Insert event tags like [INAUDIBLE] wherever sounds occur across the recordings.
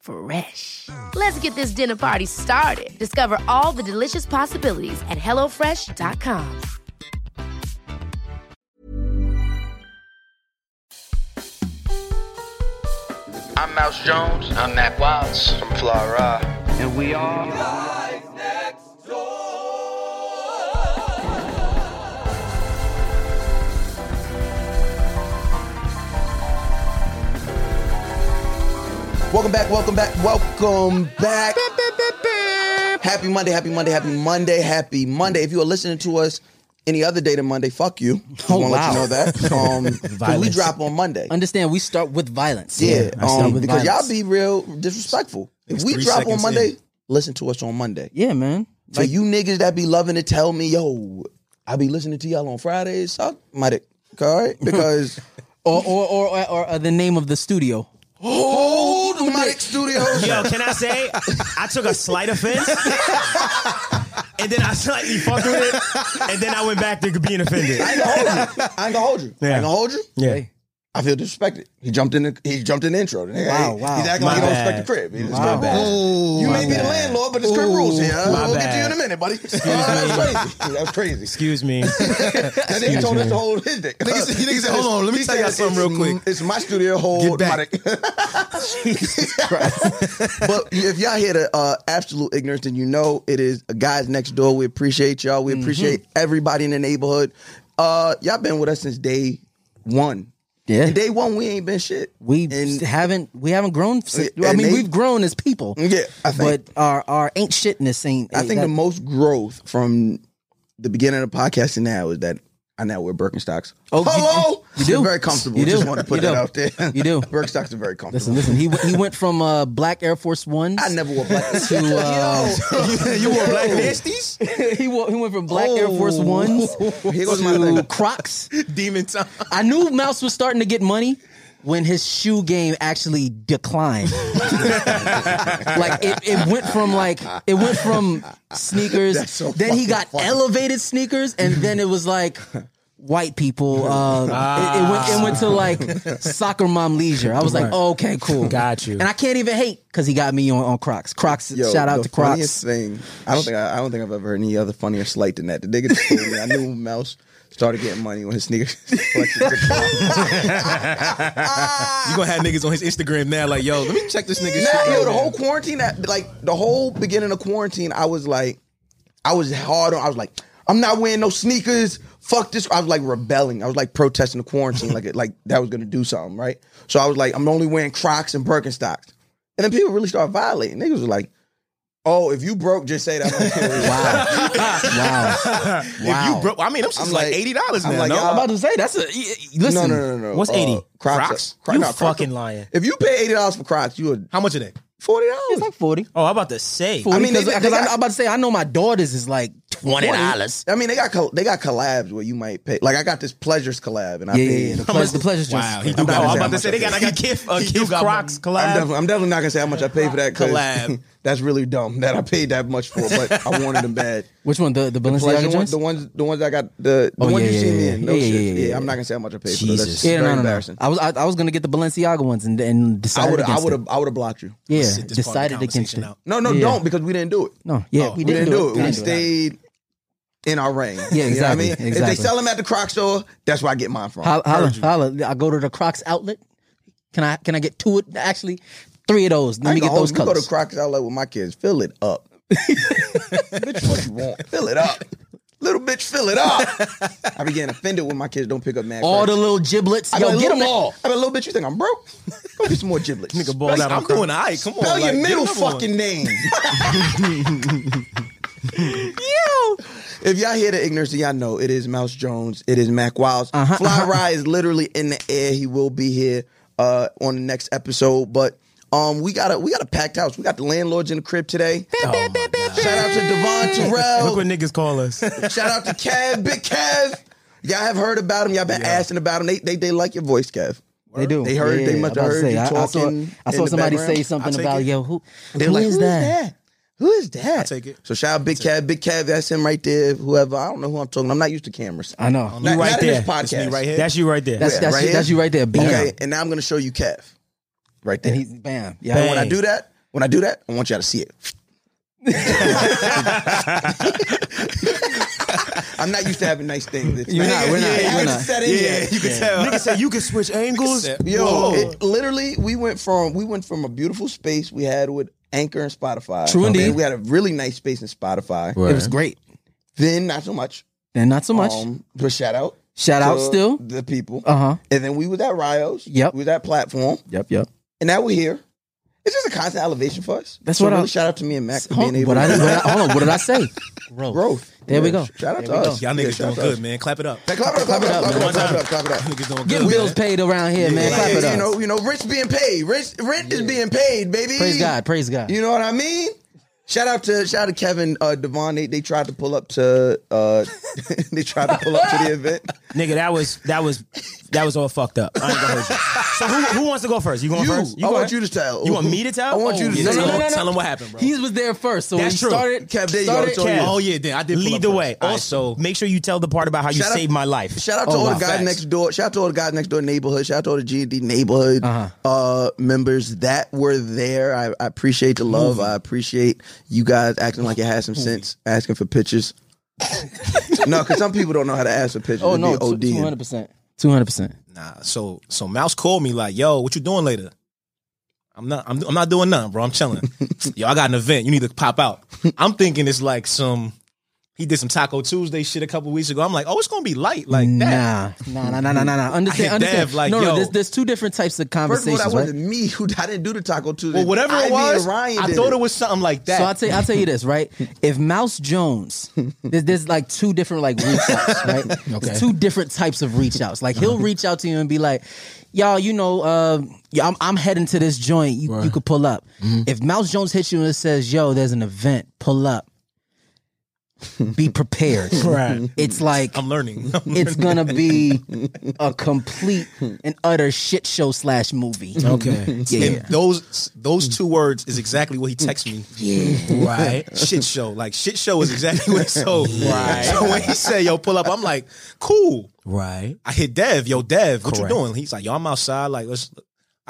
Fresh. Let's get this dinner party started. Discover all the delicious possibilities at hellofresh.com. I'm Mouse Jones. I'm Nat Wilds. I'm Fly Ra. And we are. Welcome back, welcome back, welcome back. Happy Monday, happy Monday, happy Monday, happy Monday. If you are listening to us any other day than Monday, [LAUGHS] fuck you. Just Oh, wanna let wow. you [LAUGHS] know that. Um 'cause we Violence. drop on Monday. Understand, we start with violence. Yeah, I start um, with because violence. y'all be real disrespectful. If It's we three drop on seconds Monday, in. listen to us on Monday. Yeah, man. For you niggas that be loving to tell me, yo, I be listening to y'all on Fridays, suck my dick. All right? Because Or or or, or, or, uh, the name of the studio. Hold my dick [LAUGHS] studios. Yo, can I say I took a slight offense, and then I slightly fucked with it, and then I went back to being offended. I ain't gonna hold you. I ain't gonna hold you. I Yeah. ain't gonna hold you. Yeah, I feel disrespected. He jumped in. The, he jumped in the intro. Wow, He- wow. He's acting like he My don't bad. respect the crib. He's My my bad. You may be the landlord, but there's crib rules here. my we'll get bad. to you in a minute, buddy. Oh, [LAUGHS] that's crazy. That's crazy. excuse me. [LAUGHS] That nigga told us to hold his dick. Nigga said- he nigga said, "Hold on, let me [LAUGHS] He tell y'all said, something real "It's- quick." It's my studio. Get Hold back. my dick. [LAUGHS] but if y'all hear the uh, absolute ignorance, then you know it is guys next door. We appreciate y'all. We appreciate Mm-hmm. everybody in the neighborhood. Uh, y'all been with us since day one. Yeah. And day one, we ain't been shit. We and haven't we haven't grown. si- Yeah, I and mean, they- we've grown as people. Yeah, [LAUGHS] I think- but our our ain't shitness ain't. I think that- the most growth from the beginning of the podcast to now is that I now wear Birkenstocks. Oh, you- hello, you do. They're very comfortable. You do. Just want to put You that do. out there. [LAUGHS] You do. [LAUGHS] Birkenstocks are very Listen, comfortable. listen. He w- he went from uh, black Air Force Ones. I never wore black. To, uh, [LAUGHS] you, [LAUGHS] you wore black nasties? he, wa- he went from black Air Force Oh. Ones [LAUGHS] Here goes my thing. to Crocs. Demon time. I knew Mouse was starting to get money when his shoe game actually [LAUGHS] declined. like it, it went from like it went from sneakers. That's so then he fucking got funny. elevated sneakers, and then it was like white people. Um, it, it went it went to like soccer mom leisure. I was like, Right. oh, okay, cool, Got you. And I can't even hate because he got me on, on Crocs. Crocs. Yo, shout out the to funniest Crocs. thing. I don't think I, I don't think I've ever heard any other funnier slight than that. The nigga just told me I knew Mouse started getting money when his sneakers. [LAUGHS] [LAUGHS] You gonna have niggas on his Instagram now, like, yo, let me check this nigga Nah, shit. yo, out, the man. whole quarantine, that like the whole beginning of quarantine, I was like, I was hard on. I was like, I'm not wearing no sneakers. Fuck this. I was like rebelling. I was like protesting the quarantine, like it, like that was gonna do something, right? So I was like, I'm only wearing Crocs and Birkenstocks, and then people really started violating. Niggas was like, Oh, if you broke, just say that. wow, [LAUGHS] [LAUGHS] Wow. If wow. you broke, I mean, I'm just I'm like, like- eighty dollars I'm now. like, no? I'm I'm about to say that's a y- y- listen. No, no, no, no. What's 80? Crocs. Crocs? Cro- You no, Crocs- fucking lying. If you pay eighty dollars for Crocs, you would How much are they? forty It's dollars. like forty. Oh, I'm about to say. I mean, mean, they- because they I'm got- I'm about to say, I know my daughters is like twenty dollars. I mean, they got col- they got collabs where you might pay. Like I got this pleasures collab, and I Yeah, yeah, paid. [LAUGHS] yeah. The, pleasure, the pleasure Wow, he juice. do not got. gonna I'm say how about to much say I they got paid. like a gift, a He gift do Crocs I'm collab. definitely, I'm definitely not gonna say how much I paid for that because Collab. [LAUGHS] that's really dumb that I paid that much for. But [LAUGHS] I wanted them bad. Which one? The the Balenciaga Pleasure ones, joints? the ones, the ones I got the the Oh, ones yeah, you yeah, see me yeah, in. No yeah, shit. yeah, Yeah, yeah, yeah. I'm not gonna say how much I paid for. That's Jesus. yeah, very no, no, no. embarrassing. I was I, I was gonna get the Balenciaga ones and and I decided would, I against would it. have, I would have blocked you. Yeah, Sit this part of the decided against conversation it. out. No, no, Yeah. don't because we didn't do it. No, yeah, We didn't do it. We Didn't do stayed in our reign. Yeah, You know what I mean, exactly, if they exactly. sell them at the Croc store, that's where I get mine from. Holla, holla, holla. I go to the Crocs outlet. Can I can I get two? of- Actually, three of those. Let I me ain't get gonna those hold you. We colors. [LAUGHS] Go to Crocs outlet with my kids. Fill it up. Bitch, what you want? Fill it up. Little bitch, fill it up. I be getting offended when my kids don't pick up mad. All crack. the little giblets. I be Yo, like, get little them bitch- all. I be like, little bitch, you think I'm broke? Go get some more giblets. Nigga, Ball out I'm on crack. doing all right. Come on. Spell your like, get middle another one. fucking [LAUGHS] name. Yo. If y'all hear the ignorance, then y'all know it is Mouse Jones. It is Mac Wiles. Fly Rye is literally in the air. He will be here uh, on the next episode. But um, we got a we got a packed house. We got the landlords in the crib today. Shout out to Devon Look what Terrell. niggas call us. Shout out to Kev, Big Kev. Y'all have heard about him. Y'all been asking about him. They, they they like your voice, Kev. They do. They heard- they must I'm have about to heard say, you I- talking I in saw, I saw the somebody background. say I'll something take about it. yo who They're who like, is who's that? that? Who is that? I take it. So shout out Big Cab, Big Cab, that's him right there. Whoever, I don't know who I'm talking. I'm not used to cameras. I know. Not- You right not there. In this podcast. It's me right here. That's you right there. That's Yeah, that's right you, here. that's you right there. Bam. Okay, and now I'm gonna show you Kev. Right there. And he's bam. Yeah. Bam. when I do that, when I do that, I want y'all to [LAUGHS] see it. I'm not used to having nice things. It's You're nice. not. We're not. Yeah, we're it's not. set in there. you can tell. Niggas say you can switch angles. [LAUGHS] Yo, it, literally, we went from we went from a beautiful space we had with Anchor and Spotify. True indeed. Then We had a really nice space in Spotify. It was great. Then not so much. And not so much. Um, but shout out. Shout out to still. The people. Uh huh. And then we was at Rios. Yep. We was at Platform. Yep. Yep. And now we're here. It's just a constant elevation for us. That's So what I- really shout out to me and Mac for Hold, being able what I, to what I, hold on. What did I say? growth. There we Yeah, go. Shout out to There we us. Y'all Yeah, niggas shout doing out to good, us. man. Clap it up. Hey, clap it up, clap it up, clap it up, clap it up, clap it up. Niggas doing Get good. bills paid around here, man. Yeah, Clap yeah, it up. You know, you know, rent's being paid. Rent, rent is being paid, baby. praise God. Praise God. You know what I mean? Shout out to shout out to Kevin uh, Devon. They, they tried to pull up to uh, [LAUGHS] they tried to pull up to the event. Nigga, that was that was that was all fucked up. I ain't gonna hold you. So who, who wants to go first? You going You. first? I go want ahead. you to tell. You want me to tell? I want you to Yeah, tell. tell no, no, no, him- no. Tell him what happened, bro. he was there first, so That's he true. started. Kev, there you go. started- It's on Kev. Oh yeah, then I did. pull Lead up the first. way. All right, Also, so- make sure you tell the part about how you Shout out- saved my life. Shout out to Oh, all wow. the guys Facts. next door. Shout out to all the guys next door neighborhood. Shout out to all the GD neighborhood uh members that were there. I, I appreciate the love. I appreciate you guys acting like you had some sense, asking for pictures. no, because some people don't know how to ask for pictures. Oh no, OD. two hundred percent. Two hundred percent. Nah, so so Mouse called me like, "Yo, what you doing later?" I'm not. I'm, I'm not doing nothing, bro. I'm chilling. Yo, I got an event. You need to pop out. I'm thinking it's like some. He did some Taco Tuesday shit a couple weeks ago. I'm like, oh, it's gonna be light like that. Nah, nah, nah, nah, nah, nah, nah. Understand? Dev, Understand? like, no, no. yo. There's, there's two different types of First of all, conversations. that right? wasn't me who [LAUGHS] I didn't do the Taco Tuesday. Well, whatever Ivy it and was, Ryan I did thought it. it was something like that. So I'll tell, I'll tell you this, right? If Mouse Jones, there's, there's like two different like reach outs, right? There's two different types of reach outs. Like he'll reach out to you and be like, y'all, you know, uh, yeah, I'm, I'm heading to this joint. You, you could pull up. If Mouse Jones hits you and says, yo, there's an event, pull up. Be prepared. Right. It's like I'm learning. [LAUGHS] it's gonna be a complete and utter shit show slash movie. Okay. Yeah. And those those two words is exactly what he texted me. Right. Shit show. Like shit show is exactly what he sold. Right. So when he said, yo, pull up, I'm like, cool. Right. I hit Dev, yo, Dev, what Correct. you doing? He's like, yo, I'm outside. Like, let's, all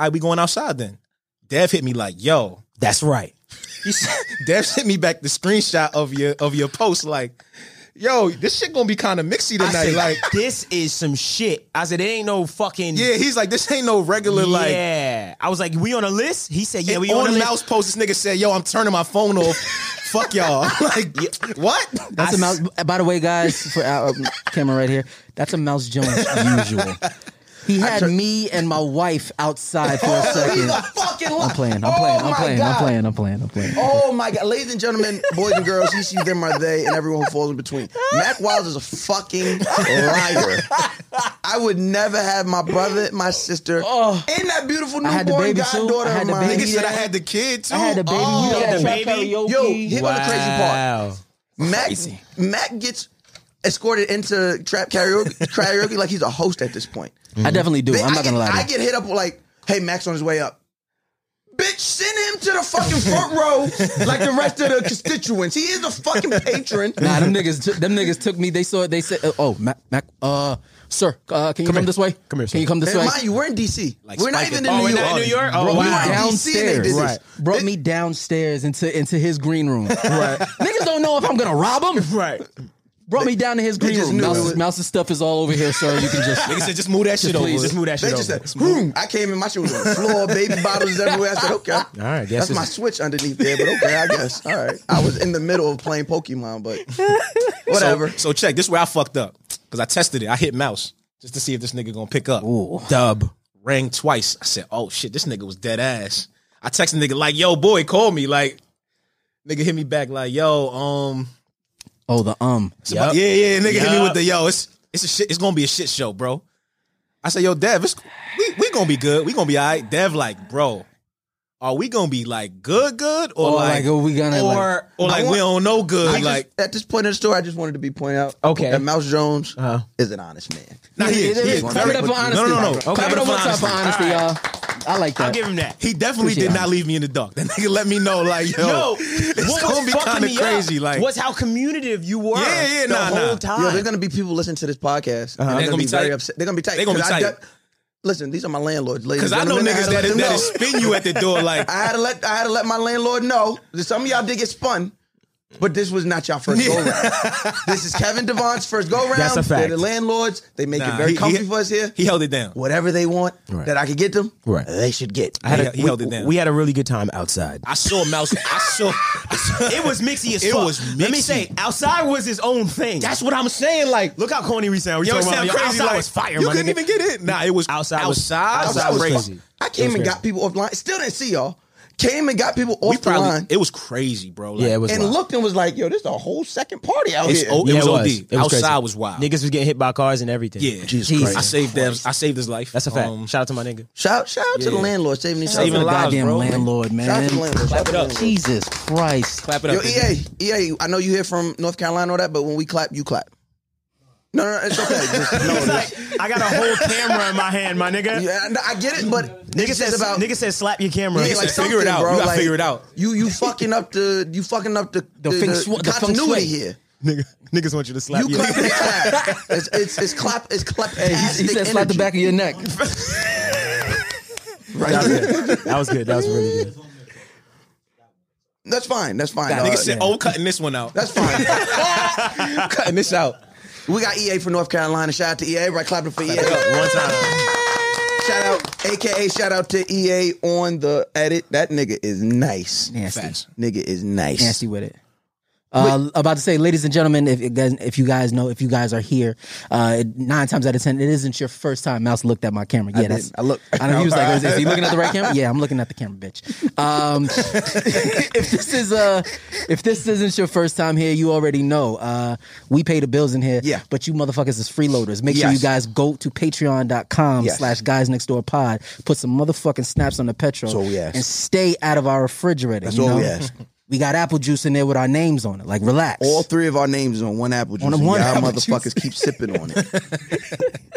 right, we going outside then. Dev hit me like, yo. [LAUGHS] That's right. He said, Dev sent me back the screenshot of your of your post like, yo, this shit gonna be kind of mixy I tonight. said, like, this is some shit. I said, it ain't no fucking. yeah, he's like, this ain't no regular like. yeah. I was like, we on a list? He said, yeah, And we on, on a the list. mouse post, this nigga said, yo, I'm turning my phone off. Fuck y'all. [LAUGHS] I'm like, what? That's a mouse. By the way, guys, for our um, camera right here, that's a Mouse Jones usual. He had me and my wife outside for a second. fucking I'm lie. playing. I'm Oh playing. I'm my playing. I'm God. playing. I'm playing. I'm playing. Oh my god, ladies and gentlemen, boys and girls, he sees them are they, and everyone who falls in between. Mac Wiles is a fucking liar. I would never have my brother, my sister, and that beautiful Oh. I had the newborn baby too. goddaughter I had of the mine. baby. Nigga said I had the kid too. I had a baby. Oh. you had the track baby? karaoke. Yo, here wow. was the crazy part. Mac, Mac gets escorted into trap karaoke, karaoke like he's a host at this point. I definitely do. I'm I not gonna get- lie. I To you. get hit up like, hey, Max on his way up. Bitch, send him to the fucking front row like the rest of the constituents. He is a fucking patron. Nah, them niggas. Took, them niggas took me. They saw it. They said, uh, "Oh, Mac, Mac, uh, sir, uh, can you come, this way? Come here, Can sir. you come this And way?" mind you, we're in DC. we're not spike even it. in, Oh, New we're York. not in New York? Oh, Bro, wow. We were in DC and they did downstairs. this. Right. Brought me [LAUGHS] downstairs into into his green room. Right. Niggas don't know if I'm gonna rob him. [LAUGHS] Right. brought me down to his green just room. knew it Mouse's, was- Mouse's stuff is all over here, sir. You can just [LAUGHS] Nigga said, just move that shit over. please, Just move that They shit just over. said, "Vroom." I came in, my shit was on [LAUGHS] the floor, baby bottles everywhere. I said, okay. All right, yes, That's my it's- switch underneath there, but okay, I guess. All right. I was in the middle of playing [LAUGHS] Pokemon, but whatever. So check this is where I fucked up because I tested it. I hit mouse just to see if this nigga gonna pick up. Dub rang twice. I said, "Oh shit, this nigga was dead ass." I texted nigga like, "Yo, boy, call me." Like, nigga hit me back like, "Yo, um, oh the um. yeah, yeah." Nigga hit me Yup. with the yo. It's it's a shit. It's gonna be a shit show, bro. I said, "Yo, Dev, it's, we we gonna be good. We gonna be all right." Dev like, bro. Are we gonna be like good, good, or, Or, like, like, are we gonna, or like- or like I we don't want- know good? I just- like at this point in the story, I just wanted to be pointed out. Okay. that Mouse Jones Uh-huh. is an honest man. nah, he is. He is. Clap it up for honesty. No, no, no. no. Clap it up for one time for honesty. honesty, y'all. I like that. I'll give him that. He definitely Appreciate did it. not leave me in the dark. [LAUGHS] That nigga let me know, like, yo, Yo, it's what gonna was be fucking kind of me crazy. up Like, was how communicative you were. Yeah, yeah, the nah, nah. whole Yo, time. Yo, there's gonna be people listening to this podcast. and They Uh-huh. They're gonna gonna be be very tight. upset. They're gonna be tight. They gonna be 'cause I tight. de- Listen, these are my landlords, ladies. because I and know gentlemen. had niggas to that let them that know. is spin you at the [LAUGHS] door, like, I had to let I had to let my landlord know that some of y'all did get spun, but this was not y'all first go round. This is Kevin Devon's first go round. That's a fact. They're the landlords. They make Nah, it very he- comfy he- for us here. he held it down. Whatever they want that I could get them, Right. they should get. I had He- a, he we, held it down. we had a really good time outside. I saw mouse. I saw. I saw- It was mixy as It fuck. was Let me mixy. say, outside was his own thing. That's what I'm saying. Like, Look how corny we sound. We yo, it talking about sound yo, crazy. outside Like, was fire. you my couldn't nigga. even get in. Nah, it was Outside was- Outside, outside That was was crazy. crazy. I came and got people offline. Still didn't see y'all. Came and got people off We the line probably. It was crazy, bro. Like, Yeah, it was. and wild. looked and was like, "Yo, this is a whole second party out It's here." o- it Yeah, was OD. It was Outside crazy. was wild. Niggas was getting hit by cars and everything. Yeah, Jesus I Christ. saved Dev's. I saved his life. That's a fact. Um, Shout out to my nigga. shout shout out to the landlord saving these Saving the lives, goddamn bro. landlord, Shout out to man. the landlord. Shout out to the Clap it up. landlord. Jesus Christ. clap it Yo, E up. nigga. EA, EA, I know you here from North Carolina or that, but when we clap, you clap. No, no, no it's okay. Just, no, It's just- like I got a whole camera in my hand, my nigga. yeah, no, I get it, but Nigga it's says just about nigga says slap your camera. yeah, He like said, figure it something, out. Bro, You gotta like, figure it out. You you fucking up the you fucking up the the, feng the shui- the feng continuity shui. here. nigga, niggas want you to slap You your- clap, you [LAUGHS] clap. It's, it's it's clap it's clap. Hey, he, he said slap the back of your neck. Right there. That was good. That was really good. That's fine. That's fine. Nigga dog. said, "Oh, we're cutting this one out. [LAUGHS] That's fine. cutting this out." we got EA from North Carolina. Shout out to EA. Everybody clapping for EA. One time. Shout out, aka shout out to EA on the edit. That nigga is nice. Nasty. Nigga is nice. Nasty with it. Uh, about to say, ladies and gentlemen, if you guys, if you guys know, if you guys are here, uh, nine times out of ten, it isn't your first time. Mouse looked at my camera. Yeah, that's didn't. I looked. I know he was like, is, is he looking at the right [LAUGHS] camera? Yeah, I'm looking at the camera, bitch. Um, [LAUGHS] if this is uh, if this isn't your first time here, you already know. Uh, we pay the bills in here. Yeah. but you motherfuckers is freeloaders. Make sure Yes. you guys go to patreon.com Yes. slash guys next door pod. Put some motherfucking snaps on the petrol. That's all we ask. and stay out of our refrigerator. That's you all know? we ask. We got apple juice in there with our names on it. Like, relax. All three of our names is on one apple juice. On On the one one y'all apple juice. motherfuckers keep sipping on it.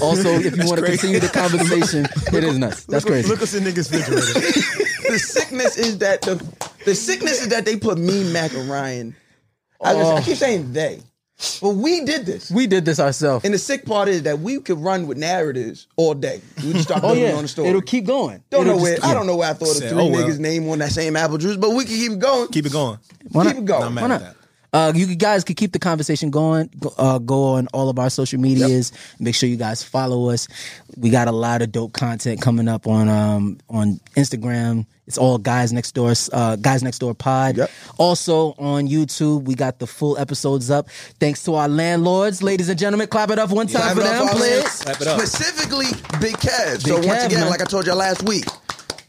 also, if you want to continue the [LAUGHS] conversation, it is nuts. That's [LAUGHS] crazy. Look what's in niggas' refrigerator. the sickness is that the the sickness is that they put me, Mac, and Ryan. I, just, I keep saying they, but we did this. we did this ourselves. and the sick part is that we could run with narratives all day. We just start Oh building yeah, on the story. it'll keep going. don't It'll know where just- I yeah. don't know where I thought of Said, three oh, well. niggas' name on that same apple juice, but we can keep going. Keep it going. Why not? keep it going. Not mad Why at not? that. Uh, you guys could keep the conversation going. Go, uh, go on all of our social medias. Make sure you guys follow us. We got a lot of dope content coming up on um, on Instagram. It's all guys next door. Uh, guys next door pod. Yep. Also on YouTube, we got the full episodes up. Thanks to our landlords, ladies and gentlemen. Clap it up one time Clap for it up them, for our man. please. Clap it up. Specifically, Big Kev. so Big once Kev, again, man. like I told y'all last week,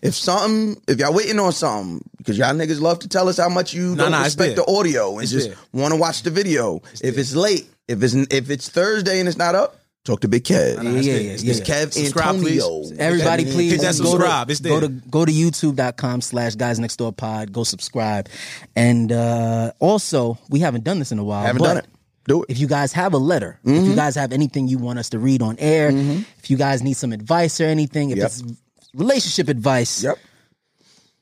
if something, if y'all waiting on something, because y'all niggas love to tell us how much you Nah, don't nah, it's respect there. the audio and It's just there. want to watch the video. if it's late, if it's if it's Thursday and it's not up, talk to Big Kev. Yeah, yeah, yeah. It's- yeah. It's Kev Subscribe, Antonio. please. Everybody, Kev please Hit that go to- subscribe. It's Go there. to go to youtube.com slash guys next door pod. Go subscribe. And uh, also, we haven't done this in a while. Haven't but done it. Mm-hmm. Do it. If you guys have a letter, if you guys have anything you want us to read on air, if you guys need some advice or anything, if Mm-hmm. Yep. it's relationship advice, Yep.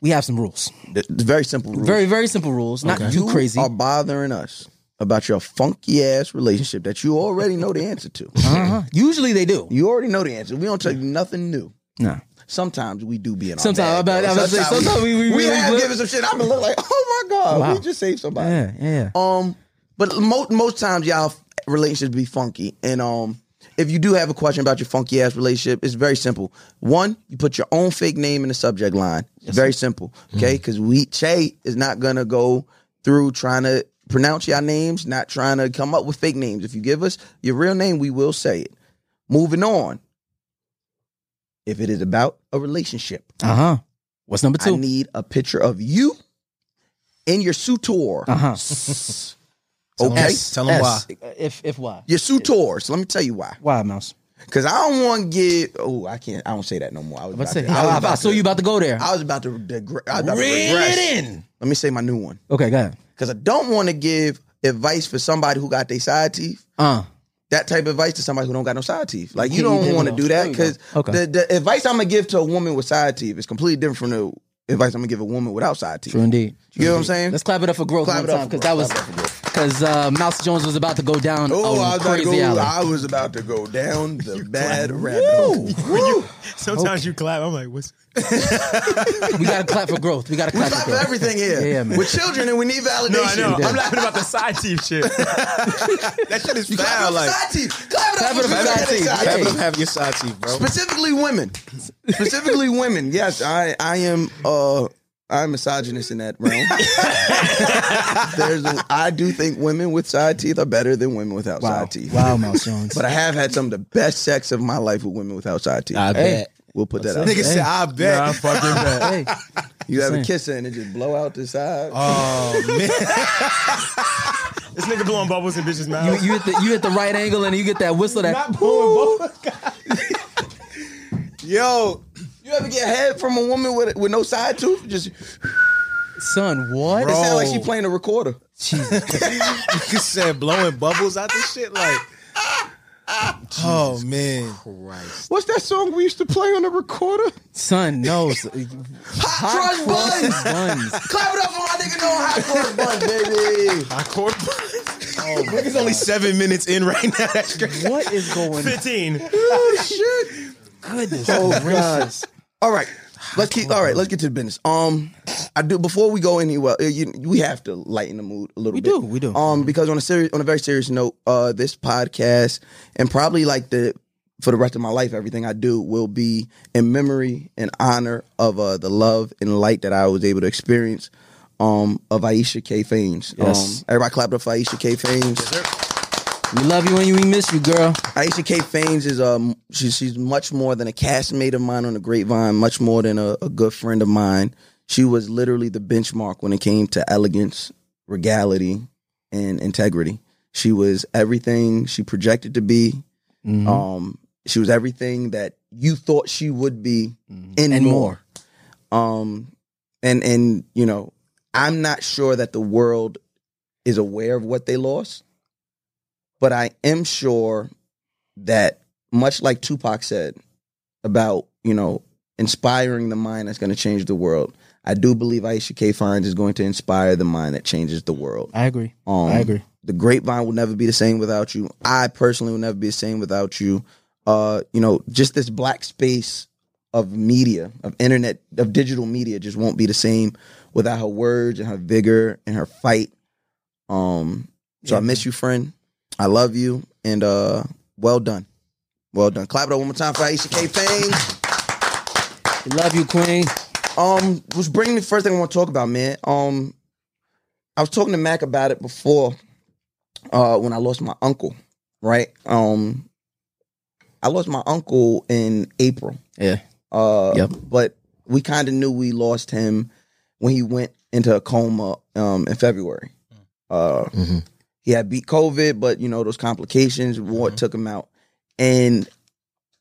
we have some rules. It's very simple. Rule. Very, very simple rules. Not too you crazy. are bothering us about your funky ass relationship that you already know the answer to. uh-huh. Usually they do. You already know the answer. We don't tell you nothing new. No. Sometimes we do be in. Sometimes, our I'm about- bag, I'm though. about to say, sometimes we- we really have look- given some shit. I've been looking like, oh my god, Wow. we just saved somebody. Yeah, yeah. Um, But most most times y'all f- relationships be funky, and um, if you do have a question about your funky ass relationship, it's very simple. One, you put your own fake name in the subject line. very simple, okay? Because we Che is not gonna go through trying to pronounce your names, not trying to come up with fake names. If you give us your real name, we will say it. Moving on. If it is about a relationship, Uh huh. What's number I two? need a picture of you in your suitor. Uh huh. [LAUGHS] Okay. Tell them why. If if why? Your suitors. Let me tell you why. Why mouse? Because I don't want to get. Oh, I can't. I don't say that no more. I was I'm about about to say. to. I was I, I about saw to- you about to go there. I was about to. Deg- I was about to Reel regress. it in. Let me say my new one. okay, go ahead. Because I don't want to give advice for somebody who got their side teeth. Uh. That type of advice to somebody who don't got no side teeth. Like you You don't didn't want to know. do that There you because go. Okay. the, the advice I'm gonna give to a woman with side teeth is completely different from the advice I'm gonna give a woman without side teeth. True indeed. You know what I'm saying? Let's clap it up for growth Clap one it up time for because that was growth. Clap it up because uh, Mouse Jones was about to go down Oh, a I was, about to crazy go, alley. I was about to go down [LAUGHS] the bad rabbit hole. Sometimes you clap. I'm like, what's we gotta clap for growth. We gotta We clap clap for for growth. everything here. Yeah, yeah, man. We're children and we need validation. No, I know. Yeah. I'm laughing about the side teeth [LAUGHS] shit. That shit is You clap it up foul. for Like, side teeth. Clap it up Clap for it up for side side teeth. teeth. Clap Side it teeth. up. don't have your side teeth, bro. Specifically women. [LAUGHS] Specifically women. Yes, I I am uh I'm misogynist in that [LAUGHS] realm. There's a, I do think women with side teeth are better than women without Wow, side teeth. wow, Mouse Jones. But I have had some of the best sex of my life with women without side teeth. I Hey, bet. We'll put that out. Nigga said, I bet. Nah, I fucking bet. hey, you have a saying. kisser and it just blow out the side. [LAUGHS] Oh, man. This nigga blowing bubbles in bitches' you, mouth. you hit the you hit the right angle and you get that whistle that [LAUGHS] Yo. You ever get head from a woman with with no side tooth? Just it son. What? Bro. sound like she playing a recorder. Nigga said blowing bubbles out this shit. Like, oh, man. What's that song we used to play on the recorder? Son, no. [LAUGHS] son. Hot Cross Buns. Buns. [LAUGHS] Clap it up for my nigga doing hot cross buns, baby. I court Oh, nigga's only seven minutes in right now. [LAUGHS] That's crazy. What is going? 15. Oh shit. Goodness Oh god. gracious. [SIGHS] All right. Let's keep. All right. Let's get to the business. Um, I do before we go anywhere. uh, You, we have to lighten the mood a little We bit. do, we do. Um, because on a serious, on a very serious note, uh, this podcast and probably like the for the rest of my life, everything I do will be in memory and honor of uh the love and light that I was able to experience. Um, of Aisha K. Fames. Yes. Um, everybody clap it up for Aisha K. Fames. We love you and you we miss you, girl. Aisha K. Faines is um she's she's much more than a castmate of mine on the grapevine, much more than a, a good friend of mine. She was literally the benchmark when it came to elegance, regality, and integrity. She was everything she projected to be. Mm-hmm. Oh. Um, she was everything that you thought she would be, Mm-hmm. and, And more. Um, and and you know, I'm not sure that the world is aware of what they lost, but I am sure that much like Tupac said about you know inspiring the mind that's going to change the world. I do believe Aisha K. Fines is going to inspire the mind that changes the world. I agree. Um, I agree. The grapevine will never be the same without you. I personally will never be the same without you. Uh, you know, just this black space of media, of internet, of digital media, just won't be the same without her words and her vigor and her fight. Um, so I miss you, friend. I love you, and uh, well done, well done. Clap it up one more time for Aisha K. Fames. We love you, Queen. Um, was bringing the first thing I want to talk about, man. Um, I was talking to Mac about it before, uh, when I lost my uncle, right? Um, I lost my uncle in April. Yeah. Uh, Yep. But we kind of knew we lost him when he went into a coma um, in February. Mm. Uh, Mm-hmm. He had beat COVID, but you know those complications, Mm-hmm. what took him out. And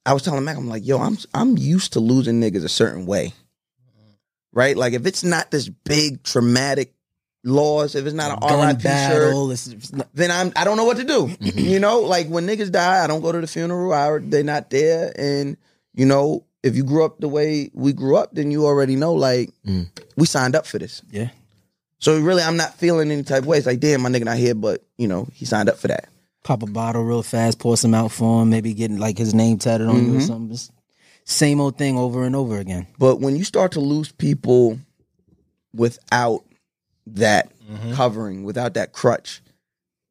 I was telling Mac, I'm like, yo, I'm I'm used to losing niggas a certain way, Mm-hmm. right? Like if it's not this big traumatic loss, if it's not an Gun RIP shirt, battle. It's- it's not- then I'm I don't know what to do. you know, like when niggas die, I don't go to the funeral. I they're not there, and you know, if you grew up the way we grew up, then you already know. Like we signed up for this, Yeah. so really, I'm not feeling any type of way. It's like, damn, my nigga not here, but you know, he signed up for that. Pop a bottle real fast, pour some out for him, maybe getting like his name tatted on you or something. Just same old thing over and over again. But when you start to lose people without that covering, without that crutch,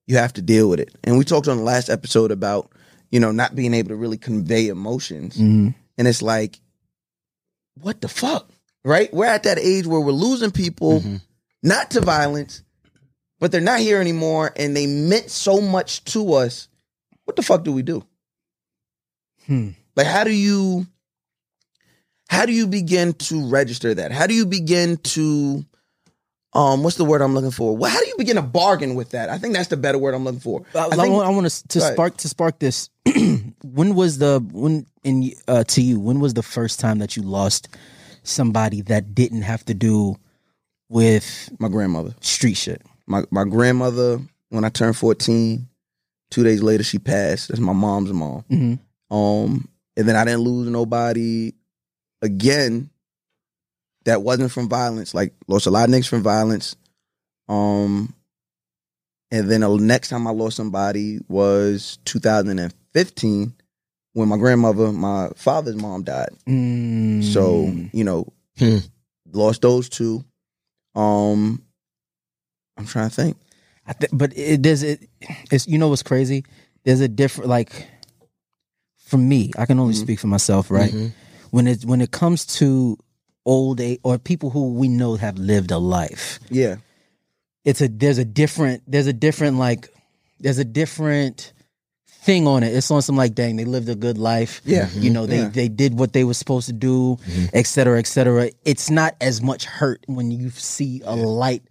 you have to deal with it. And we talked on the last episode about, you know, not being able to really convey emotions. And it's like, what the fuck? Right? We're at that age where we're losing people, not to violence, but they're not here anymore and they meant so much to us. What the fuck do we do? Hmm. Like how do you how do you begin to register that? How do you begin to um what's the word I'm looking for? Well, how do you begin to bargain with that? I think that's the better word I'm looking for. I, I think- want, I want to to Go ahead. spark to spark this. [CLEARS THROAT] when was the when in uh, to you? When was the first time that you lost somebody that didn't have to do with my grandmother. street shit? my my grandmother when I turned 14, two days later she passed. That's my mom's mom. Mm-hmm. Um, and then I didn't lose nobody again that wasn't from violence. Like lost a lot of niggas from violence. Um, and then the next time I lost somebody was 2015 when my grandmother, my father's mom died. Mm. So, you know, Hmm. lost those two. Um, I'm trying to think. I th- but it does it. It's you know what's crazy? There's a different like for me. I can only speak for myself, right? When it when it comes to old age or people who we know have lived a life, Yeah. it's a there's a different there's a different like there's a different thing on it. It's on some like dang they lived a good life. Yeah. You know, they Yeah. Mm-hmm. they did what they were supposed to do, et cetera, et cetera. It's not as much hurt when you see a light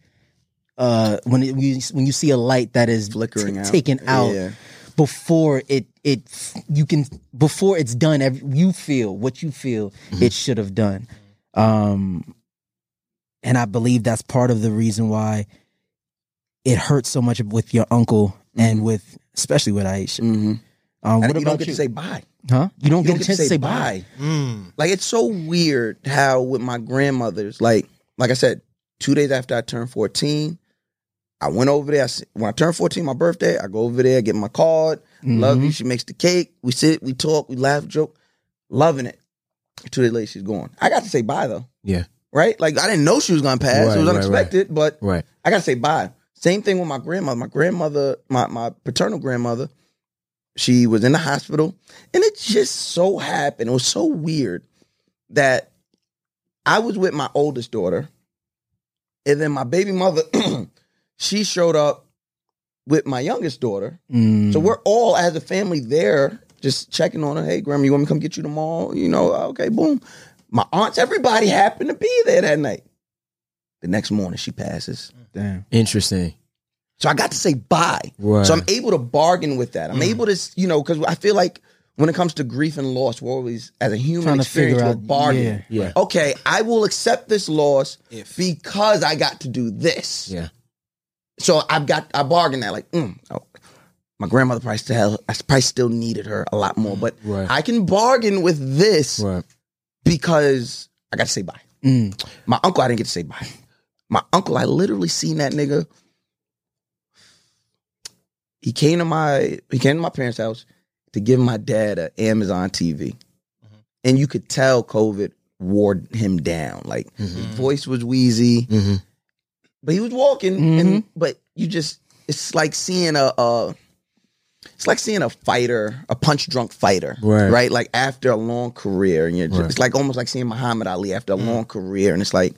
uh when it, when you, when you see a light that is Flickering t- out. taken out Yeah. before it it you can before it's done ev- you feel what you feel Mm-hmm. it should have done um and i believe that's part of the reason why it hurts so much with your uncle and with especially with aisha Mm-hmm. um what you don't about get you to say bye. huh you don't You get a chance to say bye Mm. Like it's so weird how with my grandmother's, like, like I said, two days after I turned fourteen, I went over there. I, s- when I turned fourteen, my birthday, I go over there, get my card. Love Mm-hmm. you. She makes the cake. We sit, we talk, we laugh, joke, loving it. Two days later, she's gone. I got to say bye though, Yeah. right? Like I didn't know she was gonna pass. Right, it was right, right. unexpected, but Right. I gotta say bye. Same thing with my grandmother. My grandmother, my my paternal grandmother, she was in the hospital, and it just so happened. It was so weird that I was with my oldest daughter, and then my baby mother, [CLEARS THROAT] she showed up with my youngest daughter. Mm. So we're all as a family there, just checking on her. Hey, grandma, you want me to come get you tomorrow? You know, uh, okay, boom. My aunts, everybody happened to be there that night. The next morning, she passes. damn Interesting. So I got to say bye. Right. Mm. So I'm able to bargain with that. I'm able to, you know, because I feel like when it comes to grief and loss, we're always as a human Trying to experience, figure we're out- bargaining. yeah, yeah. Okay, I will accept this loss If. because I got to do this. Yeah. So I've got I bargained that like, mm, oh, my grandmother probably still I probably still needed her a lot more, but Right. I can bargain with this Right. because I got to say bye. Mm. My uncle, I didn't get to say bye. My uncle, I literally seen that nigga. He came to my he came to my parents' house to give my dad an Amazon TV, and you could tell COVID wore him down. Like his voice was wheezy, Mhm. but he was walking. And but you just it's like seeing a. a it's like seeing a fighter, a punch drunk fighter, Right. Like after a long career, and you're just, it's like almost like seeing Muhammad Ali after a long career, and it's like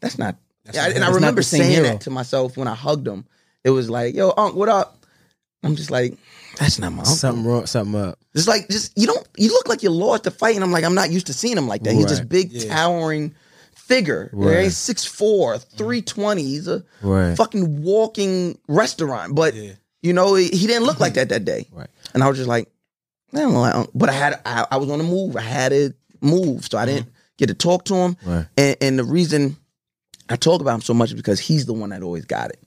that's not. yeah, and Mm. I not remember the same saying hero. that to myself when I hugged him. It was like, "Yo, Unc, what up?" I'm just like, "That's not my uncle." Something wrong. Something up. It's like just you don't you look like you lost the fight, and I'm like, I'm not used to seeing him like that. He's this Right. big towering figure. Right. Right. He's 6'4", Mm. 320. He's a Right. fucking walking restaurant. But you know, he, he didn't look like that that day. [LAUGHS] Right. And I was just like, I don't like Unc." but I had I, I was on the move. I had to move, so I didn't get to talk to him. Uh-huh. Right. And, and the reason I talk about him so much is because he's the one that always got it.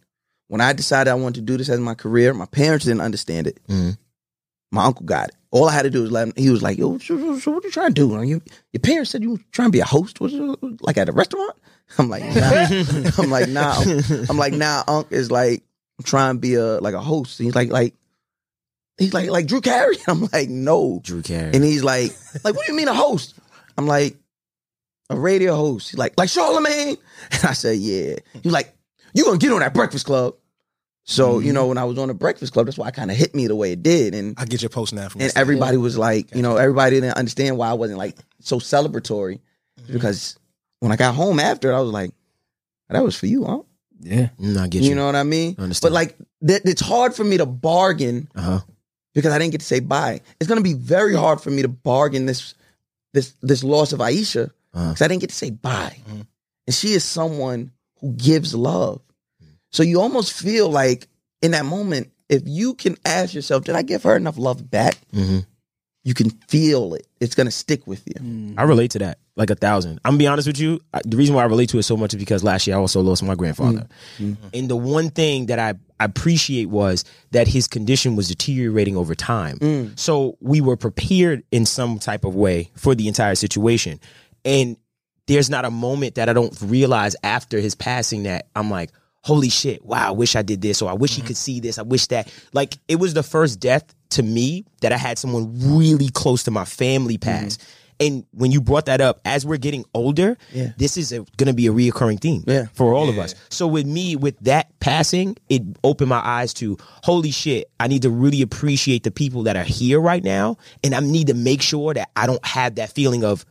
When I decided I wanted to do this as my career, my parents didn't understand it. Mhm. My uncle got it. All I had to do was let him. He was like, "Yo, so, so- so what you trying to do? Like, you- your parents said you were trying to be a host, was it, like at a restaurant." I'm like, nah. I'm like, nah. I'm like, nah. Unc is like I'm trying to be a like a host. He's like, like, he's like, like Drew Carey. [LAUGHS] I'm like, no. Drew Carey. And he's like, like, what do you mean a host? I'm like, a radio host. [LAUGHS] He's like, like Charlemagne. And I said, yeah. He's like, you gonna get on that Breakfast Club? So you know, when I was on the Breakfast Club, that's why it kind of hit me the way it did, and I get your post now from and everybody was like, you know, everybody didn't understand why I wasn't like so celebratory, because when I got home after, it, I was like, that was for you, huh? Yeah. No, I get You know what I mean? I understand. But like, th- it's hard for me to bargain Uh-huh. because I didn't get to say bye. It's gonna be very hard for me to bargain this this this loss of Aisha Uh-huh. Mm-hmm. because I didn't get to say bye, and she is someone who gives love. So you almost feel like in that moment, if you can ask yourself, "Did I give her enough love back?" Mhm. You can feel it. It's gonna stick with you. I relate to that like a thousand. I'm gonna be honest with you. I, the reason why I relate to it so much is because last year I also lost my Mm. grandfather. And the one thing that I I appreciate was that his condition was deteriorating over time. Mm. So we were prepared in some type of way for the entire situation. And there's not a moment that I don't realize after his passing that I'm like, holy shit, wow, I wish I did this, or I wish Mm-hmm. he could see this, I wish that. Like, it was the first death to me that I had someone really close to my family Mm-hmm. pass. And when you brought that up, as we're getting older, Yeah. this is going to be a reoccurring theme Yeah. for all of us. So with me, with that passing, it opened my eyes to holy shit. I need to really appreciate the people that are here right now, and I need to make sure that I don't have that feeling of.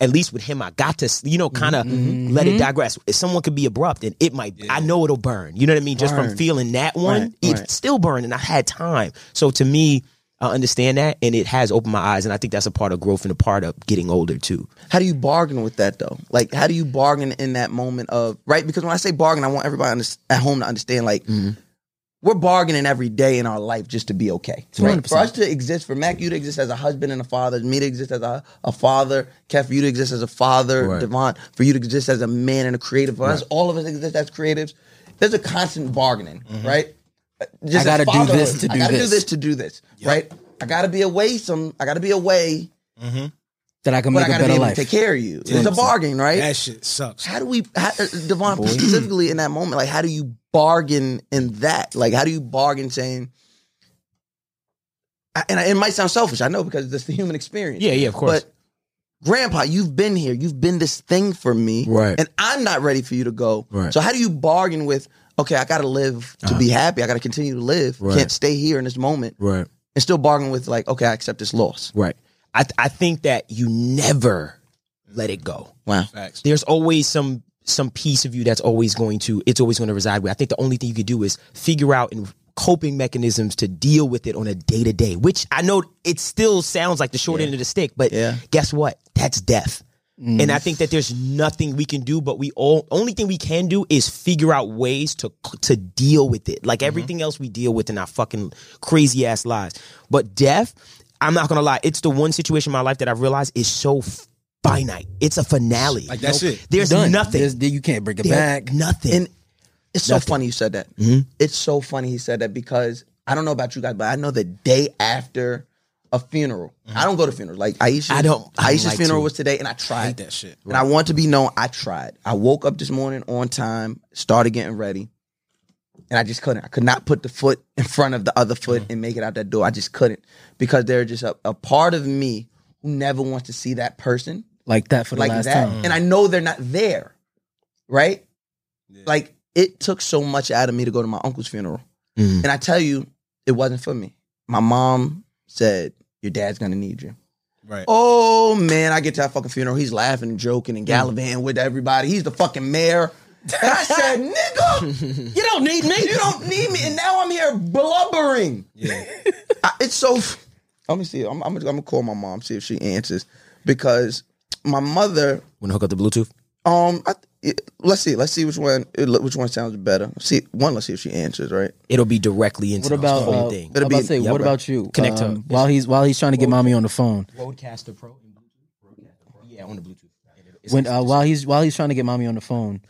At least with him, I got to s- you Mm-hmm. know kind of let it digress. If someone could be abrupt, and it might, I know it'll burn. You know what I mean? Just from Burn. feeling that one, Right, it's right. still burning. I had time, so to me. I understand that, and it has opened my eyes, and I think that's a part of growth and a part of getting older too. How do you bargain with that though? Like, how do you bargain in that moment of right? Because when I say bargain, I want everybody under- at home to understand. Like, Mm-hmm. we're bargaining every day in our life just to be okay. Right? For us to exist, for Mac, you to exist as a husband and a father, me to exist as a, a father, Kev, for you to exist as a father, Devon, for you to exist as a man and a creative. For us, all of us exist as creatives. There's a constant bargaining, right? Mm-hmm. Just as gotta do fatherhood, this to I do gotta this. do this to do this, right? I gotta be away some. I gotta be away that I can but make I a gotta be better able life. to take care of you. It's a bargain, right? That shit sucks. how do we, how, uh, Devon, specifically in that moment, like how do you bargain in that? Like how do you bargain saying? I- And I- it might sound selfish, I know, because it's the human experience. Yeah, yeah, of course. But Grandpa, you've been here. You've been this thing for me, Right. And I'm not ready for you to go. Right. Uh-huh. So how do you bargain with? Okay, I gotta live to be happy. I gotta continue to live. Right. Can't stay here in this moment Right. and still bargain with like, okay, I accept this loss. Right. I th- I think that you never let it go. Wow. Facts. There's always some some piece of you that's always going to it's always going to reside with. I think the only thing you could do is figure out and coping mechanisms to deal with it on a day to day. Which I know it still sounds like the short end of the stick, but Yeah. Mm. guess what? That's death. And I think that there's nothing we can do, but we all only thing we can do is figure out ways to to deal with it. Mm-hmm. Like everything else we deal with in our fucking crazy ass lives. But death, I'm not gonna lie, it's the one situation in my life that I've realized is so finite. It's a finale. Like, that's it. There's Done. nothing. There's- you can't bring it There's back. Nothing. And it's so funny you said that. Mm-hmm. It's so funny he said that because I don't know about you guys, but I know the day after a funeral, I don't go to funerals. Like Aisha, Mm-hmm. I don't- I don't Aisha's like funeral to. was today, and I tried that shit. And I want to be known. I tried. I woke up this morning on time, started getting ready, and I just couldn't. I could not put the foot in front of the other foot Mm-hmm. and make it out that door. I just couldn't because there's just a, a part of me who never wants to see that person like that for the like last that, Mm. time. and I know they're not there, right? Like it took so much out of me to go to my uncle's funeral, Mhm. Mm. and I tell you, it wasn't for me. My mom said, "Your dad's gonna need you." Right. Oh man, I get to that fucking funeral. He's laughing and joking Mm. and gallivanting with everybody. He's the fucking mayor. And [LAUGHS] I said, "Nigga, you don't need me. You don't need me." And now I'm here blubbering. I, it's so. Let me see. I'm, I'm, I'm gonna call my mom see if she answers because my mother Wanna hook up the Bluetooth? um, I, it, let's see. Let's see which one. it- Which one sounds better? See one. Let's see if she answers. Right. It'll be directly into What about the whole uh, thing. I'm about be- to say, yeah, what bro. about you? Connect um, her. while he's while he's trying to get mommy on the phone. Roadcaster Pro and Bluetooth. Yeah, on the Bluetooth. It's- When uh, while he's while he's trying to get mommy on the phone.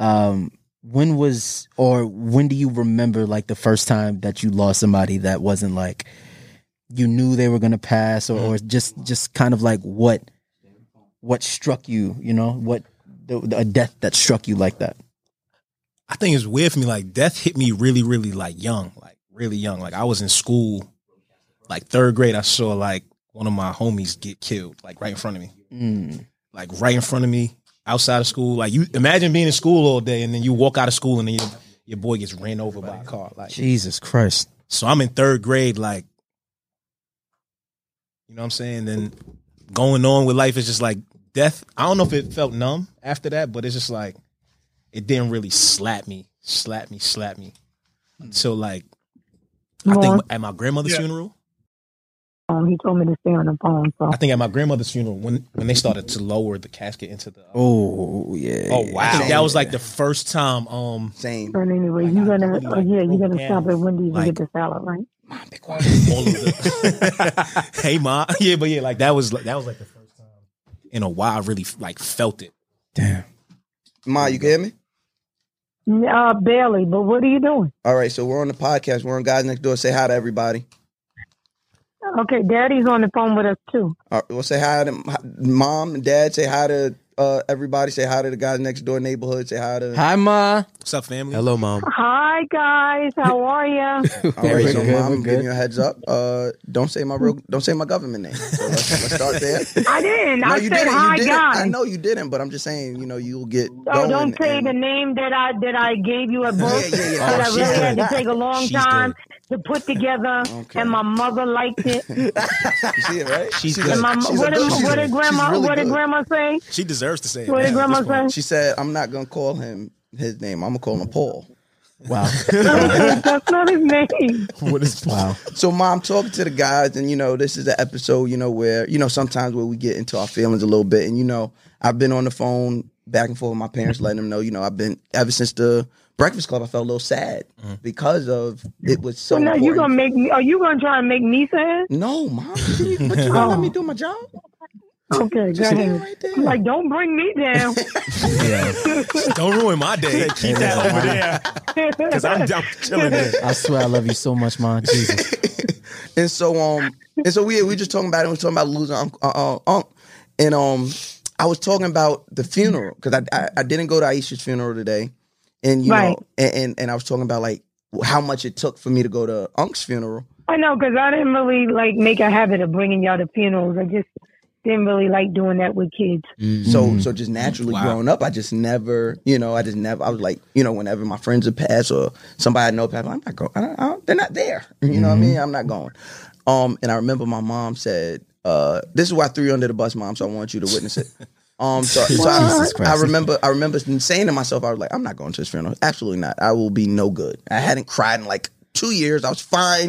Um, when was or when do you remember like the first time that you lost somebody that wasn't like you knew they were gonna pass or, or just just kind of like what what struck you? You know what the, the- a death that struck you like that. I think it's weird for me. Like death hit me really, really like young, like really young. Like I was in school, like third grade. I saw like one of my homies get killed, like right in front of me, like right in front of me outside of school. Like you imagine being in school all day and then you walk out of school and then you, your boy gets ran over by a car. Like Jesus Christ. so I'm in third grade, like, you know what I'm saying? Then going on with life is just like death. I don't know if it felt numb after that, but it's just like it didn't really slap me, slap me, slap me. Until like I think at my grandmother's funeral. Um, he told me to stay on the phone, so I think at my grandmother's funeral when when they started to lower the casket into the Oh yeah. Oh wow. Same. that was like the first time um Same. but anyway, you're gonna, really, oh, like, yeah, you're broke gonna down. stop at Wendy's Like- and get the salad, right? all of the [LAUGHS] Hey ma. Yeah, but yeah, like that was like that was like the first time in a while I really like felt it. Damn. Ma, you can hear me? Uh, barely. But what are you doing? All right, so we're on the podcast. We're on Guys Next Door. Say hi to everybody. Okay, Daddy's on the phone with us too. All right, we'll say hi to hi- mom and dad. Say hi to uh, everybody. Say hi to the guys next door neighborhood. Say hi to. Hi ma. What's up, family? Hello, [LAUGHS] mom. Hi guys, how are you? All right, We're so good, mom, we're I'm good. giving you a heads up. Uh, don't say my real, don't say my government name. So let's, [LAUGHS] let's start there. I didn't. No, I you said didn't. hi You didn't. guys. I know you didn't, but I'm just saying, you know, you'll get. Oh, going don't say and- the name that I that I gave you at birth. Yeah, yeah, yeah. That Oh, I she's really had to good. take a long She's time to put together, Okay. and my mother liked [LAUGHS] it. You see it, [LAUGHS] right? She's a- good. And my she's what, a- did, she's what a- did grandma she's really what did good. grandma say? She deserves to say it. What did now at this grandma point. say? She said, "I'm not gonna call him his name. I'm gonna call him Paul." Wow. That's not his name. What is wow. So, mom, talking to the guys, and you know, this is an episode, you know, where you know sometimes where we get into our feelings a little bit, and you know, I've been on the phone back and forth with my parents, letting them know, you know, I've been ever since the Breakfast Club, I felt a little sad because of it was so. well, now you important. gonna make me? Are you gonna try and make me sad? No, mom, what you what you gonna let me do my job? Okay, go Stay ahead. right there. I'm like, don't bring me [LAUGHS] down. [LAUGHS] Don't ruin my day. Keep that over there [LAUGHS] because I'm, I'm chilling there. I swear I love you so much, ma. Jesus. And so um and so we we just talking about it. We talking about losing Uncle uh, uh, Unc. and um I was talking about the funeral because I, I I didn't go to Aisha's funeral today, and you Right. know and, and and I was talking about like how much it took for me to go to Unc's funeral. I know because I didn't really like make a habit of bringing y'all to funerals. I just didn't really like doing that with kids. Mm, Mm-hmm. So so just naturally growing up, I just never you know I just never I was like you know whenever my friends would pass or somebody I know pass, I'm not going. I don't, I don't, they're not there. You know what Mm-hmm. I mean? I'm not going. Um, and I remember my mom said, uh, "This is why I threw you under the bus, mom. So I want you to [LAUGHS] witness it." Um, so, so I, Jesus I Christ. remember, I remember saying to myself, I was like, "I'm not going to this funeral. Absolutely not. I will be no good." I hadn't cried in like two years. I was fine,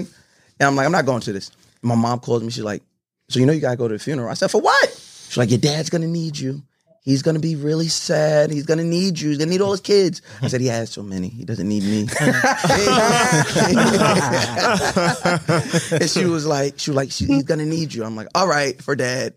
and I'm like, "I'm not going to this." My mom calls me. She's like, "So you know you gotta go to the funeral?" I said, "For what?" She's like, "Your dad's gonna need you. He's gonna be really sad. He's gonna need you. He's gonna need all his kids." I said, "He has so many. He doesn't need me." [LAUGHS] and she was like, "She was like, she, he's gonna need you." I'm like, "All right, for dad."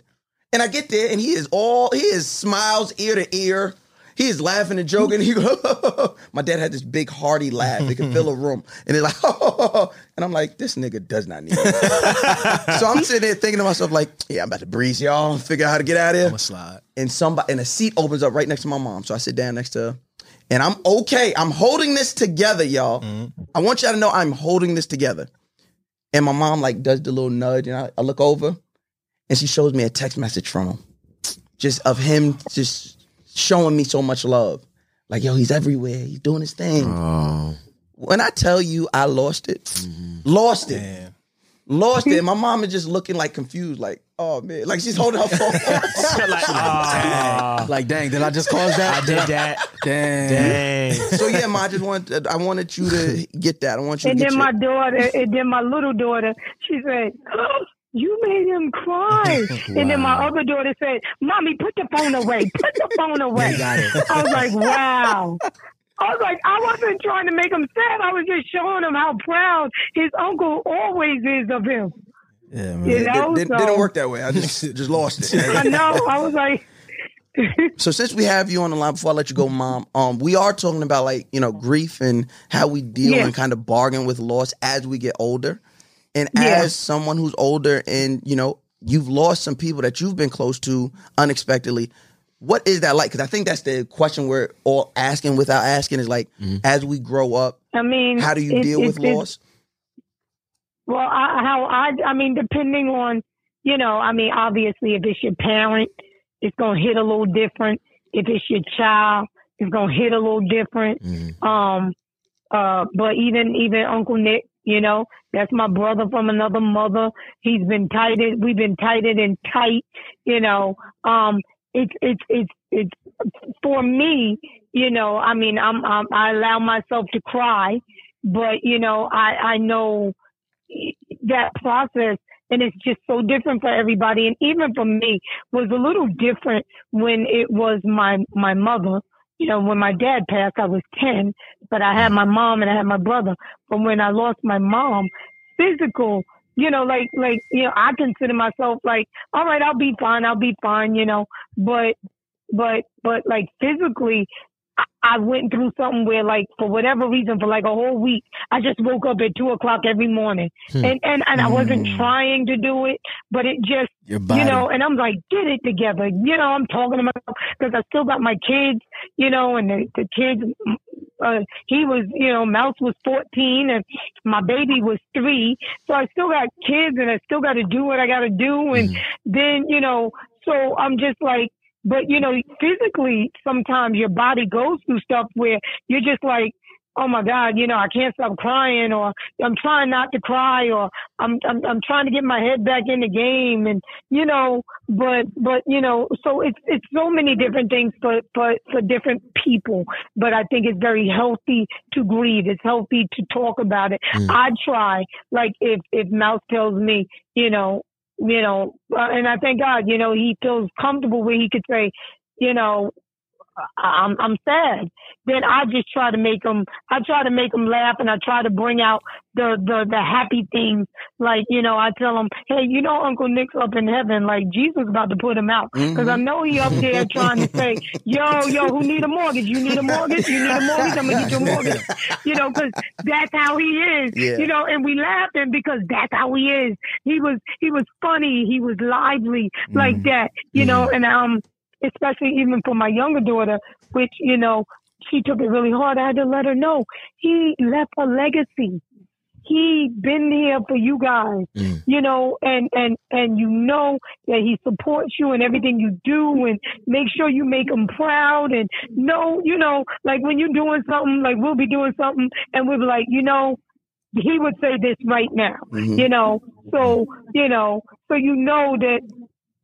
And I get there, and he is all he is smiles ear to ear. He is laughing and joking. He go, [LAUGHS] my dad had this big hearty laugh that could fill a room, and he's like, [LAUGHS] and I'm like, this nigga does not need. Me. [LAUGHS] so I'm sitting there thinking to myself, like, yeah, I'm about to breeze y'all, figure out how to get out of here. slide. And somebody and a seat opens up right next to my mom, so I sit down next to her, and I'm okay. I'm holding this together, y'all. I want y'all to know I'm holding this together. And my mom like does the little nudge, and I, I look over, and she shows me a text message from him, just of him just showing me so much love. Like, yo, he's everywhere. He's doing his thing. When I tell you, I lost it, lost it, lost it. My mom is just looking like confused, like, oh man, like she's holding her phone. Like, oh, Like, dang, did I just [LAUGHS] [LAUGHS] cause that? I did that. Dang. Dang. [LAUGHS] so yeah, ma, I just want, I wanted you to get that. I want you And to get then my your, [LAUGHS] daughter, and then my little daughter, she said, [GASPS] oh, "You made him [LAUGHS] cry." And then my other daughter said, "Mommy, put the phone away. Put the phone [LAUGHS] away." I was like, "Wow." I was like, I wasn't trying to make him sad. I was just showing him how proud his uncle always is of him. Yeah, You man. It, know, didn't- so didn't work that way. I just [LAUGHS] just lost it. [LAUGHS] I know. I was like, So since we have you on the line, before I let you go, mom, um, we are talking about like you know grief and how we deal Yeah. and kind of bargain with loss as we get older, and Yeah. as someone who's older and you know you've lost some people that you've been close to unexpectedly. What is that like? Because I think that's the question we're all asking without asking is like, as we grow up, I mean, how do you it- deal it- with it's- loss? Well, I, how I, I mean, depending on, you know, I mean, obviously, if it's your parent, it's gonna hit a little different. If it's your child, it's gonna hit a little different. Um, Uh, but even even Uncle Nick, you know, that's my brother from another mother. He's been tighted. We've been tighted and tight. You know, um, it's it's it's it's for me. You know, I mean, I'm, I'm I allow myself to cry, but you know, I I know that process and it's just so different for everybody and even for me was a little different when it was my my mother you know when my dad passed i was 10 but i had my mom and i had my brother but when i lost my mom physical you know like like you know i consider myself like all right i'll be fine i'll be fine you know but but but like physically I- I went through something where, like, for whatever reason, for like a whole week, I just woke up at two o'clock every morning, and and and I wasn't trying to do it, but it just, Your body. you know, and I'm like, get it together, you know. I'm talking to myself because I still got my kids, you know, and the, the kids. Uh, he was, you know, Mouse was 14 and my baby was three. So I still got kids and I still got to do what I got to do. And then, you know, so I'm just like, but you know, physically, sometimes your body goes through stuff where you're just like, oh my God, you know, I can't stop crying, or I'm trying not to cry, or I'm I'm, I'm trying to get my head back in the game, and you know, but but you know, so it's it's so many different things for for for different people. But I think it's very healthy to grieve. It's healthy to talk about it. I try, like if if Mouse tells me, you know, you know, uh, and I thank God, you know, he feels comfortable where he could say, you know, I- I'm I'm sad. Then I just try to make them. I try to make them laugh, and I try to bring out the the the happy things. Like you know, I tell them, hey, you know, Uncle Nick's up in heaven. Like Jesus about to put him out because I know he up there trying to say, yo, yo, who need a mortgage? You need a mortgage? You need a mortgage? I'm gonna get your mortgage. You know, because that's how he is. Yeah. You know, and we laughing because that's how he is. He was he was funny. He was lively like that. You know, and um especially even for my younger daughter, which, you know, she took it really hard. I had to let her know he left a legacy. He been here for you guys, you know, and, and, and you know that he supports you and everything you do and make sure you make him proud and no, you know, like when you're doing something, like we'll be doing something and we'll be like, you know, he would say this right now, you know, so, you know, so you know that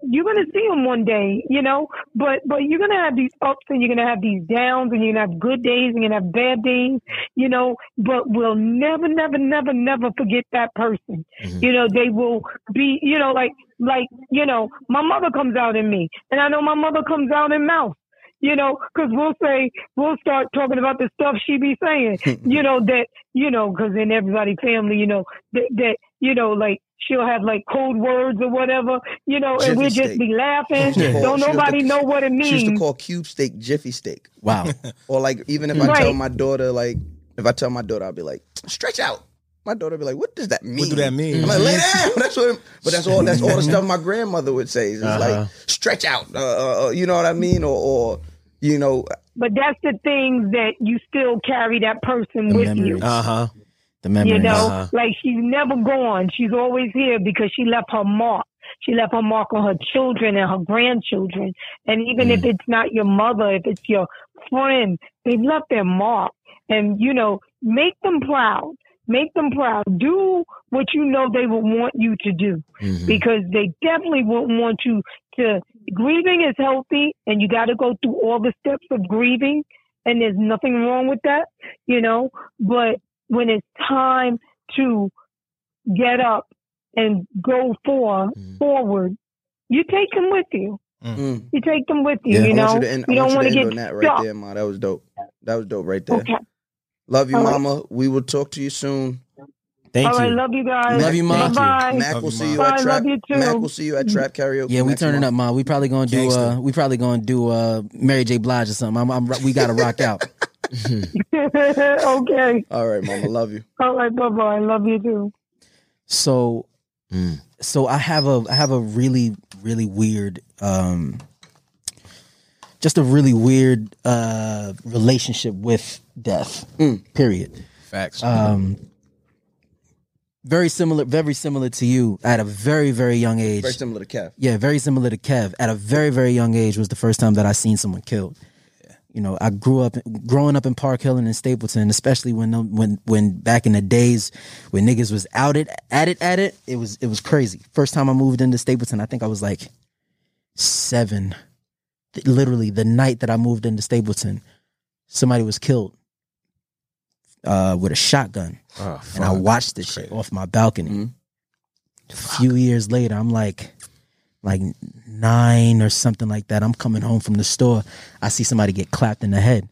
you're gonna see him one day, you know. But but you're gonna have these ups and you're gonna have these downs and you're gonna have good days and you're gonna have bad days, you know. But we'll never, never, never, never forget that person. You know, they will be, you know, like like you know, my mother comes out in me, and I know my mother comes out in mouth. You know, 'cause we'll say we'll start talking about the stuff she be saying. you know that you know, 'cause in everybody family, you know that that you know like she'll have like code words or whatever. You know, and Jiffy we'll just steak. be laughing. She used to call- Don't she used nobody to- know what it She used to means. call cube steak Jiffy steak. Wow. [LAUGHS] Or like even if I Right. tell my daughter, like if I tell my daughter, I'll be like, stretch out. My daughter be like, what does that mean? do that mean? I'm like, lay down. [LAUGHS] That's what. it- But that's all. That's all the stuff my grandmother would say. It's just Uh-huh. like stretch out. Uh, uh, uh, you know what I mean? Or, or you know, But that's the things that you still carry that person The with memories. you. Uh huh. The memory. You know, Uh-huh. like she's never gone. She's always here because she left her mark. She left her mark on her children and her grandchildren. And even if it's not your mother, if it's your friend, they've left their mark. And, you know, make them proud. Make them proud. Do what you know they will want you to do because they definitely wouldn't want you to. Grieving is healthy and you got to go through all the steps of grieving. And there's nothing wrong with that, you know, but when it's time to get up and go for forward, you take them with you. Mm. You take them with you. you I know, want you to end, I you don't want want you to get end on that right stuck. there, ma. That was dope. That was dope right there. Okay. Love you, All right. mama. We will talk to you soon. Thank All right. you. Love you guys. Love you, Mom. Bye bye. Mac Love will you, see Ma. you at Bye, trap. love you too. Mm-hmm. Mac will see you at trap karaoke. Yeah, we next turning month. up, man. We probably gonna do. Uh, Gangsta. we probably gonna do uh, Mary J. Blige or something. I'm, I'm, we gotta rock out. [LAUGHS] okay. All right, mama. Love you. All right. Bye bye. Love you too. So, so I have a I have a really really weird, um, just a really weird uh, relationship with death. Period. Um, Facts. Uh, Very similar, very similar to you at a very very young age. Very similar to Kev. Yeah, very similar to Kev. At a very very young age was the first time that I seen someone killed. You You know, I grew up growing up in Park Hill and in Stapleton, especially when them- when when back in the days when niggas was out it at it at it, it was it was crazy. First time I moved into Stapleton, I think I was like seven. Th- Literally the night that I moved into Stapleton, somebody was killed uh, with a shotgun, Oh, and I watched this shit off my balcony. A few years later, I'm like, like nine or something like that. I'm coming home from the store. I see somebody get clapped in the head.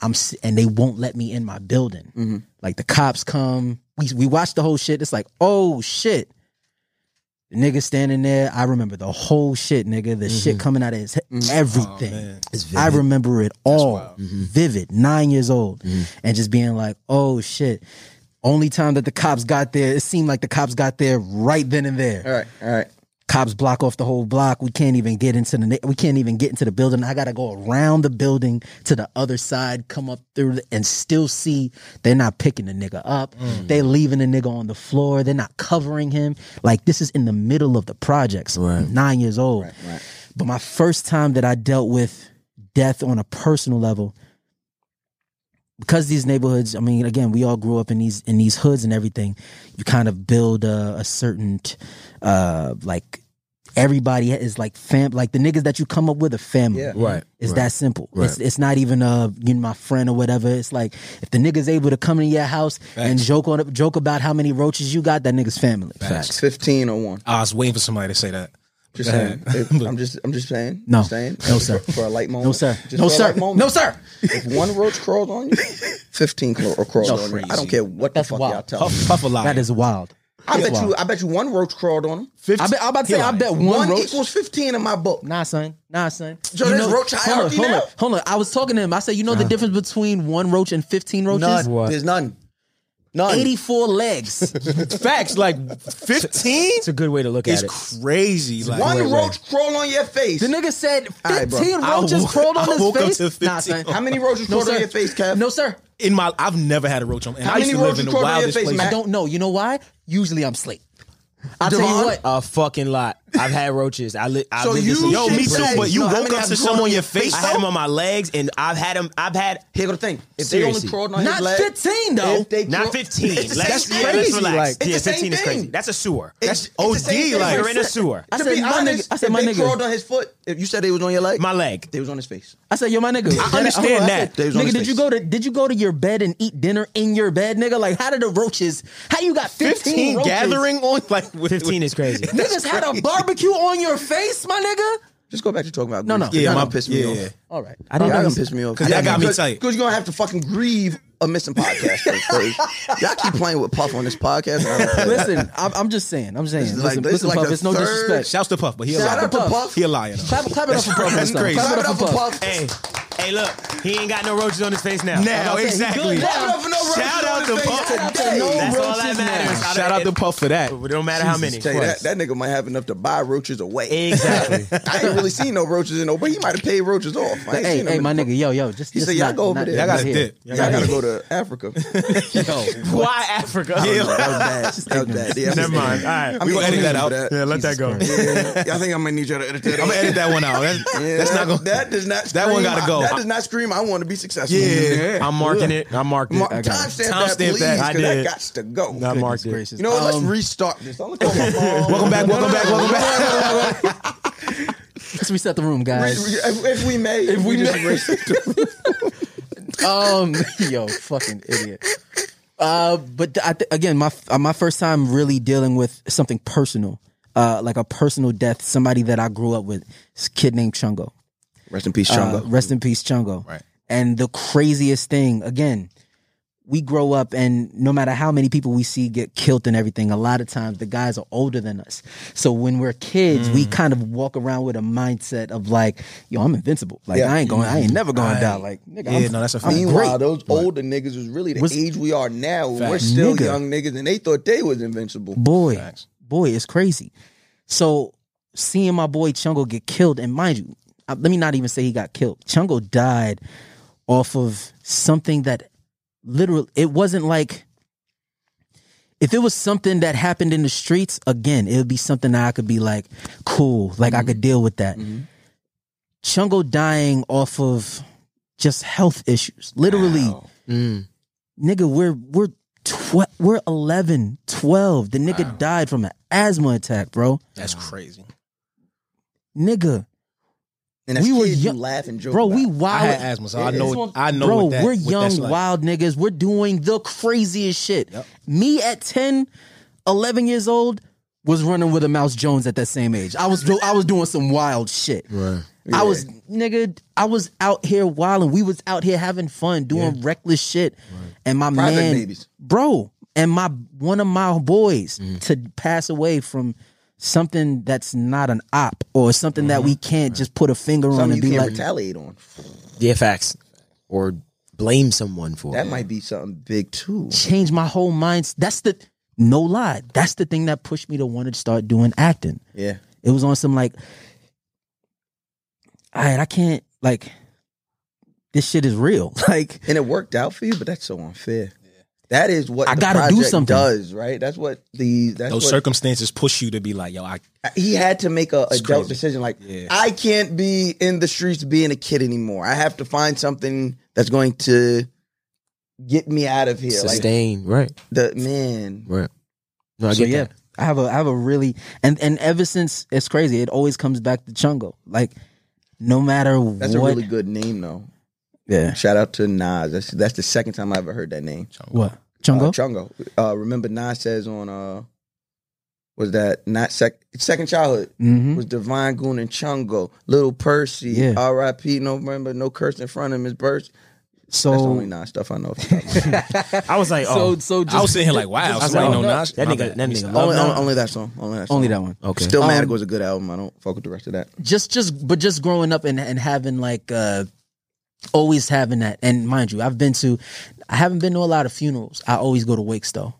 I'm s- and they won't let me in my building. Like the cops come. We we watch the whole shit. It's like, oh shit. The nigga standing there. I remember the whole shit, nigga. The shit Mm-hmm. coming out of his head. Oh, Everything. I remember it all. Mm-hmm. Vivid. Nine years old. And just being like, oh shit. Only time that the cops got there, it seemed like the cops got there right then and there All right, all right. cops block off the whole block. We can't even get into the na- we can't even get into the building. I gotta go around the building to the other side, come up through, the- and still see they're not picking the nigga up. They're leaving the nigga on the floor. They're not covering him. Like this is in the middle of the projects. Nine years old. But my first time that I dealt with death on a personal level because these neighborhoods i mean again we all grew up in these in these hoods and everything you kind of build a, a certain t- uh like everybody is like fam like the niggas that you come up with a family Yeah. Right. it's right. that simple it's, Right. it's not even a you know my friend or whatever it's like if the nigga's able to come in your house and joke on joke about how many roaches you got that nigga's family It's fifteen oh one. I was waiting for somebody to say that. Just Go saying. ahead. If- [LAUGHS] I'm just I'm just saying. No. Just saying. No, sir. [LAUGHS] For a light moment. no sir Just no for a sir light moment. no sir If one roach crawls on [LAUGHS] you, fifteen crawl, or crawls on you. I don't care what the That's fuck wild. y'all tell me. Puff, puff a lie. that is wild I bet wild. you I bet you one roach crawled on him. I bet, I'm about to say i bet one, One roach equals fifteen in my book. Nah, son. Nah, son. Joe, there's hold roach on, hierarchy hold on, now? hold on. I was talking to him. I said, you know the difference between one roach and fifteen roaches? None. What? There's none. None. [LAUGHS] Eighty-four legs. facts. Like fifteen It's a good way to look is at it. crazy. Like One Wait, wait. roach crawl on your face. the nigga said right, bro. fifteen I roaches woke- crawled on I his woke up face. to Nah, 15. son. How many roaches No crawled on sir. your face, Kev? No sir. in my, I've never had a roach on. And How I used many to live in roaches the crawled on your wildest face, place. Mac? I don't know. You know why? Usually I'm asleep. I tell you what. A fucking lot. I've had roaches. I li- I So lived in you some- Yo, me Shit, too. Mac. But you No, how woke many up have to grown some on on your your face. I had them though? on my legs, and I've had them. I've had Here go the thing. If they only Seriously. crawled on Not his leg, fifteen though. if they not crawl- fifteen. It's the Let's, same yeah, let's crazy, relax. like- It's yeah, the same fifteen is crazy. thing. That's a sewer. It's- That's it's the same OD. Like thing. you're in a sewer. I to said, be my honest, nigga. I said, if my they crawled nigga. on his foot, if you said they was on your leg, My leg. they was on his face. I said, yo, my nigga. I understand Hold on, I that. said, Dave's on Nigga, his did you face. go to did you go to your bed and eat dinner in your bed, nigga? Like, how did the roaches? How you got fifteen, Fifteen roaches? gathering on like with, [LAUGHS] Fifteen is [LAUGHS] crazy. Niggas had a barbecue on your face, my nigga. Just go back to talking about No, no. grief. Y'all my- done pissed me yeah, off. yeah. All right. I didn't Y'all know. done you- pissed me off. Cause that got me tight. Because you're gonna have to fucking grieve a missing podcast. though, crazy. Y'all keep playing with Puff on this podcast. and [LAUGHS] I don't play [LAUGHS] that. Listen, I'm, I'm just saying. I'm saying. This Listen, is like- listen, this is like Puff, the it's no third- disrespect. Shouts to Puff, but he a Shout liar. out to Puff. He a liar. though. Clap, clap it up for Puff. That's That's crazy. crazy. Clap it up for Puff. Hey, hey, look. He ain't got no roaches on his face now. Now, he exactly. good now. Clap it up for no roaches Shout on out his to face Puff. today. Shout out to no That's all roaches that now. matters. Shout out to Puff for that. It don't matter how many. Tell you, that, that nigga might have enough to buy roaches away. Exactly. [LAUGHS] I ain't really seen no roaches in no, but he might have paid roaches off. I ain't Hey, seen them hey, in my the- nigga, yo, yo, just. He just said, y'all not- go over not- there. not Y'all gotta here. dip. Y'all Y'all gotta go to [LAUGHS] Africa. Oh, [LAUGHS] Why Africa? That was bad. That was bad. [LAUGHS] Yeah, Never mind. All right. I'm We gonna edit getting that out. blamed for Yeah, let that go. Yeah, yeah. I think I'm gonna need y'all to edit that. I'm gonna edit that one out. That's, [LAUGHS] Yeah, that's not gonna. That does not. That one scream- gotta go. That does not scream. I want to be successful. [LAUGHS] Yeah. I'm marking it. I'm marking Mark, it. timestamp that, Timestamp please, that. I 'cause that did. got to go. I marked it. Gracious. You know what? Let's Um, restart this. I'm gonna [LAUGHS] call my mom. Welcome back. Welcome back. Welcome back. Let's reset the room, guys. [LAUGHS] If, if we may, if we just may. erase it. um, [LAUGHS] yo, fucking idiot. Uh, but I th- again, my f- uh, my first time really dealing with something personal, uh, like a personal death, somebody that I grew up with, this kid named Chungo. Rest in peace, Uh, rest in peace, Chungo. Right. And the craziest thing, again, we grow up and no matter how many people we see get killed and everything, a lot of times the guys are older than us. So when we're kids, we Mm. kind of walk around with a mindset of like, yo, I'm invincible. Like Yeah. I ain't going, I ain't never going to die. Like nigga, Yeah, I'm, no, that's a I'm fact. great. Meanwhile, those older niggas was really the Was- age we are now. and We're still young niggas, and they thought they was invincible. boy, boy, it's crazy. So seeing my boy Chungo get killed, and mind you, uh, let me not even say he got killed. Chungo died off of something that literally it wasn't like if it was something that happened in the streets again it would be something that i could be like cool like i could deal with that chungo dying off of just health issues. Literally, nigga, we're we're tw- we're 11, 12. The nigga died from an asthma attack, bro. That's crazy. nigga, And as We were kids, you young- laugh and joke bro, about we it. wild. I had asthma, so I It's know. one- I know. Bro, what that, we're what young, that's like. wild niggas. We're doing the craziest shit. Me at 10, 11 years old was running with a Mouse Jones at that same age. I was do- I was doing some wild shit. Right. I was nigga. I was out here wilding. We was out here having fun, doing reckless shit. And my Private man, babies. bro, and my one of my boys Mm. to pass away from something that's not an op or something that we can't just put a finger on Mm-hmm. something and you be can like, retaliate on. Yeah, facts. Or blame someone for That it. might be something big too. changed my whole mind. That's the no lie. That's the thing that pushed me to want to start doing acting. Yeah. It was on some like, all right, I can't like this shit is real. [LAUGHS] Like And it worked out for you, but that's so unfair. That is what I the gotta do project something. Does right? That's what the that's Those what circumstances push you to be like, yo, I he had to make a It's adult crazy. decision. Like Yeah. I can't be in the streets being a kid anymore. I have to find something that's going to get me out of here. Like Sustain. right. the man, Right. No, I so get yeah, that. I have a I have a really and and ever since it's crazy. It always comes back to Chungo. Like no matter that's what, a really good name though. yeah, Shout out to Nas. That's that's the second time I ever heard that name. what Uh, Chungo? Chungo. Uh, remember Nas says on uh, was that not sec- second childhood hmm was Divine Goon and Chungo, Little Percy, Yeah. R.I.P. No remember no curse in front of him. His birth. So That's the only Oh. Nas stuff I know. off the top of my head. [LAUGHS] I was like, so so just I was sitting here like, wow, just- somebody no, know Nas. that My nigga- bad. that Let me nigga stop. love only, Nas. only, only that song. Only that song. only that one. Okay. Still Mad Um, was a good album. I don't fuck with the rest of that. just just but just growing up and and having like uh always having that and mind you i've been to i haven't been to a lot of funerals i always go to wakes though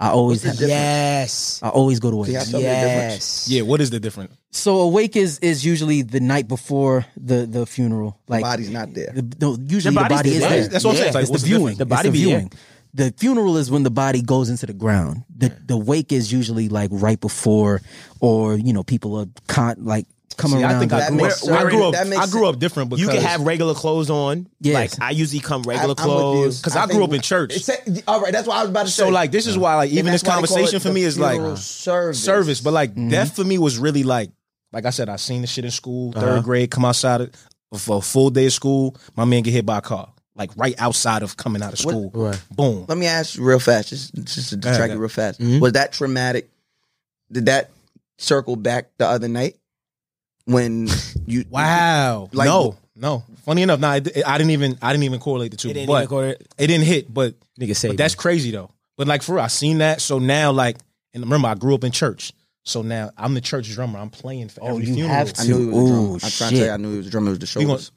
i always have, yes. i always go to See, I wakes told you the difference. Yes. Yeah, what is the difference? so a wake is is usually the night before the the funeral The like body's not there. the, no, usually The the, body's body is there. there That's what I'm saying. It's like, it's the what's the viewing difference? The It's body be there. viewing the funeral is when the body goes into the ground. The the wake is usually like right before, or you know, people are con- like come See, around. I think I like, grew, makes up, I sense. grew up. That makes I grew up different because You can have regular clothes on. Yes. Like I usually come I- I'm regular with you. clothes. Because I think- grew up in church. It's- all right, that's what I was about to say. So like, this is why like And even this that's why they call conversation it for the me is like funeral service. service, but like death for me was really like like I said, I seen the shit in school, 3rd grade, come outside of, for a full day of school, my man get hit by a car, like right outside of coming out of school, boom. let me ask you real fast, just just to distract you real fast. Mm-hmm. Was that traumatic? Did that circle back the other night [LAUGHS] when you? Wow, Like- no, no. Funny enough, nah, it, I didn't even I didn't even correlate the two, It ain't but even correlate. it didn't hit. But Nigga say but that's crazy though. But like for real, I seen that, so now like and remember I grew up in church. So now I'm the church drummer. I'm playing for every you funeral. have I knew he was a drummer. Ooh, I'm trying to tell shit. you, I knew he was a drummer. It was the We shoulders.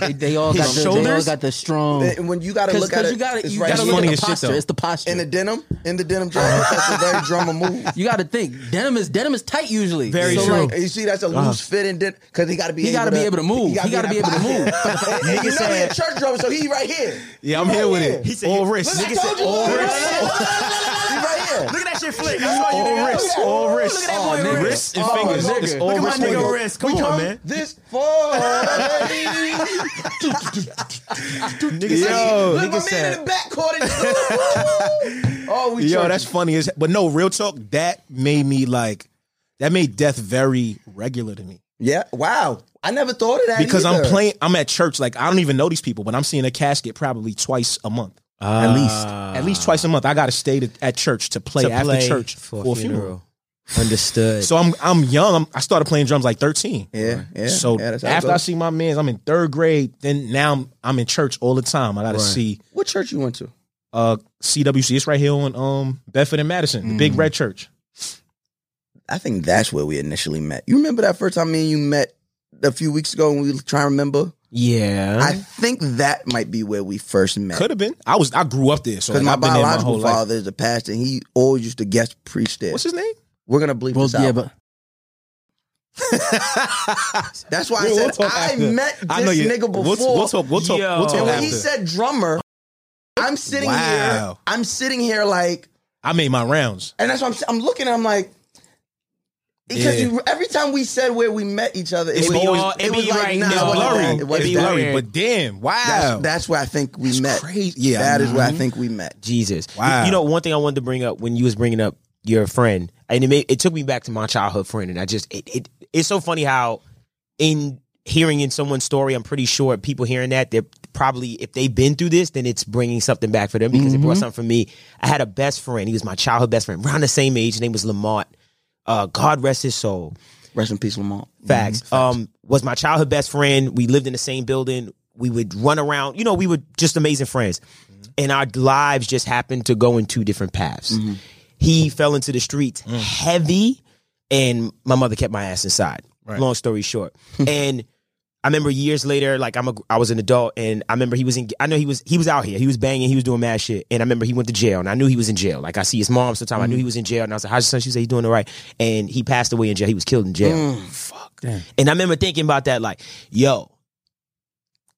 They, they all got the, they all shoulders? got the strong. Oh. and when you got to Because look at it, you got it's you right got to here. look Funny at Uh-huh. the as shit, posture. though. it's the posture. in the denim, in the denim drummer. that's a very drummer move. you got to think denim is denim is tight usually. Very so true. Like, And you see, that's a loose fit and did because he got to be. Uh-huh. He gotta be able to move. He gotta be able to [LAUGHS] move. Nigga you know he a church drummer, so he right here. yeah, I'm here with here. it. He said all he- wrist. Look, I Nigga told said you, all "Oh, he wrist. right here. He right here. Look at that shit [LAUGHS] flick. I saw you, All nigga. wrists, Look at all that. wrists. Look at that boy wrist. Oh, wrist and Oh, fingers. nigga. It's all Look at my wrist fingers. nigga wrist. Come on, man. This fall, Nigga said- Look, my nigga man in said- the back court. oh, we Yo, church. that's funny as but no, real talk, that made me like that made death very regular to me. yeah. Wow, I never thought of that Because I'm either. playing I'm at church, like I don't even know these people, but I'm seeing a casket probably twice a month. Ah. at least. At least twice a month. I gotta stay to, at church to play to after play church for, a funeral. Understood. So I'm I'm young. I'm, I started playing drums like 13. Yeah, yeah. so yeah, that's how it after I goes. see my mans, I'm in third grade. Then now I'm, I'm in church all the time. I gotta see what church you went to? uh CWC. It's right here on um Bedford and Madison, the big Mm. red church. I think that's where we initially met. You remember that first time me and you met a few weeks ago, and we were trying to remember. yeah. I think that might be where we first met. Could have been. I was I grew up there, so Because like, my I've been there my whole biological life. father is a pastor, and he always used to guest preach there. What's his name? We're gonna bleep well, this out. yeah, but That's why I We'll- we'll said talk I after. met this I know you- nigga before. We'll, we'll talk. We'll talk. We'll and talk when after. he said drummer, I'm sitting here. Wow. I'm sitting here like, I made my rounds. and that's what I'm. I'm looking. and I'm like, Because Yeah. you, every time we said where we met each other, it, It was be always all- it it was be like right nah, it now. wasn't Blurry. that. It It wasn't be that. blurry. But damn, wow. That's, that's where I think we met. crazy. Yeah, that is where I mhm. think we met. Jesus. You- Wow. You, know, one thing I wanted to bring up when you was bringing up your friend, and it made, it took me back to my childhood friend, and I just it, it it's so funny how in hearing in someone's story, I'm pretty sure people hearing that they're probably if they've been through this, then it's bringing something back for them because it brought something for me. I had a best friend. He was my childhood best friend, around the same age. His name was Lamont. Uh, God rest his soul. Rest in peace, Lamont. Facts. Um, was my childhood best friend. We lived in the same building. We would run around. You know, we were just amazing friends, and our lives just happened to go in two different paths. He fell into the streets heavy, and my mother kept my ass inside. Long story short, and I remember years later, like I'm a, I was an adult, and I remember he was in. I know he was he was out here. He was banging. He was doing mad shit. And I remember he went to jail, and I knew he was in jail. Like I see his mom sometimes. I knew he was in jail, and I was like, "How's your son?" She said, "He's doing all right." And he passed away in jail. He was killed in jail. Fuck. And I remember thinking about that, like, yo,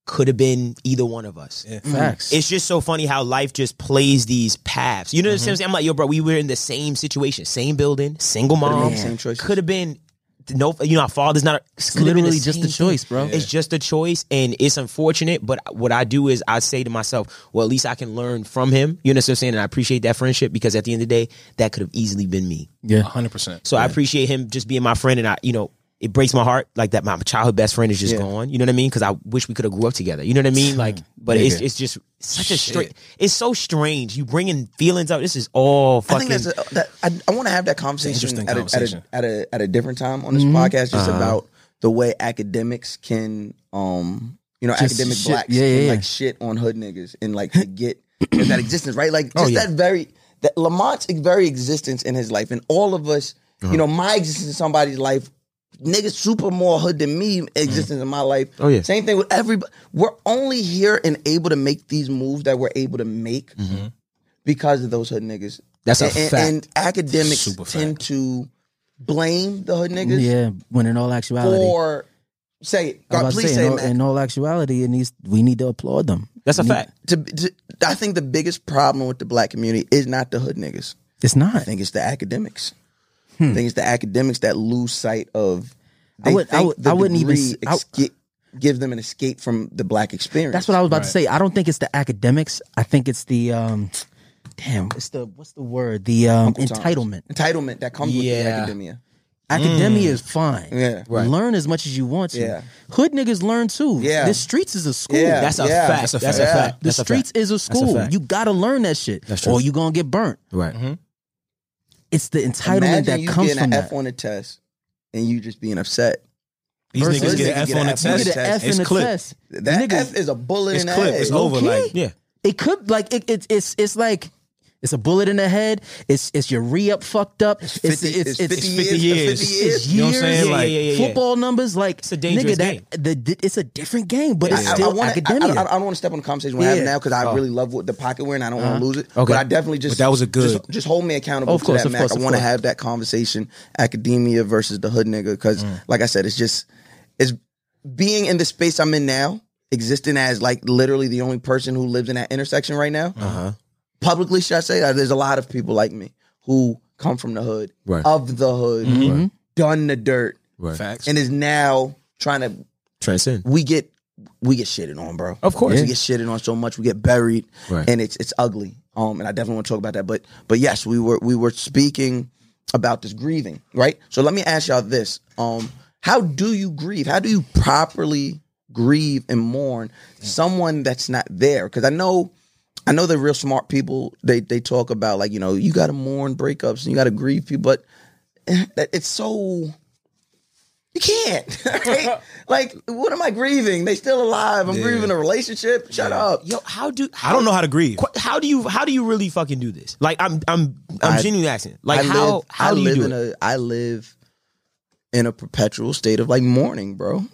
could have been either one of us. Facts. It's just so funny how life just plays these paths. You know what I'm saying? I'm like, yo, bro, we were in the same situation, same building, single mom. made the same choices. Could have been no, you know, our father's not. It's literally just a choice, bro. It's just a choice, and it's unfortunate. But what I do is I say to myself, well, at least I can learn from him. You know what I'm saying? And I appreciate that friendship because at the end of the day, that could have easily been me. Yeah. 100%. So I appreciate him just being my friend, and I, you know, it breaks my heart like that. My childhood best friend is just gone. You know what I mean? Because I wish we could have grew up together. You know what I mean? Like, but it's it's just such a strange. It's so strange. You bringing feelings out. This is all I fucking. think that's a, that, I, I want to have that conversation, Interesting at, a, conversation. At, a, at a at a different time on this podcast, just about the way academics can, um, you know, academic shit. blacks Yeah, yeah, can, yeah. like shit on hood niggas and like [LAUGHS] forget that existence, right? Like just yeah. that very that Lamont's very existence in his life, and all of us, you know, my existence in somebody's life. Niggas super more hood than me existence in my life. Oh, yeah. Same thing with everybody. We're only here and able to make these moves that we're able to make because of those hood niggas. That's a and, and- fact. And academics Super fact. tend to blame the hood niggas Yeah. When in all actuality, for say it. I God, was about to please say, in, say it, all, Mac. in all actuality, it needs we need to applaud them. that's a fact. To, to, I think the biggest problem with the black community is not the hood niggas. It's I not. think it's the academics. I think it's the academics that lose sight of. I they would- Hmm. I think would- the I wouldn't even degree s- I- esca- give them an escape from the black experience. That's what I was about to say. I don't think it's the academics. I think it's the um, damn. It's the what's the word? The um, entitlement. entitlement that comes with the Yeah. academia. Academia is fine. Yeah. Right. Learn as much as you want to. Yeah. Hood niggas learn too. Yeah. The streets is a school. Yeah. That's a Yeah. fact. That's a fact. That's a fact. The streets is a school. fact. you gotta learn that shit, true. or you gonna get burnt. Right. It's the entitlement Mm-hmm. Imagine that you comes getting from an that. F on a test and you just being upset. These Versus- niggas get Niggas an F get on an the F on you test. get an F it's in a clipped. test. That Nigga, F is a bullet It's in the clipped. head. It's over. Like, Low-key. yeah. it could like it, it, it's it's like it's a bullet in the head. It's it's your re up fucked up. It's 50 it's 50 50 years. It's it's years. years. You know what I'm saying? Yeah, like, yeah, yeah, yeah. Football numbers like it's a dangerous game. That, the, di- it's a different game, but it's I- still I, wanna, I- academia. I, I, don't want to step on the conversation we're having Yeah. Oh. Uh-huh. now because I really love what the pocket we're in. I don't want to lose it. But Okay. I definitely just But that was a good- Just, just hold me accountable Of course, to that, of Mac. course, I of want to course. have that conversation, academia versus the hood nigga, because Mm. like I said, it's just it's being in the space I'm in now, existing as like literally the only person who lives in that intersection right now. Uh-huh. Publicly, should I say that? There's a lot of people like me who come from the hood, Right. of the hood, Mm-hmm. done the dirt, Right. Facts. and is now trying to Transcend. we get we get shitted on, bro. Of course. we get shitted on so much. We get buried, Right. and it's it's ugly. Um, and I definitely want to talk about that. But but yes, we were we were speaking about this grieving, right? So let me ask y'all this: Um, how do you grieve? How do you properly grieve and mourn someone that's not there? Because I know. I know they're real smart people. They they talk about like you know you got to mourn breakups and you got to grieve people, but [CLEARS THROAT] that- it's so you can't. [LAUGHS] right? like, what am I grieving? They still alive. I'm grieving a relationship. Shut up. Yo, how do I don't know how to grieve. Qu- How do you how do you really fucking do this? Like I'm I'm I'm I- genuinely asking. Like I how live, how I do live you do in it? a I live in a perpetual state of like mourning, bro.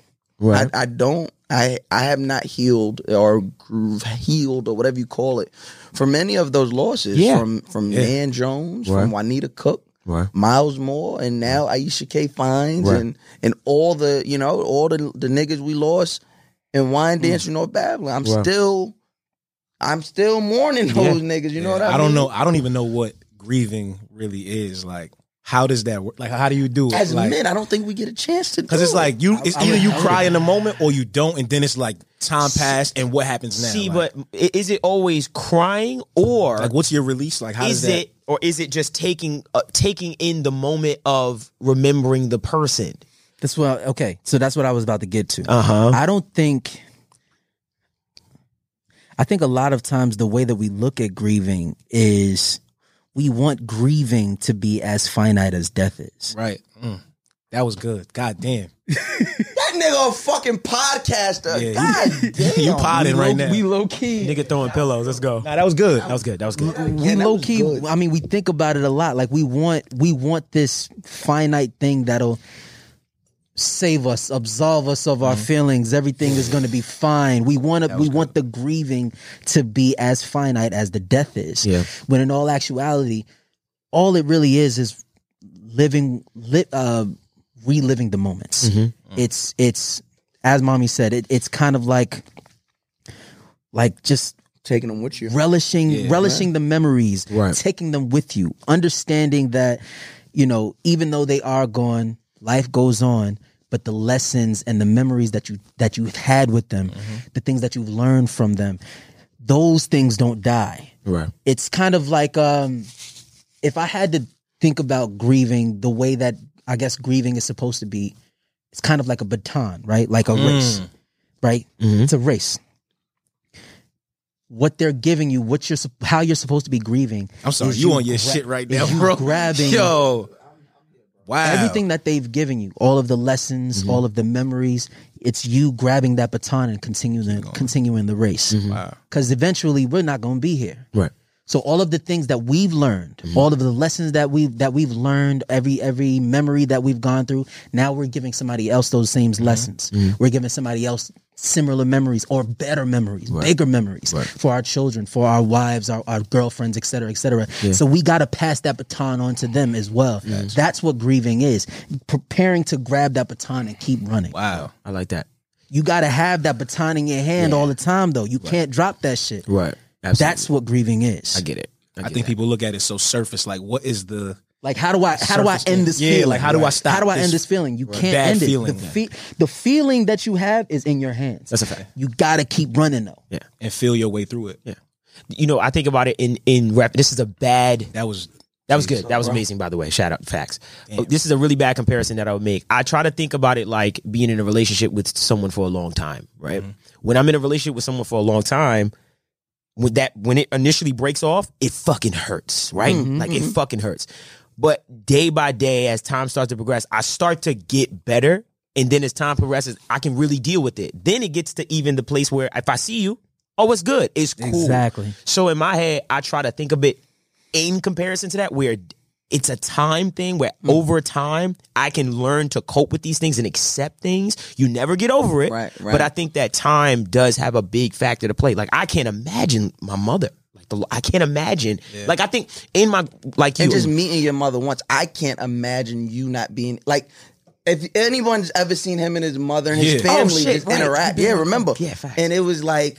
Right. I, I don't I I have not healed or gr- healed or whatever you call it from any of those losses Yeah. from from Nan Jones, from Right. Juanita Cook, Right. Miles Moore, and now Aisha K. Fines Right. and and all the you know all the the niggas we lost in Wine Dance, you know Babylon. I'm Mm. Right. still I'm still mourning those niggas. You know what I, I mean? don't know. I don't even know what grieving really is. Like How does that work? Like, how do you do it? As like, men, I don't think we get a chance to. Cause it's do it. like you, it's I- I either would- you I would- cry in the moment or you don't, and then it's like time passed, and what happens now? See, like, but i- is it always crying or like, what's your release? Like, how is does that? it or is it just taking uh, taking in the moment of remembering the person? That's what. Okay, so that's what I was about to get to. huh. I don't think. I think a lot of times the way that we look at grieving is we want grieving to be as finite as death is. Right. Mm. That was good. God damn. [LAUGHS] that nigga a fucking podcaster. Yeah, God you, damn. you podding right now. We low key. Nigga throwing pillows. Let's go. Nah, that was good. That was good. That was good. we that low was key. good. I mean, we think about it a lot. Like we want, we want this finite thing that'll save us, absolve us of Mm-hmm. our feelings. Everything is going to be fine. We want to, we want the grieving to be as finite as the death is. Yeah. When in all actuality, all it really is is living, li- uh, reliving the moments. Mm-hmm. Mm. It's it's as mommy said. It, it's kind of like, like just taking them with you. relishing relishing the memories Right. taking them with you understanding that you know even though they are gone life goes on but the lessons and the memories that you that you've had with them the things that you've learned from them those things don't die Right. it's kind of like um if i had to think about grieving the way that i guess grieving is supposed to be it's kind of like a baton right like a Mm. race right Mm-hmm. it's a race what they're giving you what you're sup- how you're supposed to be grieving I'm sorry. is You, on your gra- shit right is now, you bro. grabbing Yo. Wow. everything that they've given you all of the lessons Mm-hmm. all of the memories it's you grabbing that baton and continuing continuing the race Wow. because eventually we're not going to be here Right. so all of the things that we've learned, Mm-hmm. all of the lessons that we've that we've learned, every every memory that we've gone through, now we're giving somebody else those same Mm-hmm. lessons. We're giving somebody else similar memories or better memories, bigger memories for our children, for our wives, our, our girlfriends, et cetera, et cetera. So we gotta pass that baton on to them as well. That's what grieving is. Preparing to grab that baton and keep running. Wow. I like that. You gotta have that baton in your hand all the time though. You can't drop that shit. Right. That's what grieving is. I get it. I think people look at it so surface. Like, what is the? Like how do I how do I Surface end thing. this Yeah, feeling? like, how do I stop How do I this end this feeling? You can't bad end it. feeling? The, fe- the feeling that you have is in your hands. That's a fact. You gotta keep running though. And feel your way through it. You know, I think about it in in rap. This is a bad That was. That was good. That was amazing, by the way. Shout out facts. Uh, This is a really bad comparison that I would make. I try to think about it like being in a relationship with someone for a long time, right? When I'm in a relationship with someone for a long time, when that when it initially breaks off, it fucking hurts, right? Like it fucking hurts. But day by day, as time starts to progress, I start to get better. And then as time progresses, I can really deal with it. Then it gets to even the place where if I see you, oh, it's good. It's cool. Exactly. So in my head, I try to think of it in comparison to that, where it's a time thing where Mm-hmm. over time I can learn to cope with these things and accept things. You never get over it. Right, right. But I think that time does have a big factor to play. Like I can't imagine my mother. Like the, I can't imagine. Like I think in my like you and just meeting your mother once. I can't imagine you not being like. If anyone's ever seen him and his mother and his Yeah. Oh, family shit, just right. interact, yeah, remember? Yeah, facts. and it was like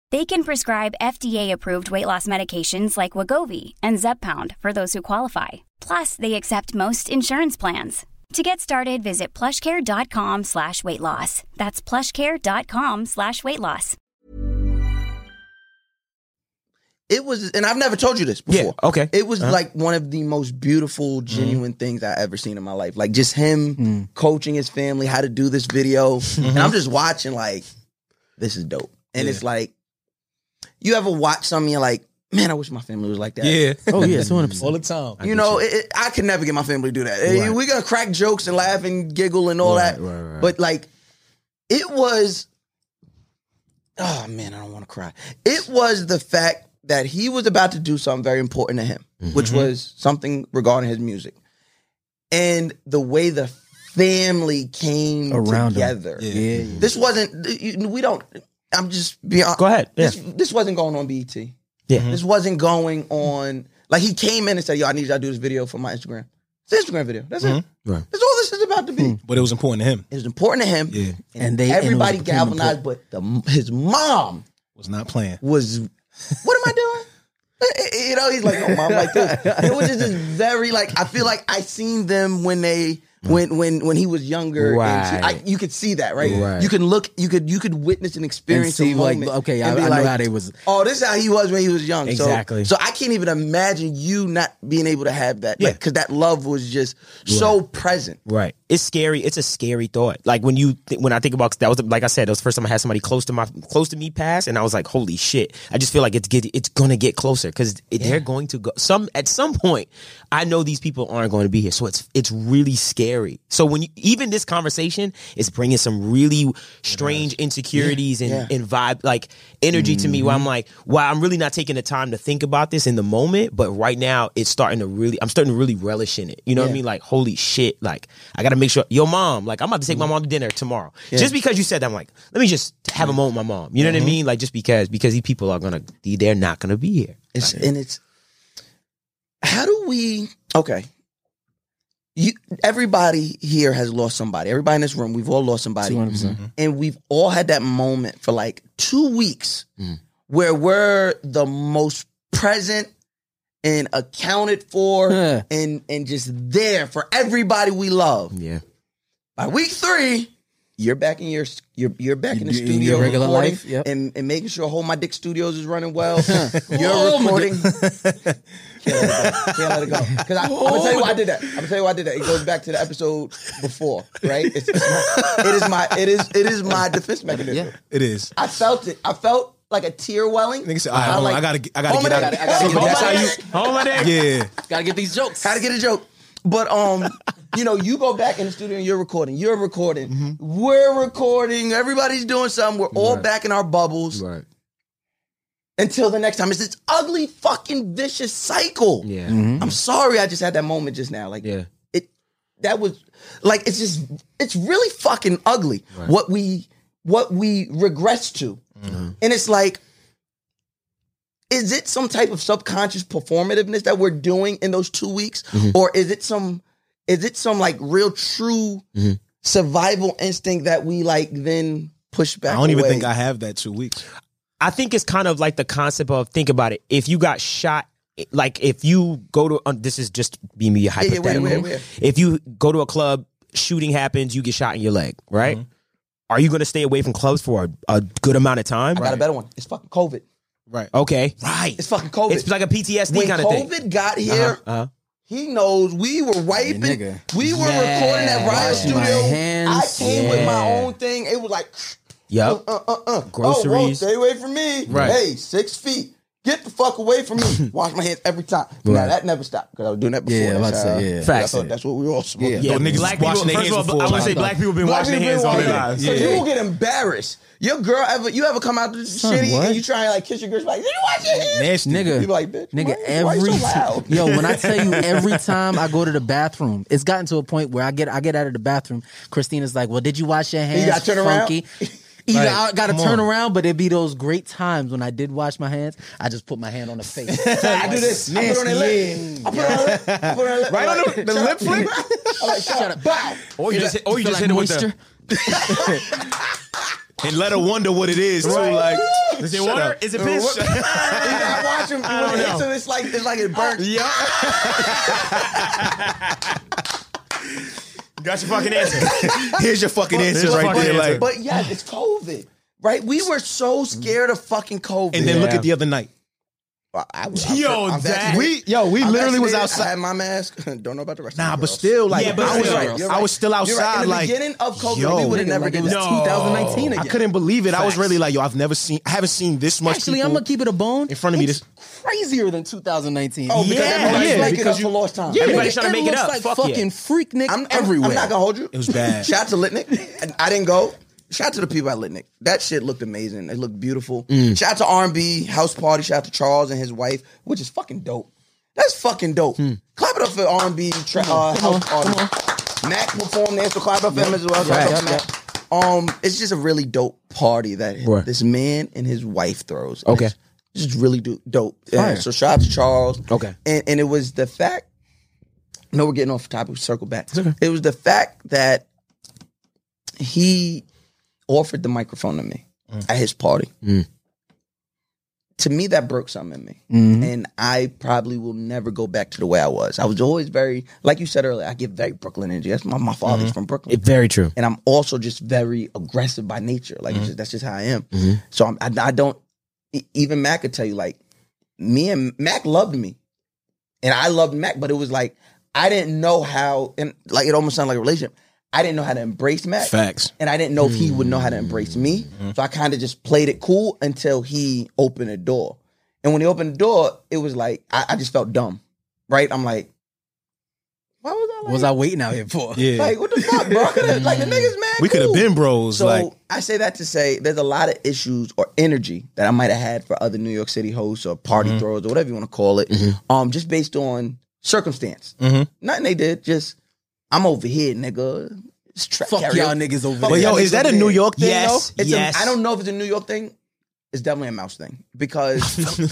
They can prescribe FDA-approved weight loss medications like Wagovi and Zepbound for those who qualify. Plus, they accept most insurance plans. To get started, visit plushcare.com slash weight loss. That's plushcare.com slash weight loss. it was, and I've never told you this Yeah, before. okay. it was Uh-huh. Mm-hmm. like one of the most beautiful, genuine things I ever seen in my life. Like just him Mm. coaching his family how to do this Mm-hmm. video, and I'm just watching like, this is dope, and it's like. you ever watch something and you're like, man, I wish my family was like that. Yeah. [LAUGHS] Oh yeah, two hundred All the percent. time. You know, it, it, I could never get my family to do that. Eh, We gonna crack jokes and laugh and giggle and all Right, that, right, right. but like, it was. Oh man, I don't want to cry. It was the fact that he was about to do something very important to him, Mm-hmm. which was something regarding his music, and the way the family came Around him. together. Yeah, yeah. This wasn't. you- We don't. I'm just being. Go ahead. Yeah. This, this wasn't going on E BET. Yeah. Mm-hmm. This wasn't going on. Like he came in and said, "Yo, I need y'all to do this video for my Instagram. It's an Instagram video. That's Mm-hmm. it. Right. That's all this is about to be. But it was important to him. It was important to him. Yeah. And, Hmm. And they- and it was everybody became galvanized, but the, his mom Was not playing. was. What am I doing? [LAUGHS] Eh, eh, You know, he's like, "Oh, mom, like this." It was just this very like. I feel like I seen them when they. When when when he was younger, and she- Right. I, you could see that, right? Right. You can look, you could you could witness and experience And see, a like, moment. okay, I, and be I like, know how they was. Oh, this is how he was when he was young. So- Exactly. So, I can't even imagine you not being able to have that. Yeah. Because that love was just so present. Right. It's scary. It's a scary thought. Like when you th- when I think about that was the- like I said, that was the first time I had somebody close to my close to me pass, and I was like, holy shit! I just feel like it's get, it's gonna get closer because they're going to go some at some point. I know these people aren't going to be here, so it's it's really scary. So when you, even this conversation is bringing some really strange insecurities and, yeah. and vibe like energy to me where I'm like, wow, I'm really not taking the time to think about this in the moment, but right now it's starting to really I'm starting to really relish in it. You know what I mean? Like, holy shit, like I gotta make sure your mom, like I'm about to take my Mm-hmm. mom to dinner tomorrow. Just because you said that, I'm like, let me just have Mm-hmm. a moment with my mom. You know what I mean? Like just because because these people are gonna they're not gonna be here. It's and it's how do we okay. You everybody here has lost somebody. Everybody in this room, we've all lost somebody. 200%. And we've all had that moment for like two weeks where we're the most present and accounted for Yeah. and and just there for everybody we love. Yeah. By week three, you're back in your you're you're back in the In your studio regular recording life, yep. and, and making sure Hold My Dick Studios is running [LAUGHS] well. Oh, you're recording. Can't let it go. Because I'm gonna tell you why I did that. I'm gonna tell you why I did that. It goes back to the episode before, right? It's, it's my, it is my it is it is my defense mechanism. It is. I felt it. I felt like a tear welling. Nigga said, all right, hold on. I gotta get- I gotta oh my get God, out of- I gotta See, get that's out how of you- this. Hold my dick. Yeah. Gotta get these jokes. How to get a joke. But um, you know, you go back in the studio and you're recording. You're recording. Mm-hmm. We're recording. Everybody's doing something. We're all back in our bubbles Right. until the next time. It's this ugly fucking vicious cycle. Yeah. I'm sorry I just had that moment just now. Like Yeah. it that was like it's just it's really fucking ugly what we what we regress to. Mm-hmm. And it's like is it some type of subconscious performativeness that we're doing in those 2 weeks Mm-hmm. or is it some is it some like real true Mm-hmm. survival instinct that we like then push back I don't even away? think I have that two weeks. I think it's kind of like the concept of think about it. If you got shot, like if you go to um, this is just be me yeah, hypothetical. wait, wait, wait. If you go to a club, shooting happens, you get shot in your leg, right? Mm-hmm. Are you going to stay away from clubs for a, a good amount of time? I got a better one. It's fucking covid. Right. Okay, right. It's fucking covid. It's like a PTSD when kind of COVID thing. got here, uh-huh. he knows we were wiping. nigga. We were Yeah. recording at Riot Washing Studio. my hands. I came with my Yeah. own thing. It was like, Yep. uh, uh, uh. Oh, whoa, Groceries. stay away from me. Right. Hey, six feet. Get the fuck away [LAUGHS] from me. Wash my hands every time. Now Right. that never stopped because I was doing that before. Yeah, I'm about that's, to how- say, yeah. I Facts. thought that's what we were all supposed to do. Yeah. Yo, niggas Black washing people, their first hands of all, before. I want to say like- black people been Black washing their people hands all been their white. lives. So Yeah. you will get embarrassed. Your girl ever you ever come out to the shitty what? and you try and like kiss your girl, she's like, Did you wash your hands? Nasty. Nigga, You be like, bitch, nigga, why- why you every so [LAUGHS] loud? yo, when I tell you every time I go to the bathroom, it's gotten to a point where I get I get out of the bathroom. Christina's like, "Well, did you wash your hands?" gotta turn around? Funky. Either I gotta come on. turn around, but it'd be those great times when I did wash my hands. I just put my hand on the face. I do this. I put on their lip. I put on their lip. I put on their lip. Right I'm on like, the- the shut lip up. flip? [LAUGHS] I'm like, shut, up. Bow. Or you just hit, or you Feel just hit like it with moisture. the, and let her wonder what it is too. Like, Is it shut water? up. Is it piss? I watch him. don't know. So it's like it's like it burns. Yeah. Got your fucking answer. [LAUGHS] Here's your fucking answer your right fucking there. answer. Like, But yeah, it's COVID. Right? We were so scared of fucking COVID. and then look Yeah. at the other night. I, I was, I was- Yo, I was that- vaccinated. We- yo, we I literally was vaccinated. outside. I had my mask. [LAUGHS] Don't know about the rest. Nah, of the but girls. still, like Yeah, but I was, still. like, You're I right. was still You're right. outside. In the like beginning of COVID, yo, we would have nigga, never like, it did was that. 2019 I again. couldn't believe it. I was Facts. really like, yo, I've never seen, I haven't seen this much. Actually, I'm people gonna keep it a bone. in front of me It's crazier than 2019. Oh, because Yeah, everybody's yeah, making because up for lost time. Yeah, Nigga, everybody's trying to make it looks up. Like Fuck yeah. fucking freak Nick I'm, I'm- everywhere. I'm not gonna hold you. It was bad. Shout out to Litnick. And I didn't go. Shout out to the people at Litnick. That shit looked amazing. It looked beautiful. Mm. Shout out to R&B House Party. Shout out to Charles and his wife, which is fucking dope. That's fucking dope. Mm. Clap it up for R&B tra- uh, House Party. Mac performed there, so clap it up for him as well. Clap it up for Right. Mac. Um, it's just a really dope party that Right. this man and his wife throws. Okay. It's it's just really do- dope. Yeah, Fire. so shout out to Charles. Okay. And and it was the fact no, we're getting off topic. We circle back. It was the fact that he offered the microphone to me Mm. at his party. To me, that broke something in me, Mm-hmm. and I probably will never go back to the way I was. I was always very, like you said earlier, I get very Brooklyn energy. That's my my father's Mm-hmm. from Brooklyn, It, very true. and I'm also just very aggressive by nature. Like it's just, that's just how I am. So I'm, I, I don't. e- Even Mac could tell you, like me and Mac loved me, and I loved Mac, but it was like I didn't know how, and like it almost sounded like a relationship. I didn't know how to embrace Mac, Facts. and I didn't know if he would know how to embrace me. So I kind of just played it cool until he opened the door. And when he opened the door, it was like I, I just felt dumb, right? I'm like, why was I? Like, What was I waiting out here for? Yeah, like, what the fuck, bro? I could've- like the niggas mad. we could have cool. been bros. So like, I say that to say there's a lot of issues or energy that I might have had for other New York City hosts or party Mm-hmm. throwers or whatever you want to call it, um, just based on circumstance. Mhm. Nothing they did. Just I'm over here, nigga. It's trap Fuck karaoke. y'all niggas over Fuck there. but yo, Yeah, is that a it's New a- York thing? Yes. though? It's Yes. A, I don't know if it's a New York thing. It's definitely a mouse thing [LAUGHS] because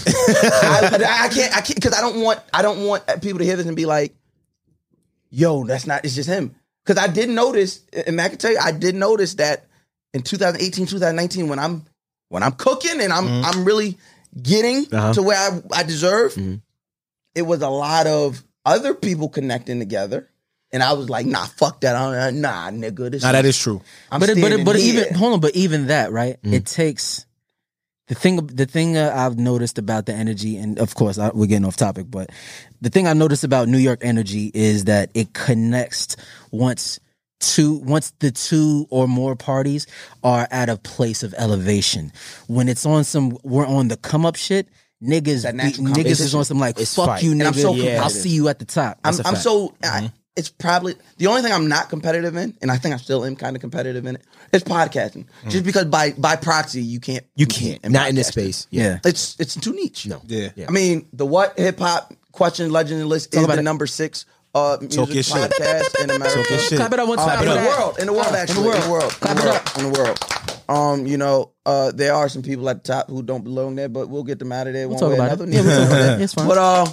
I, I can't, I can't, because I don't want, I don't want people to hear this and be like, "Yo, that's not." It's just him. Because I did notice, and Mac can tell you, I did notice that in 2018, 2019, when I'm when I'm cooking and I'm Mm-hmm. I'm really getting Uh-huh. to where I, I deserve, Mm-hmm. it was a lot of other people connecting together. And I was like, nah, fuck that. I don't, nah, nigga. This Nah, that is true. I'm but it, but it, standing but here. even hold on, but even that right? Mm. It takes the thing. The thing uh, I've noticed about the energy, and of course I, we're getting off topic, but the thing I noticed about New York energy is that it connects once two once the two or more parties are at a place of elevation. When it's on some, we're on the come up shit. Niggas, That natural niggas is competition. on some like fuck fight. you, And nigga. I'm so I'll competitive. see you at the top. I'm, That's a I'm fact. so I, it's probably the only thing I'm not competitive in, and I think I still am kind of competitive in it. Is podcasting, just because by by proxy you can't You can't. Not in this podcasting. space. yeah. It's it's too niche. No, Yeah. I mean the what hip hop question legend list is about the it. number six uh music your shit. podcast in America. Talk your shit. Clap it up one Uh, time. in for the that. world, in the world, Uh, actually, in the world, in Clap the it world, up. in the world. Um, you know, uh, there are some people at the top who don't belong there, but we'll get them out of there. We'll one talk way or about another. it. Yeah, we'll talk about [LAUGHS] it. It's fine. But uh,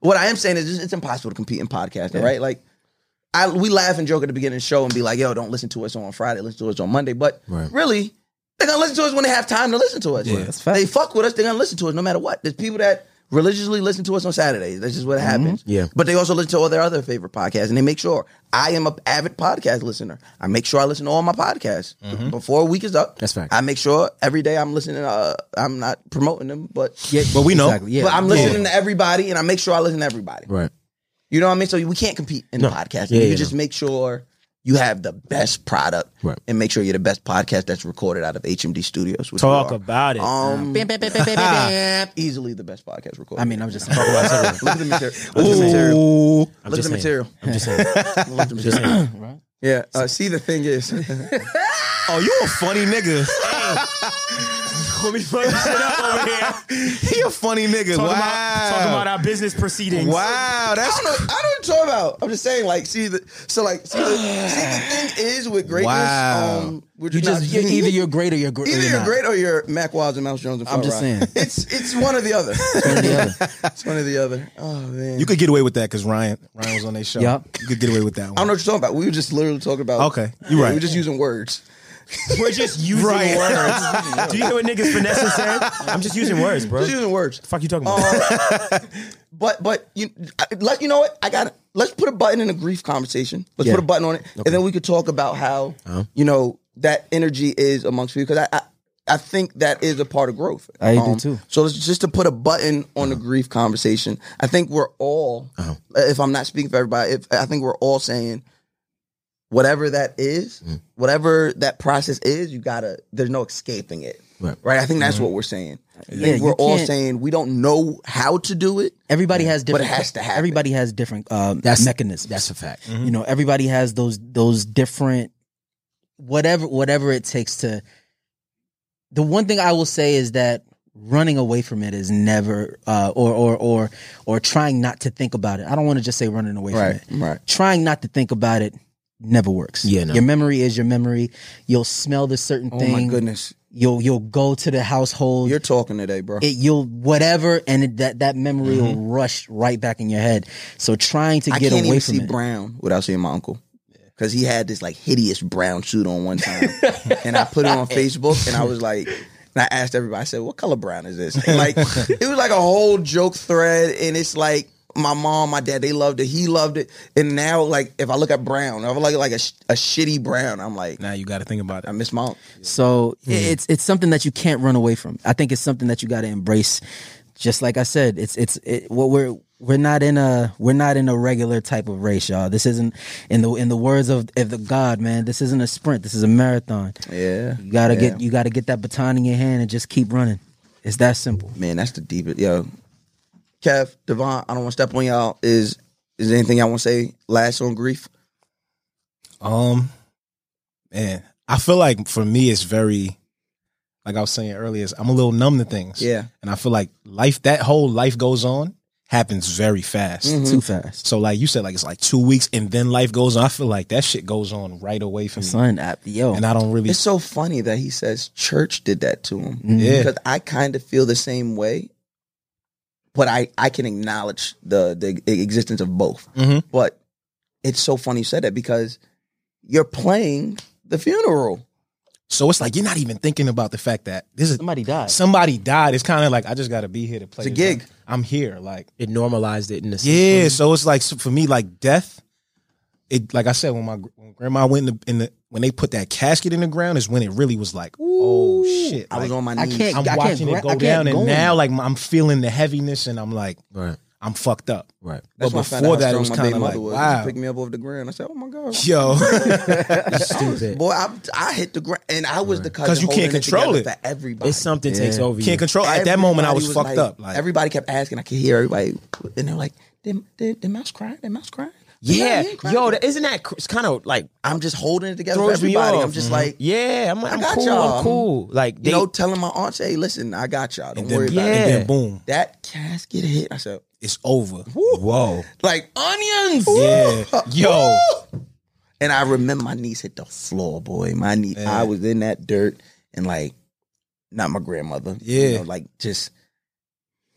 what I am saying is, it's impossible to compete in podcasting, right? Like, I we laugh and joke at the beginning of the show and be like, "Yo, don't listen to us on Friday, listen to us on Monday." But really, they're gonna listen to us when they have time to listen to us. that's fact. They fuck with us, they're gonna listen to us no matter what. There's people that religiously listen to us on Saturdays. That's just what Mm-hmm. happens. Yeah. But they also listen to all their other favorite podcasts, and they make sure I am an avid podcast listener. I make sure I listen to all my podcasts Mm-hmm. before a week is up. That's fact. I make sure every day I'm listening. Uh, I'm not promoting them, but Yeah, But we know. exactly, yeah. but I'm listening to everybody, and I make sure I listen to everybody. Right. You know what I mean? So we can't compete in No. podcasting. Yeah, you yeah, just make sure you have the best product Right. and make sure you're the best podcast that's recorded out of HMD Studios. Which Talk you are. about it. Um, Bam, bam, bam, bam, bam, bam. [LAUGHS] easily the best podcast recorded. I mean, I'm just [LAUGHS] look at the, mater- look at the material. Ooh. I'm Look just at the saying. material. I'm [LAUGHS] just saying. Look at the material. Yeah. Uh, see, the thing is, [LAUGHS] Oh, you a funny nigga. Let me fuck this shit up over here. Talk, he a funny nigga. wow. about, talk about our business proceedings. wow. That's I don't know. I don't talk about. I'm just saying, like, see the so like see the, see the thing is with greatness. Wow. Um, we're You just not- you're, either you're great or you're great. Either or you're, you're not. great or you're Mac Wiles and Mouse Jones. And I'm Fly just Rod. saying. it's it's one or [LAUGHS] the other. It's one or the other. it's one or the other. Oh man, You could get away with that because Ryan Ryan was on their show. Yup. You could get away with that one. I don't know what you're talking about. We were just literally talking about. Okay, you're right. We were just using words. We're just using Right. words. [LAUGHS] Do you hear what niggas finessing said? I'm just using words, bro. Just Um, using [LAUGHS] words. fuck you talking about? But but you I- let you know what I got. Let's put a button in a grief conversation. Let's Yeah. put a Uh-huh. button on it, and then we could talk about how you know that energy is amongst people. Because I, I I think that is a part of growth. Um, I do too. Uh-huh. So let's- just to put a button on the grief conversation, I think we're all, uh, if I'm not speaking for everybody, if I think we're all saying whatever that is, Mm. whatever that process is, you gotta. There's no escaping it. Right. I think Mm-hmm. that's what we're saying. I Yeah, think you we're all can't- saying we don't know how to do it. Everybody has But it different. has to happen. Everybody has different um, mechanisms. That's a fact. you know. Everybody has those those different whatever whatever it takes to. The one thing I will say is that running away from it is never uh, or or or or trying not to think about it. I don't want to just say running away from it. Right. Trying not to think about it never works. Yeah, no. Your memory is your memory. You'll smell the certain Oh thing. my goodness, You'll you'll go to the household you're talking today, bro. it you'll whatever and it, that that memory will rush right back in your head so trying to I get can't away even from see it brown without seeing my uncle. Cause he had this like hideous brown suit on one [LAUGHS] time, and I put it on Facebook, and I was like, and I asked everybody, I said, "What color brown is this?" And, like, it was like a whole joke thread, and it's like my mom, my dad, they loved it, he loved it, and now like if I look at brown, if I look at like a, sh- a shitty brown, I'm like, Now you got to think about I it. miss my uncle. so Hmm. i- it's it's something that you can't run away from i think it's something that you got to embrace just like i said it's it's it, what we're we're not in a we're not in a regular type of race y'all this isn't in the in the words of, of the god man this isn't a sprint this is a marathon Yeah, you gotta Yeah. get you gotta get that baton in your hand and just keep running it's that simple Man, that's the deepest. Yo, Kev, Devon, I don't want to step on y'all. Is is there anything y'all want to say last on grief? Um, man, I feel like for me, it's very, like I was saying earlier, is I'm a little numb to things. Yeah. And I feel like life, that whole life goes on, happens very fast. Mm-hmm. Mm-hmm. too fast So like you said, like it's like two weeks and then life goes on. I feel like that shit goes on right away from me. son I- yo And I don't really It's so funny that he says church did that to him. Mm-hmm. Yeah. Because I kind of feel the same way, but I, I can acknowledge the, the e-, existence of both. Mhm. But it's so funny you said that because you're playing the funeral. so it's like you're not even thinking about the fact that this is somebody died somebody died. It's kinda like I just gotta be here to play. It's a this out. gig. I'm here. Like It normalized it in the Yeah, so it's like so for me, like death. It like I said when my gr- when grandma went in the, in the when they put that casket in the ground is when it really was like oh shit I was like, on my I knees. can't- I'm I watching gra- it I go can't down and go. now like I'm feeling the heaviness and I'm like Right. I'm fucked up Right. but That's when I found out before how that it strong was my kind baby of like mother was. She wow picked me up off the ground. I said, "Oh my god, [LAUGHS] yo [LAUGHS] Stupid. boy, I, I hit the ground." And I was the cousin 'Cause you can't holding control together it. for everybody. It's something takes over you. can't control at that moment I Everybody was, fucked like- up like everybody kept asking. I could hear everybody, and they're like, "Did, did, did mouse cry? Did mouse cry?" Yeah. he ain't crying. Yo, that, isn't that cr- it's kind of like I'm just holding it together for throws me everybody. off. I'm just Mhm. like, yeah, I'm, I I'm got cool. y'all. I'm cool. Like you they know, telling my aunts, "Hey, listen, I got y'all. Don't and then, worry about and it." Yeah. then boom That casket hit. I said, it's over whoa. "Like onions." [LAUGHS] yeah yo And I remember my niece hit the floor, boy. My niece, Man. I was in that dirt and like, not my grandmother. Yeah. You know, like just,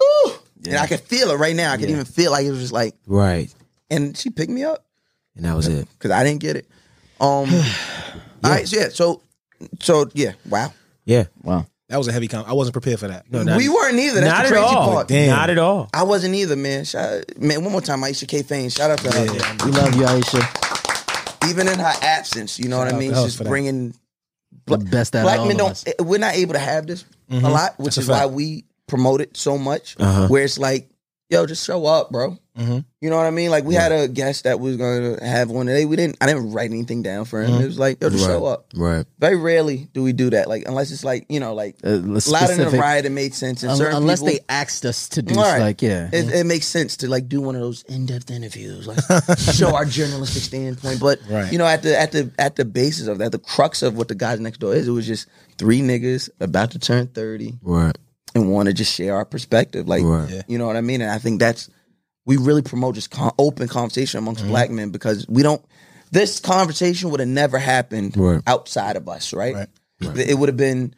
ooh. And I could feel it right now. I could even feel like it was just like, Right. and she picked me up And that was it. because I didn't get it. [SIGHS] Um, All right, so yeah, so, so yeah, wow. Yeah. that was a heavy con I wasn't prepared for that No, not, we weren't either. That's not the at crazy all. part. Damn. Not at all. I wasn't either, man. Shout, man, one more time, Aisha K. Fain. Shout out to her. we love you Aisha Even in her absence, you know what I out mean? to her Just for that. bringing the best out of black all men of us. Mm-hmm. don't eh, we're not able to have this a lot which That's a is why fact. we promote it so much Uh-huh. where it's like yo just show up bro Mm-hmm. Mhm. you know what i mean like we had a guest that was gonna have one today we didn't i didn't write anything down for Mm-hmm. him it was like yo just show up Right. very rarely do we do that like unless it's like you know like Uh, let's loud in the specific- riot it made sense and Un- certain unless people- they asked us to do All right. like yeah it, it makes sense to like do one of those in-depth interviews, like show our journalistic standpoint. But Right. you know, at the at the at the basis of that, the crux of what the guys next door is, it was just three niggas about to turn thirty Right. and want to just share our perspective. Like Right. Yeah. you know what I mean? And I think that's we really promote just con- open conversation amongst black men because we don't. This conversation would have never happened Right. outside of us, right? Right. It would have been,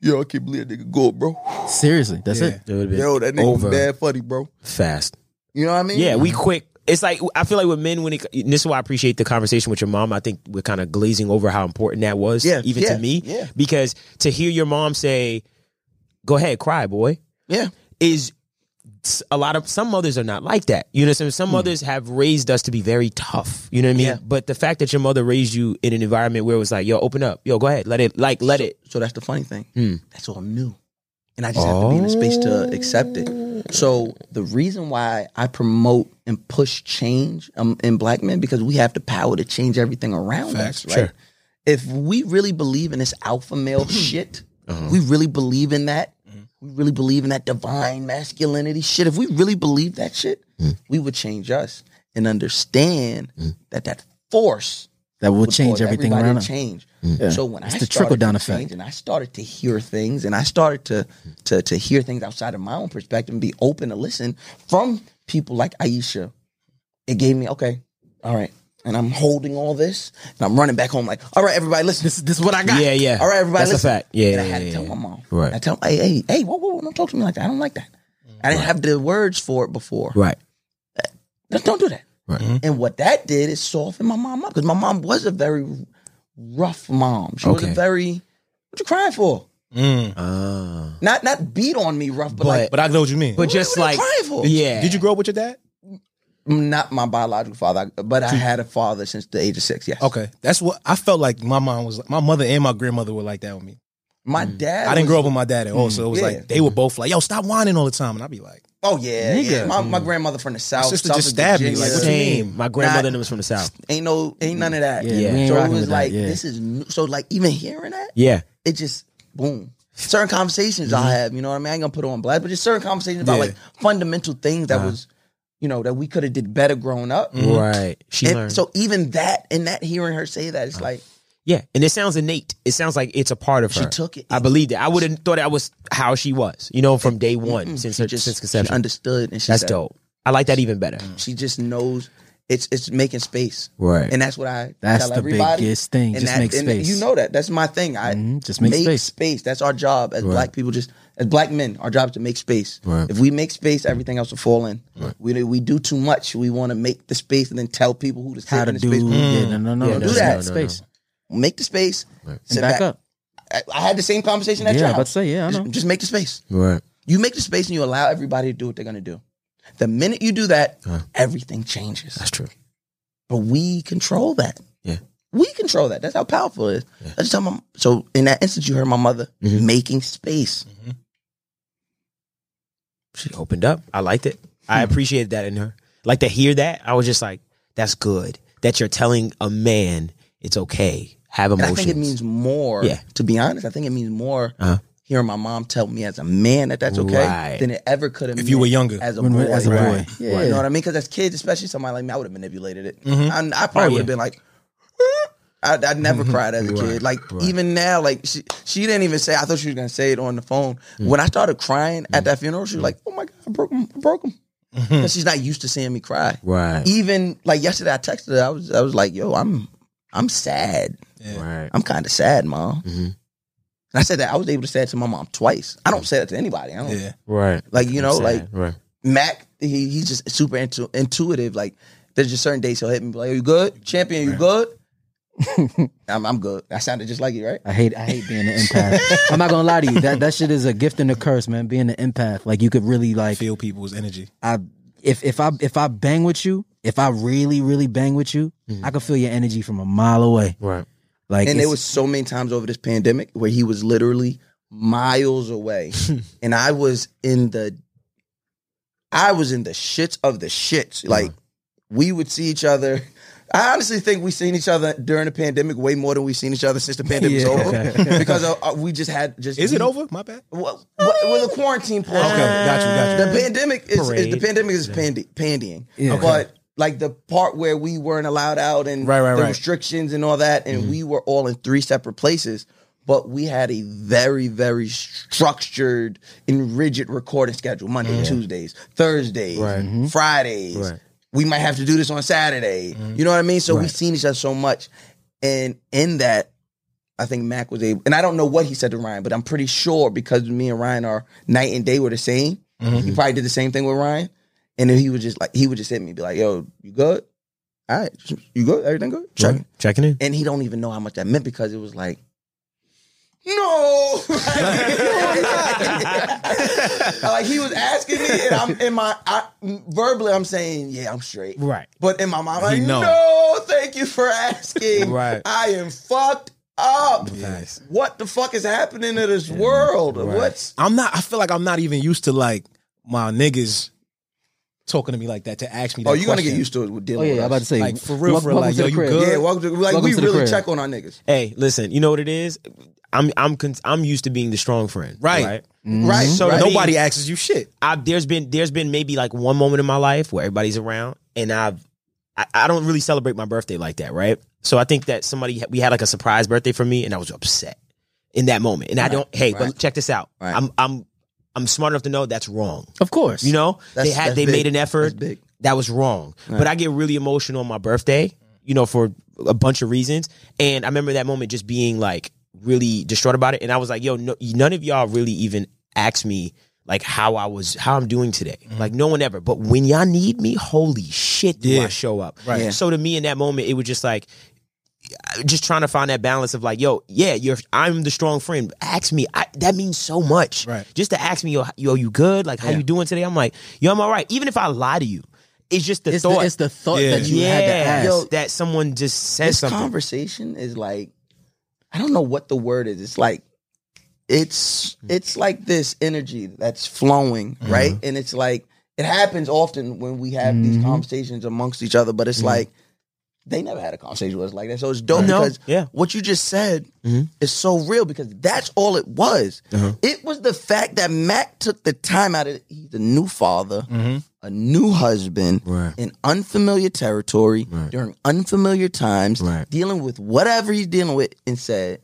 yo, I can't believe that nigga go, bro. seriously that's it It would've been Yo, that nigga Mm. over was bad funny, bro. fast. You know what I mean? Yeah, we quick. It's like I feel like with men when it, and this is why I appreciate the conversation with your mom. I think we're kind of glazing over how important that was, Yeah, even yeah, to me, yeah. Mm-hmm. because to hear your mom say, "Go ahead, cry, boy," Yeah. is s- a lot of some mothers are not like that. You know, what I'm saying? Hmm. some mothers have raised us to be very tough. You know what I mean? But the fact that your mother raised you in an environment where it was like, yo, open up, yo, go ahead, let it, like, let it. So that's the funny thing. Hmm. That's all new. And I just have to be in the space to accept it. So the reason why I promote and push change um, in black men because we have the power to change everything around us, right? If we really believe in this [CLEARS THROAT] alpha male shit, Uh-huh. we really believe in that. Mm-hmm. We really believe in that divine masculinity shit. If we really believe that shit, Hmm. we would change us and understand that that force That will would change cause everything everybody around to us. change. So when I the started trickle-down to effect. change and I started to hear things and I started to to to hear things outside of my own perspective and be open to listen from people like Aisha, it gave me okay, all right. And I'm holding all this and I'm running back home like, all right, everybody, listen, this, this is what I got. Yeah, yeah. All right, everybody, That's a listen. fact. Yeah, And I yeah, had to yeah, tell yeah. my mom. Right. I tell hey, hey, hey, whoa, whoa, whoa, don't talk to me like that. I don't like that. I didn't have the words for it before. Right. Just don't do that. Right. Mm-hmm. And what that did is soften my mom up because my mom was a very rough mom. She was Okay. a very what you crying for? Mm. Not not beat on me rough, but, But- like But I know what you mean. But just what are like, you crying for? yeah. Did you grow up with your dad? mm, not my biological father, but I had a father since the age of six. Yes. Okay, that's what I felt like. My mom was like my mother and my grandmother were like that with me. My dad. Mm. I didn't was- grow up with my dad at all, so it was Yeah. like they were both like, "Yo, stop whining all the time," and I'd be like, Oh yeah, yeah. My, my grandmother from the south. Mm. sister South just of stabbed me, like, Virginia. what you mean? Same. My grandmother Nah. and them was from the south. ain't no ain't none of that. Yeah, we ain't So it rocking was with that, like yeah. this is new. so like even hearing that, Yeah. it just boom. Certain conversations Mm-hmm. I have, you know what I mean. I ain't gonna put it on blast, but just certain conversations about Yeah. like fundamental things that was, you know, that we could have did better growing up. Uh-huh. Mm-hmm. Right. She Mm-hmm. And learned. so even that and that hearing her say that, it's Uh-huh. like yeah, and it sounds innate. It sounds like it's a part of She her. took it. I believe that. I would have thought that was how she was. You know, from day one since her just since she conception. understood and she That's said, dope. I like that even better. She just knows it's it's making space, Right. And that's what I That's tell the everybody. biggest thing. And Just make space. You know that. That's my thing. I Mhm. Just make space. That's our job as black people. Just as black men, our job is to make space. Right. If we make space, everything else will fall in. We do- we do too much. We want to make the space and then tell people who to [LAUGHS] sit How to in the do? space. Mm. Yeah, no, no, no. Yeah, no, do no, that. no, no, Space. no. Make the space. Sit And back up. I, I had the same conversation at Yeah, your I'm house. about to say, yeah, I Just- know. just make the space. Right. You make the space and you allow everybody to do what they're gonna do. The minute you do that, Uh-huh. everything changes. Uh, That's true. But we control that. Yeah. We control that. That's how powerful it is. I just tell my, so in that instance, you heard my mother making space. She opened up. I liked it. I appreciated that in her. Like to hear that, I was just like, that's good. That you're telling a man it's okay. Have And emotions. I think it means more, Yeah. to be honest, I think it means more Uh-huh. hearing my mom tell me as a man that that's okay Right. than it ever could have If you were younger. As a When boy. we- as a boy. Right. Yeah. You know what I mean? Because as kids, especially somebody like me, I would have manipulated it. And Mm-hmm. Oh, yeah. I, probably Mm-hmm. would have been like, I, I never cried as a kid. Like even now, like she she didn't even say. I thought she was gonna say it on the phone. Mm. When I started crying at that funeral, she was like, "Oh my god, I broke him, I broke him," because she's not used to seeing me cry. Mm-hmm. Right. Even like yesterday, I texted her. I was I was like, "Yo, I'm I'm sad. Right. I'm kind of sad, mom." And I said that I was able to say it to my mom twice. I don't say that to anybody. I don't "Yeah, Right. like you know like right. Mac, he he's just super intu- intuitive. Like there's just certain days he'll hit me and be like, "Are you good, champion? You good?" I'm I'm good. I sounded just like you, right? I hate I hate being an empath. I'm not gonna lie to you. That that shit is a gift and a curse, man. Being an empath, like you could really like feel people's energy." I if if I if I bang with you, if I really really bang with you, I can feel your energy from a mile away. Right. Like Mm-hmm. And there it's- was so many times over this pandemic where he was literally miles [LAUGHS] away, and I was in the, I was in the shits of the shits. Like we would see each other. I honestly think we've seen each other during the pandemic way more than we've seen each other since the [LAUGHS] pandemic's over because uh, uh, we just had just Is it we- over? My bad. Well, well, the quarantine part. Okay, got you, got you. The pandemic is, is the Parade. pandemic is pandi- pandying, Yeah. Okay. but like the part where we weren't allowed out and Right, right, the right. restrictions and all that, and we were all in three separate places. But we had a very, very structured and rigid recording schedule: Monday, Tuesdays, Thursdays, Fridays. We might have to do this on Saturday. You know what I mean? So we've seen each other so much, and in that, I think Mac was able, and I don't know what he said to Ryan, but I'm pretty sure because me and Ryan are night and day were the same. He probably did the same thing with Ryan, and then he would just like he would just hit me, be like, "Yo, you good? All right, you good? Everything good? Check." Checking in. And he don't even know how much that meant because it was like no, [LAUGHS] like, "No, I'm not." like he was asking me, and I'm in my I, verbally, I'm saying, yeah, I'm straight, Right. But in my mind, I'm like, know. no, thank you for asking. Right. I am fucked up. Nice. What the fuck is happening to this world? What's I'm not. I feel like I'm not even used to like my niggas talking to me like that to ask me. That Oh, you're gonna question. get used to it with dealing Oh yeah, I'm with us. about to say Like, for real, wel- for real, like, welcome to yo, the you crib. good? Yeah, welcome to, like Welcome we to the really crib. check on our niggas. Hey, listen, you know what it is? I'm I'm con- I'm used to being the strong friend. Right. Mm-hmm. Right. So right. Nobody asks you shit. I, there's been there's been maybe like one moment in my life where everybody's around and I've I, I don't really celebrate my birthday like that, right? So I think that somebody we had like a surprise birthday for me and I was upset in that moment. And I don't hey, but check this out. Right. I'm I'm I'm smart enough to know that's wrong. Of course, You know, That's- they had that's they big. made an That's effort. big. That was wrong. But I get really emotional on my birthday, you know, for a bunch of reasons. And I remember that moment just being like really distraught about it. And I was like, yo, no, none of y'all really even asked me like how I was, how I'm doing today. Mm-hmm. Like no one ever. But when y'all need me, holy shit, do I Yeah. show up? Right. Yeah. So to me, in that moment, it was just like just trying to find that balance of like, yo, yeah, you're I'm the strong friend. Ask me. I, that means so much. Right. Just to ask me, yo, yo, you good? Like, how you doing today? I'm like, yo, I'm all right. Even if I lie to you, it's just the it's thought. the, it's the thought Yeah. that you yeah, had to ask. yo, that someone just says this something. conversation is like I don't know what the word is. It's like it's Mm. it's like this energy that's flowing, Mm-hmm. right? And it's like it happens often when we have Mm-hmm. these conversations amongst each other, but it's like they never had a conversation with us like that. So it's dope Mm-hmm. No, because yeah. Mm-hmm. what you just said is so real because that's all it was. Uh-huh. It was the fact that Mac took the time out of he's a new father, Mm-hmm. a new husband Right. in unfamiliar territory during unfamiliar times, Right. dealing with whatever he's dealing with, and said,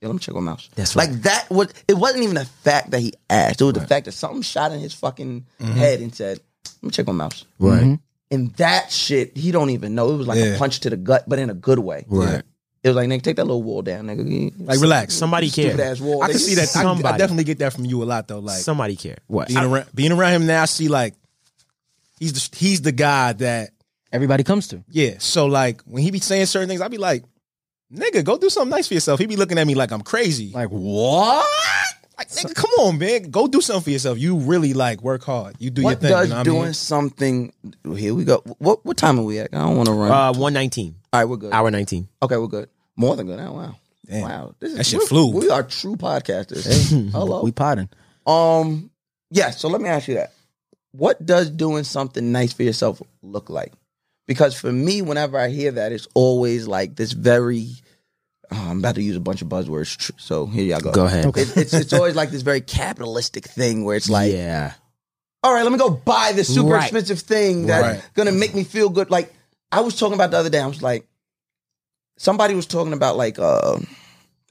"Yo, let me check my mouse." That's Like that was it wasn't even the fact that he asked; it was the fact that something shot in his fucking Mm-hmm. head and said, "Let me check my mouse." Right. And that shit, he don't even know. It was like a Yeah. punch to the gut, but in a good way. Right. It was like, nigga, take that little wall down, nigga. Like relax. Somebody Stupid care. ass wall. I can nigga. see that. I- I, Somebody. definitely get that from you a lot though. Like somebody care. What? being around, being around him now, I see like he's the, he's the guy that Everybody comes to. yeah. So like when he be saying certain things, I be like, nigga, go do something nice for yourself. He be looking at me like I'm crazy. Like what? Uh, Like, nigga, come on, man, go do something for yourself. You really like work hard. You do your What thing. does you know what I doing mean? something? Here we go. What what time are we at? I don't want to run. Uh, one nineteen. All right, we're good. Hour nineteen. Okay, we're good. More than good. Oh, wow. Wow. This is, That shit we- flew. We are true podcasters. Hello. We potting. um, yeah, so let me ask you that. What does doing something nice for yourself look like? Because for me, whenever I hear that, it's always like this very. oh, I'm about to use a bunch of buzzwords, tr- so here y'all go. Go ahead. It- it's it's always like this very capitalistic thing where it's like, yeah. all right, let me go buy this super Right. expensive thing that's Right. gonna make me feel good. Like I was talking about the other day, I was like, somebody was talking about like uh,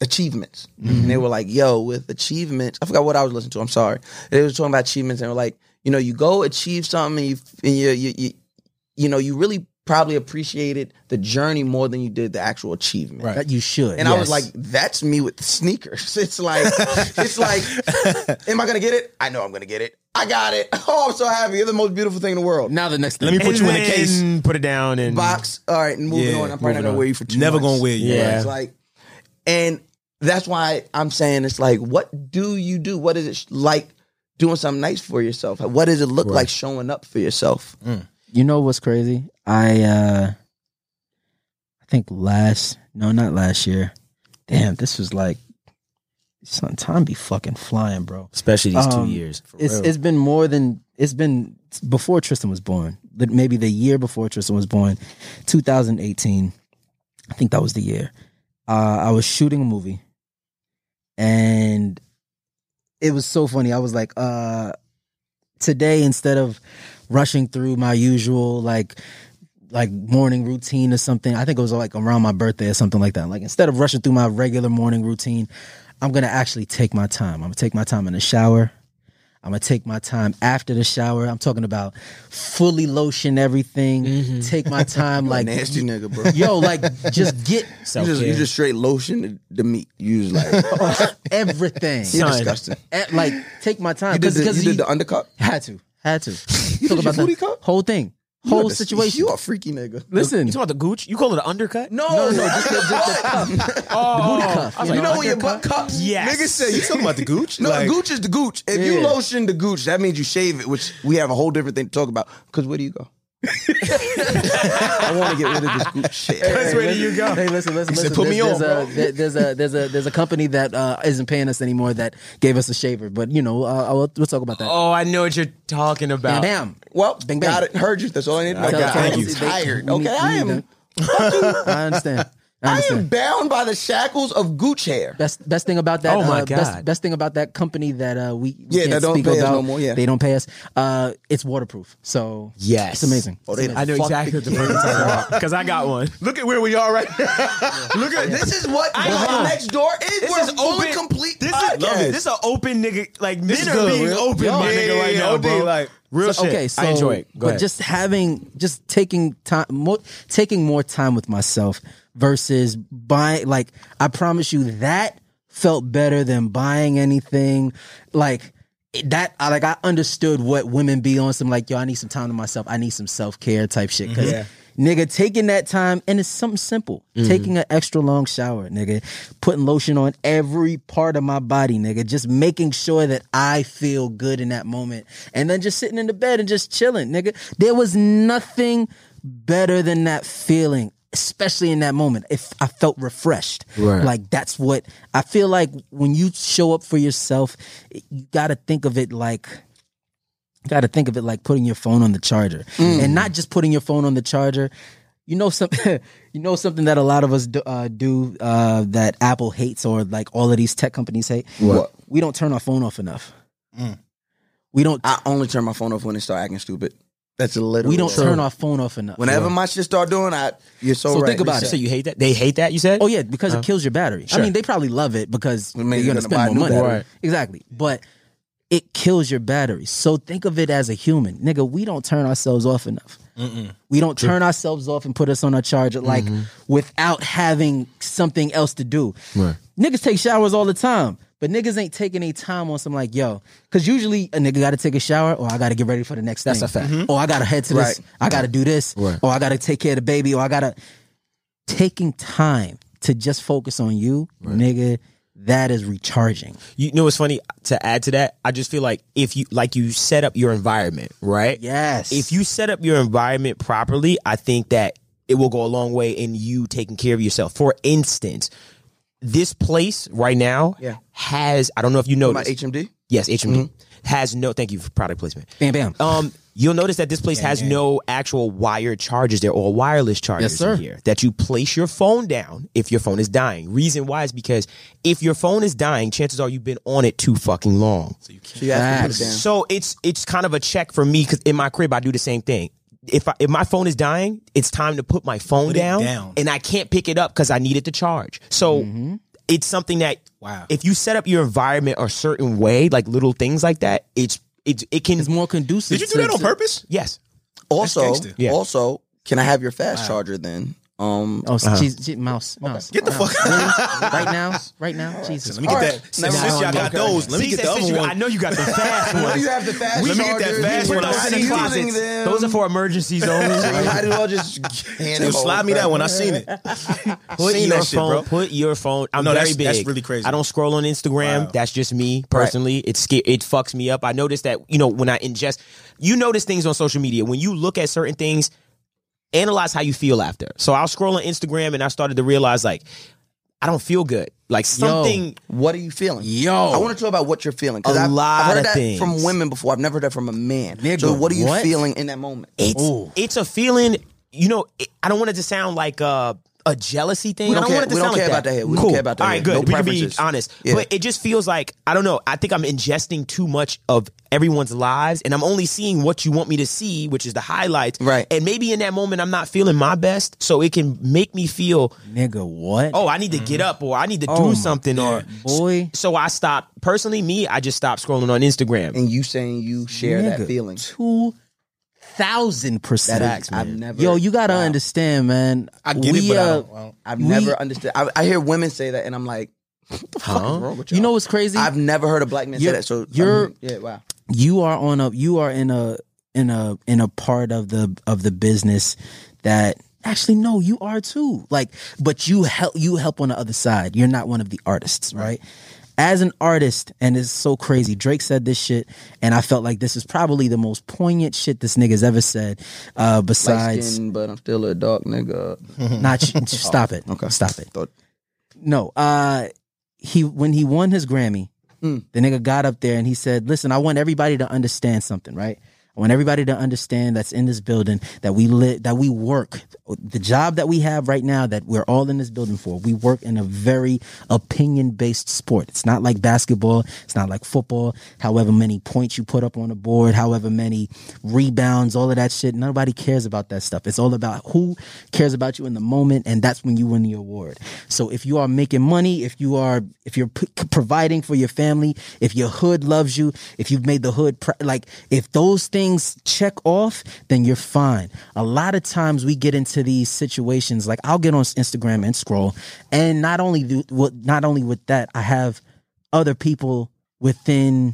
achievements, and Mm-hmm. they were like, "Yo, with achievements, I forgot what I was listening to. I'm sorry." They were talking about achievements, and they were like, you know, you go achieve something, and you, and you, you, you, you know, you really probably appreciated the journey more than you did the actual achievement. Right. That you should. And I was yes. like, that's me with sneakers. [LAUGHS] It's like, it's like, am I gonna get it? I know I'm gonna get it. I got it. [LAUGHS] Oh, I'm so happy. You're the most beautiful thing in the world. now the next thing. Let me put you in a case. And put it down and Box. All right, moving Yeah, on. I'm probably not moving gonna on. wear you for two. Never gonna months. wear you. [LAUGHS] Yeah. It's like, and that's why I'm saying it's like, what do you do? What is it sh- like doing something nice for yourself? What does it look like showing up for yourself? You know what's crazy? I uh I think last no, not last year. Damn, this was like son, time be fucking flying, bro. especially these Um, two years. It's it's been more than it's been before Tristan was born. But maybe the year before Tristan was born, 2018. I think that was the year. Uh, I was shooting a movie, and it was so funny. I was like, uh, today instead of rushing through my usual like like morning routine or something. I think it was like around my birthday or something like that. Like instead of rushing through my regular morning routine, I'm gonna actually take my time. I'm gonna take my time in the shower. I'm gonna take my time after the shower. I'm talking about fully lotion everything. Take my time, like Nasty nigga, [LAUGHS] bro. yo, like [LAUGHS] just get You just, you just straight lotion the, the meat. You just like [LAUGHS] everything. you're disgusting. Eh, Like take my time You did, because the, you because did the undercut. had to had to talk about the whole thing, whole situation. You a freaky nigga. Listen, You talking about the gooch? You call it an undercut? No, no, no, just the, just the cuff, [LAUGHS] the booty cuff. you know when your butt cups? Yes. Niggas say You talking [LAUGHS] about the gooch? No, Like, gooch is the gooch. If you Yeah. lotion the gooch, that means you shave it, which we have a whole different thing to talk about. Because where do you [LAUGHS] go? I want to get rid of this gooch shit. where do you go? Hey, listen, listen, He said, listen. "Put me there's, on, there's a, there's a there's a there's a company that uh, isn't paying us anymore that gave us a shaver, but you know, uh, I'll, we'll talk about that. Oh, I know what you're talking Bam, about. bam. Well, Bang, bang. got it. Heard you. That's all I need to know. Tell- God, tell I'm them they- tired. we Okay, need- we I need am. them. I understand. I I understand. am bound by the shackles of gooch hair. Best best thing about that. Oh my uh, Best, God. best thing about that company that uh, we, we Yeah, can't they don't speak pay us about. no more, yeah. They don't pay us. Uh, it's waterproof, so Yes. it's amazing. Oh, they- I know fuck exactly what the the fuck you're talking about because I got one. Look at where we are right now. Look at this is what the next door is. This We're is fully open. complete. This is podcast. This is an open nigga. Like This men is are good, being real- open, yo. my Yeah, nigga, yeah, right yeah, now, OD, bro. like, real So, shit. Okay, so I enjoy it. Go but ahead. just having just taking time more taking more time with myself versus buying like I promise you that felt better than buying anything like it- that I like I understood what women be on some like yo I need some time to myself I need some self-care type shit because nigga taking that time and it's something simple taking an extra long shower nigga putting lotion on every part of my body nigga just making sure that I feel good in that moment and then just sitting in the bed and just chilling nigga there was nothing better than that feeling especially in that moment if I felt refreshed Mm-hmm. like that's what I feel like when you show up for yourself Mm. you got to think of it like got to think of it like putting your phone on the charger and not just putting your phone on the charger you know some [LAUGHS] you know something that a lot of us do, uh, do uh, that apple hates or like all of these tech companies hate What? we don't turn our phone off enough we don't I only turn my phone off when it start acting stupid. That's literally we don't it. Oh. turn our phone off uh, enough Whenever my shit start doing, I you're so, So right. think about it. So you hate that? They hate that? You said? Oh yeah, because it kills your battery. I mean, they probably love it because It means you're you're gonna gonna buy spend a more new money. battery. Exactly, but it kills your battery. So think of it as a human, nigga. We don't turn ourselves off enough. We don't turn ourselves off and put us on a charger like Mm-hmm. without having something else to do. Niggas take showers all the time. But niggas ain't taking any time on some like yo, because usually a nigga got to take a shower, or I got to get ready for the next. That's a fact. Or I got to head to this. Right. I got to do this. Right. Or I got to take care of the baby. Or I got to taking time to just focus on you, nigga, that is recharging. You know what's funny? To add to that, I just feel like if you like you set up your environment, right? Yes. If you set up your environment properly, I think that it will go a long way in you taking care of yourself. For instance, this place right now Yeah. has I don't know if you know my HMD. yes, HMD has no thank you for product placement. Mm-hmm. bam bam. Um, you'll notice that this place has no actual wired chargers. They're all wireless chargers sir. in here. That you place your phone down if your phone is dying. Reason why is because if your phone is dying, chances are you've been on it too fucking long. So you have to put it down. So it's it's kind of a check for me because in my crib I do the same thing. If I, if my phone is dying, it's time to put my phone it down, down. Mm-hmm. and I can't pick it up because I need it to charge. So it's something that Wow. If you set up your environment a certain way, like little things like that, it's it it can it's more conducive. Did you do to- that on to- purpose? Yes. Also, gangster. Yeah. also, can I have your fast charger then? Um, Oh, she's, she, mouse, mouse. Get Uh-huh. the fuck- right now, [LAUGHS] right now, Jesus. Let me get Alright. that. Never Since, mind. since y'all got Okay. those, let me He get said, the since other you- one. I know you got the fast [LAUGHS] I know one. you have the fast Let me get charger. that fast You one. put I those seen in it. closets. Those are [LAUGHS] for emergencies only. You might as well just [LAUGHS] hand Yo, it slide over. me that one. I seen it. Put seen your that shit, phone. bro. Put your phone. I'm No, very that's- big. that's really crazy. I don't scroll on Instagram. Wow. That's just me personally. It's sca- it fucks me up. I notice that you know when I ingest, you notice things on social media when you look at certain things. Analyze how you feel after. So I'll scroll on Instagram and I started to realize like I don't feel good. Like something. What are you feeling? Yo, I want to talk about what you're feeling. 'cause A I've, lot I've heard of that things. from women before. I've never heard that from a man. Nigga, so, what are you what? feeling in that moment? It's it's a feeling. You know, it, I don't want it to sound like a a jealousy thing. We don't I don't care- want it to we don't sound care like about that. that here. We don't cool. care about that All right, here. good. No we can be preferences. honest, Yeah. but it just feels like I don't know. I think I'm ingesting too much of everyone's lives, and I'm only seeing what you want me to see, which is the highlights. Right. And maybe in that moment, I'm not feeling my best, so it can make me feel, Nigga, what? oh, I need to Mm-hmm. get up, or I need to Oh, my do something, or boy. So I stop. Personally, me, I just stopped scrolling on Instagram. And you saying you share that Nigga, feeling. Two thousand percent. That is- I've never. Yo, you gotta wow. understand, man. uh, I get it, but I don't- I don't- I've we- never understood. I, I hear women say that, and I'm like, what the fuck is wrong with you? You know what's crazy? I've never heard a black man say um, You're- that. So you're- um, yeah, wow. you are on a you are in a in a in a part of the of the business that actually no, you are too. Like, but you help you help on the other side. You're not one of the artists, right? As an artist, and it's so crazy. Drake said this shit, and I felt like this is probably the most poignant shit this nigga's ever said. Uh, Light besides, skin, but I'm still a dark nigga. not stop it. Okay, stop it. Thought- No, uh, he when he won his Grammy, the nigga got up there and he said, "Listen, I want everybody to understand something, right? I want everybody to understand that's in this building that we lit, that we work, the job that we have right now that we're all in this building for. We work in a very opinion based sport. It's not like basketball. It's not like football. However many points you put up on the board, however many rebounds, all of that shit. Nobody cares about that stuff. It's all about who cares about you in the moment, and that's when you win the award. So if you are making money, if you are if you're p- providing for your family, if your hood loves you, if you've made the hood pr- like if those things check off, then you're fine. A lot of times we get into these situations like I'll get on Instagram and scroll, and not only do well, not only with that, I have other people within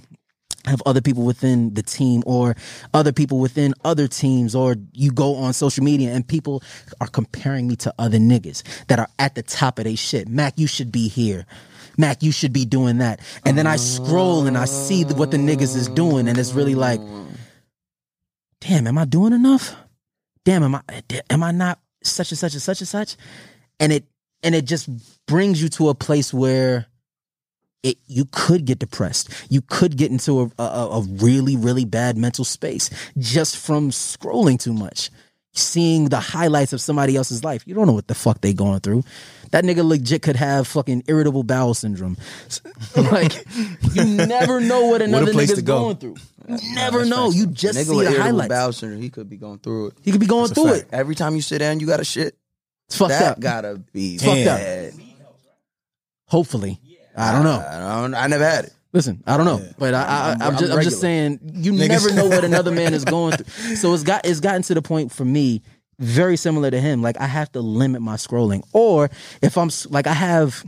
have other people within the team or other people within other teams or you go on social media and people are comparing me to other niggas that are at the top of their shit. Mac, you should be here. Mac, you should be doing that. And then I scroll and I see th- what the niggas is doing and it's really like damn, am I doing enough? Damn, am I am I not such and such and such and such? And it and it just brings you to a place where it you could get depressed. You could get into a, a, a really really bad mental space just from scrolling too much, seeing the highlights of somebody else's life. You don't know what the fuck they going through. That nigga legit could have fucking irritable bowel syndrome. [LAUGHS] like you never know what another place nigga's to go. going through. You never know. You just nigga see with the irritable highlights. bowel syndrome, he could be going through it. He could be going That's a through fact. it. Every time you sit down, you gotta shit. It's fucked that up. gotta be Fucked up. bad. Hopefully, I don't know. I don't. I never had it. Listen, I don't know, but I, I, I'm, I'm just, I'm just regular. saying you never know what another man is [LAUGHS] going through. So it's got it's gotten to the point for me, very similar to him. Like I have to limit my scrolling, or if I'm s- like I have.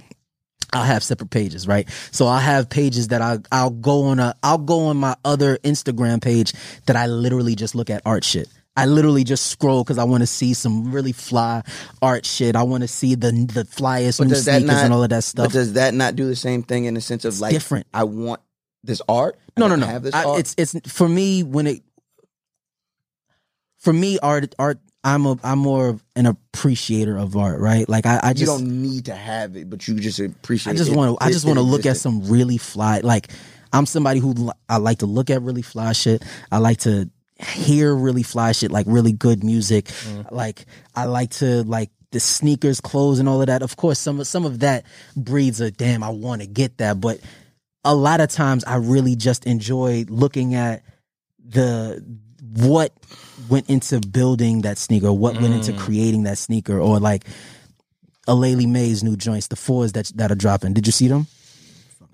I'll have separate pages, right? So I'll have pages that I I'll go on a I'll go on my other Instagram page that I literally just look at art shit. I literally just scroll because I want to see some really fly art shit. I want to see the the flyest But new does that sneakers not? and all of that stuff. But does that not do the same thing in the sense of like different. I want this art. I no no don't no Have this I- art. it's it's for me when it for me art art i'm a i'm more of an appreciator of art right like i, I you just don't need to have it, but you just appreciate. I just it. want to. I It- just it want to look at existed. some really fly. Like I'm somebody who li- I like to look at really fly shit. I like to hear really fly shit, like really good music. Mm-hmm. Like I like to like the sneakers, clothes, and all of that. Of course, some of some of that breeds a damn. I want to get that, but a lot of times I really just enjoy looking at the what went into building that sneaker, what went Mm. into creating that sneaker, or like Aleli May's new joints, the fours that that are dropping. Did you see them?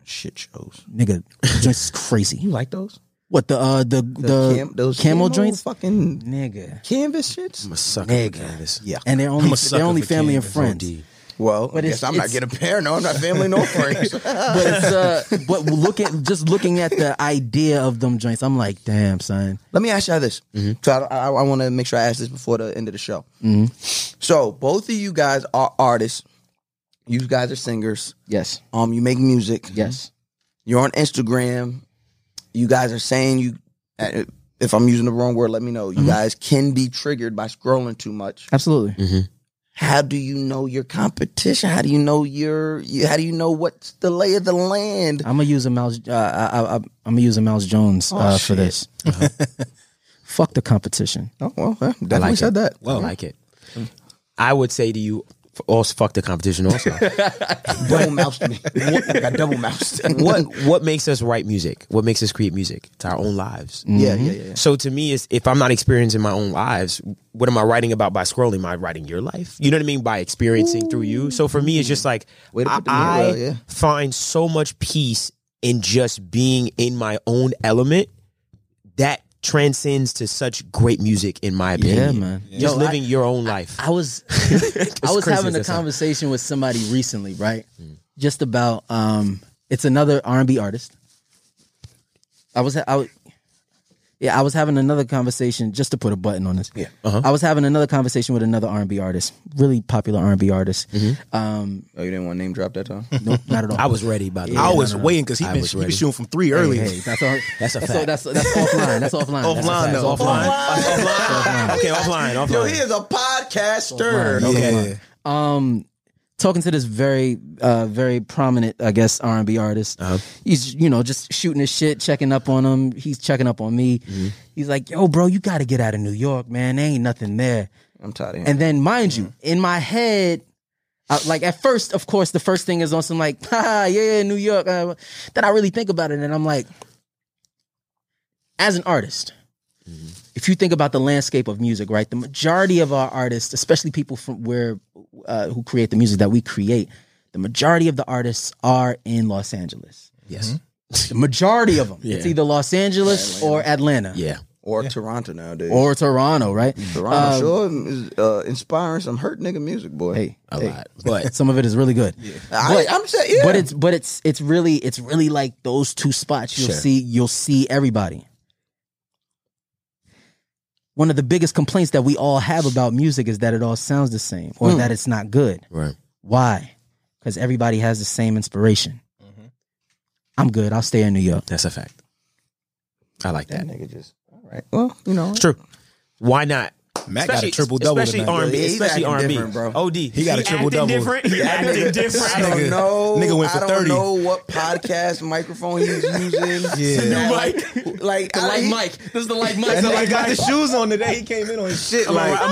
shit shows. [LAUGHS] Nigga, joints is crazy. You like those? What the uh the the, cam- those camo, joints? fucking Nigga. canvas shits. Nigga. Yeah. And they're only I'm a sucker they're only for family and canvas, friends. OD. Well, But but it's- yes, I'm not it's- getting a pair. No, I'm not family [LAUGHS] no friends. But it's [LAUGHS] uh but look at just looking at the idea of them joints, I'm like, damn son. Let me ask y'all this. So I, I, I want to make sure I ask this before the end of the show. So both of you guys are artists. You guys are singers. Yes. Um, you make music. Yes. You're on Instagram. You guys are saying you. uh, If I'm using the wrong word, let me know. You guys can be triggered by scrolling too much. Absolutely. How do you know your competition? How do you know your? you- How do you know what's the lay of the land? I'm gonna use a mouse. Uh, I, I, I'm gonna use a mouse Oh, Jones uh, for this. Uh-huh. Fuck [LAUGHS] the competition. Oh well, huh, definitely like said it. that. I like it. I would say to you, f- also fuck the competition. [LAUGHS] Also, double moused me. I got double moused. what what makes us write music? What makes us create music? It's our own lives. Mm. Yeah, yeah, yeah. So to me, is if I'm not experiencing my own lives, what am I writing about by scrolling? Am I writing your life? You know what I mean by experiencing through you. So for me, it's just like Way to I, put the meat well, I yeah. find so much peace in just being in my own element. That transcends to such great music, in my opinion. man. Yeah. Just Yo, I- living your own life. [LAUGHS] I was I was crazy having as Hmm. that a sounds. conversation with somebody recently, right? Just about um, it's another R and B artist. I was I was, Yeah, I was having another conversation just to put a button on this. Yeah, Uh-huh. I was having another conversation with another R and B artist, really popular R and B artist. Um, Oh, you didn't want to name drop that time? nope, not at all. Mm-hmm. [LAUGHS] I was ready by the way. I was No, no, no. waiting because he I been was he been ready. shooting from three early. Hey, hey, that's, all, That's a that's, fact. all- that's, that's [LAUGHS] offline. That's offline. Offline That's a fact. though. That's offline. Offline. Okay, offline. Offline. Yo, he is a podcaster. Okay. um talking to this very uh very prominent i guess r&b artist he's you know just shooting his shit checking up on him he's checking up on me he's like yo bro you gotta get out of new york man there ain't nothing there I'm tired of him. and then mind you Mm-hmm. in my head I, like at first of course the first thing is on some like [LAUGHS] ah yeah new york uh, then i really think about it and i'm like as an artist Mm-hmm. if you think about the landscape of music, right, the majority of our artists, especially people from where uh, who create the music that we create, the majority of the artists are in Los Angeles. Mm-hmm. Yes. The majority of them, it's [LAUGHS] Yeah. either Los Angeles or Atlanta Yeah. or Toronto nowadays. or Toronto, right? Toronto Um, sure is uh, inspiring some hurt nigga music, boy. Hey, A hey, lot. But [LAUGHS] some of it is really good. I, I'm saying, yeah. But it's but it's it's really it's really like those two spots. You'll Sure. see you'll see everybody. One of the biggest complaints that we all have about music is that it all sounds the same or that it's not good. right. Why? Because everybody has the same inspiration. I'm good. I'll stay in New York. That's a fact. I like that. that nigga just all right. Well, you know, It's true. Why not? Matt got a triple double. Especially tonight. R&B. Yeah, he's especially acting R&B. different, bro. OD. He got a triple Acting double. different. He acting I different. don't know. nigga went for I don't 30. know what podcast microphone he's using. Yeah. Like, like I, he- This is the light mic. That nigga [LAUGHS] got the shoes on today. He came in on his shit. Like [LAUGHS]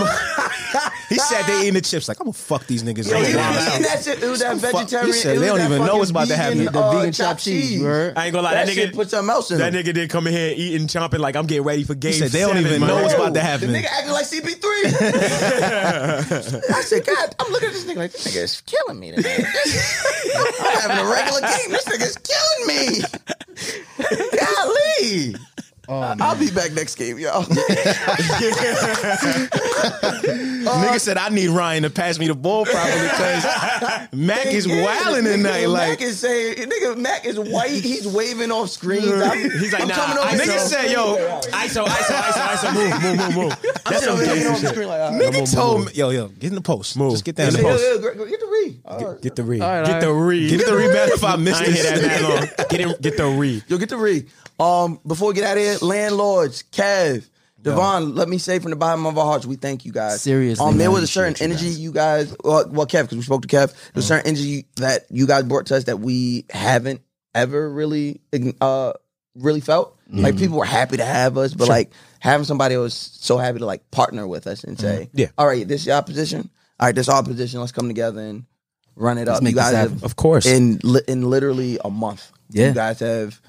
he sat there [LAUGHS] eating the chips. Like I'm gonna fuck these niggas. Yo, up. he Wow. was eating that shit. It was that Fuck. vegetarian. He said, it they was don't that even know fucking what's about to happen. the Vegan, uh, vegan chopped cheese. you heard? I ain't gonna lie. That, That, shit nigga. put something else in That it. nigga did come in here eating, chomping like I'm getting ready for game. He said they don't even know what's about to happen. The nigga acting like [LAUGHS] CP3. I said, God, I'm looking at this nigga like, this nigga is killing me [LAUGHS] today. I'm having a regular game. This nigga is killing me. Golly. Oh, I'll be back next game, [LAUGHS] y'all. Nigga said I need Ryan to pass me the ball properly because Mac is wilding tonight. Nigga, Like Mac is saying, nigga, Mac is white. He's waving off screens. I'm, He's like, I'm nah, coming over I here. nigga said, yo, ISO, ISO, ISO, ISO. Move, move, move, move. I'm That's sitting some over here gangster on shit. screen like, ah. all right. nigga told me, yo, yo, get in the post. Move. Just get down in the Yo, post. yo, yo, Get the read. All right. Get the read. Get the read. Get the read back if I I missed ain't it. hit that that long. Get it. Get the read. Yo, get the read. Um, before we get out of here, landlords, Kev, Devon, let me say from the bottom of our hearts, we thank you guys. Seriously, um, there man, was a certain energy you guys. Mm-hmm. well, well, Kev, because we spoke to Kev, there's a certain energy that you guys brought to us that we haven't ever really, uh, really felt. Like people were happy to have us, but like having somebody who was so happy to like partner with us and say, Yeah. all right, this is your position. All right, this is our position. Let's come together and run it up." make you guys this have happen. Of course. in li- in literally a month. Yeah. you guys have.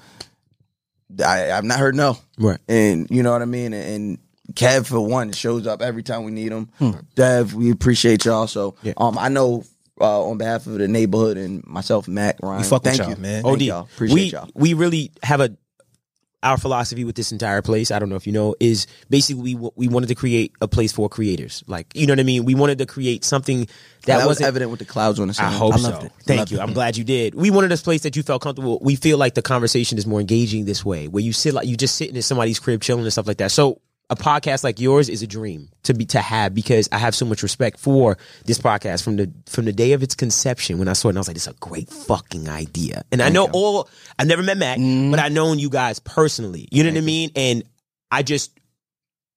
I, I've not heard no, right. and you know what I mean. And Kev for one shows up every time we need him. Dev, we appreciate y'all. So, um, I know uh, on behalf of the neighborhood and myself, Matt Ryan, We fuck with thank y'all, you, man. Thank OD. y'all. appreciate we, y'all. We really have a our philosophy with this entire place. I don't know if you know is basically we we wanted to create a place for creators. Like you know what I mean. We wanted to create something that, That, was wasn't evident with the clouds on the scene. I hope I loved so. it. Thank Loved you. it. I'm glad you did. We wanted this place that you felt comfortable. We feel like the conversation is more engaging this way, where you sit like you just sitting in somebody's crib chilling and stuff like that. So a podcast like yours is a dream to be to have because I have so much respect for this podcast from the from the day of its conception when I saw it and I was like, this is a great fucking idea. And I know all I've never met Mac, but I've known you guys personally. Mm-hmm. You know what I mean? And I just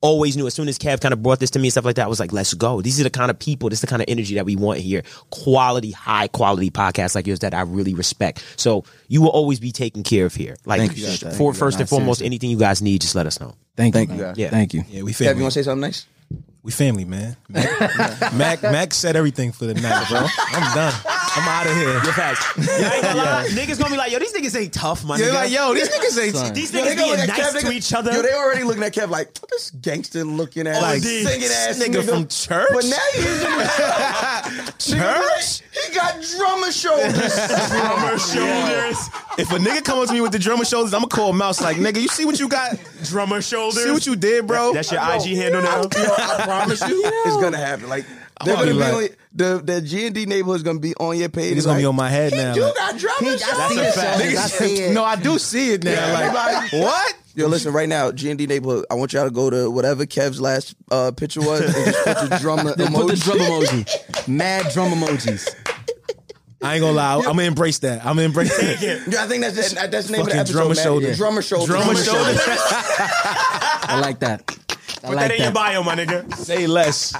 always knew as soon as Kev kind of brought this to me and stuff like that, I was like, let's go. These are the kind of people, this is the kind of energy that we want here. Quality, high quality podcasts like yours that I really respect. So you will always be taken care of here. Like Thank you, guys. Thank for first and foremost, anything you guys need, just let us know. Thank, Thank you, you, man. guys. Yeah. Thank you. Yeah, we Kev, you family. want to say something next? We family, man. [LAUGHS] Mac, Mac, Mac said everything for the night, bro. I'm done. I'm out of here. Your [LAUGHS] facts. I ain't gonna lie. Niggas gonna be like, yo, these niggas ain't tough, my They're nigga. like, yo, these niggas ain't. Son. These Yo, they niggas gonna look being at nice Kev, to nigga- each other. Yo, they already looking at Kev like what this gangster looking ass, like this singing ass nigga from church? But now he's [LAUGHS] Church? He got drummer shoulders. Drummer shoulders. If a nigga come up to me with the drummer shoulders, I'm gonna call Mouse like, nigga, you see what you got? Drummer shoulders. See what [LAUGHS] you did, bro? That's your IG handle now. Yo, I promise you, it's gonna happen. Like they're I'll be gonna be like- on, the the G and D neighborhood is gonna be on your page. It's gonna be like, on my head He now. do like- got drummer shoulders. I see it, Niggas- Shoulders. I see it. no, I do see it now. like, [LAUGHS] what? Yo, listen, right now, G and D neighborhood, I want y'all to go to whatever Kev's last uh, picture was and just put the drum Then put the emoji. drum emoji. Mad drum emojis. I ain't gonna lie. I'm gonna embrace that. I'm gonna embrace that. Yeah, I think that's it. that's the name of the Fucking episode. drummer man. shoulder. Yeah. Drummer shoulder. Drummer shoulder. I like that. I Put like that in your [LAUGHS] bio, my nigga. Say less.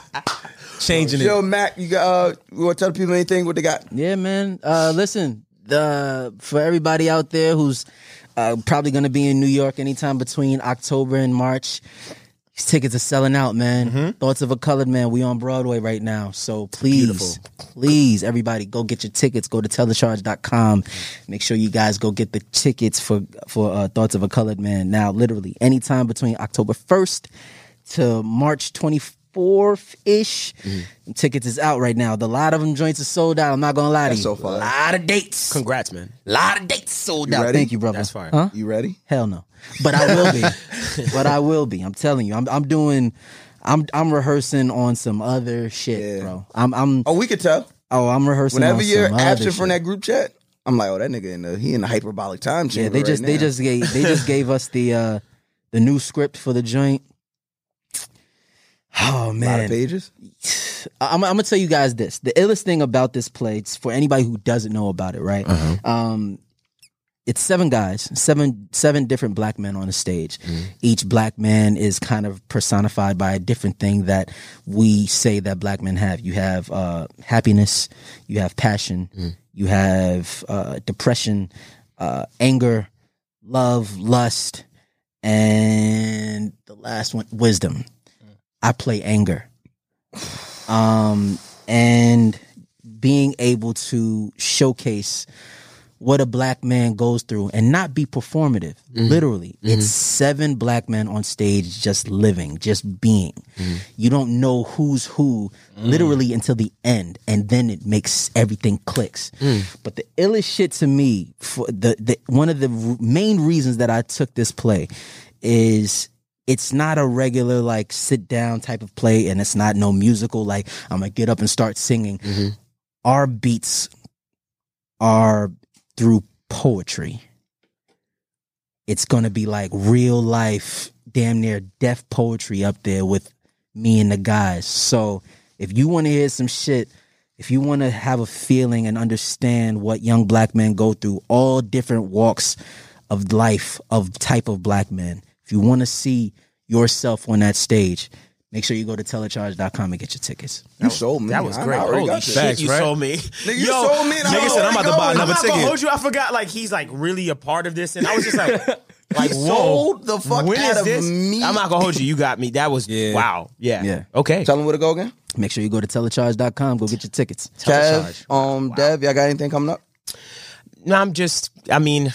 Changing it. [LAUGHS] Yo, Mac, you got uh, you want to tell the people anything? What they got? Yeah, man. Uh, listen, the for everybody out there who's uh, probably going to be in New York anytime between October and March, these tickets are selling out, man. Thoughts of a Colored Man. We on Broadway right now, so please, please, everybody, go get your tickets. Go to telecharge.com. Make sure you guys go get the tickets for for uh, Thoughts of a Colored Man now. Literally, anytime between October first to March 24th ish. Tickets is out right now. The lot of them joints are sold out. I'm not gonna lie to you. so fire. lot of dates. Congrats, man. lot of dates sold out. ready? Thank you, brother. That's fire. Huh? You ready? Hell no. But I will be. but I will be. I'm telling you. I'm I'm doing I'm I'm rehearsing on some other shit, Yeah. bro. I'm I'm Oh, we could tell. oh I'm rehearsing. Whenever on you're some other absent shit. from that group chat, I'm like, oh, that nigga in the he in the hyperbolic time Yeah, chamber. they just right they now. just gave they just gave us the uh the new script for the joint. Oh a lot man. of pages. I'm, I'm gonna tell you guys this. The illest thing about this play, it's for anybody who doesn't know about it, right? Um, it's seven guys, seven seven different black men on a stage. Each black man is kind of personified by a different thing that we say that black men have. You have uh, happiness, you have passion, you have uh, depression, uh, anger, love, lust, and the last one, wisdom. I play anger um, and being able to showcase what a black man goes through and not be performative literally it's seven black men on stage just living just being you don't know who's who literally until the end and then it makes everything clicks but the illest shit to me for the, the one of the r- main reasons that i took this play is it's not a regular like sit down type of play and it's not no musical like i'm gonna get up and start singing our beats are through poetry it's gonna be like real life damn near deaf poetry up there with me and the guys so if you want to hear some shit if you want to have a feeling and understand what young black men go through all different walks of life of type of black men if you want to see yourself on that stage make sure you go to telecharge.com and get your tickets You sold me. That was I great. already Holy got shit, that. Facts, you right? sold me. Nigga, you sold me. And nigga I said, "I'm about to buy I'm another not ticket." gonna hold you. I forgot. Like he's like really a part of this, and I was just [LAUGHS] like, Like, like, he whoa. sold the fuck When out is of this? me. I'm not gonna hold you. You got me. That was wow. Yeah. Yeah. Okay. Tell him where to go again. make sure you go to telecharge.com go get your tickets Kev, um, Dev, y'all got anything coming up? No, I'm just. I mean,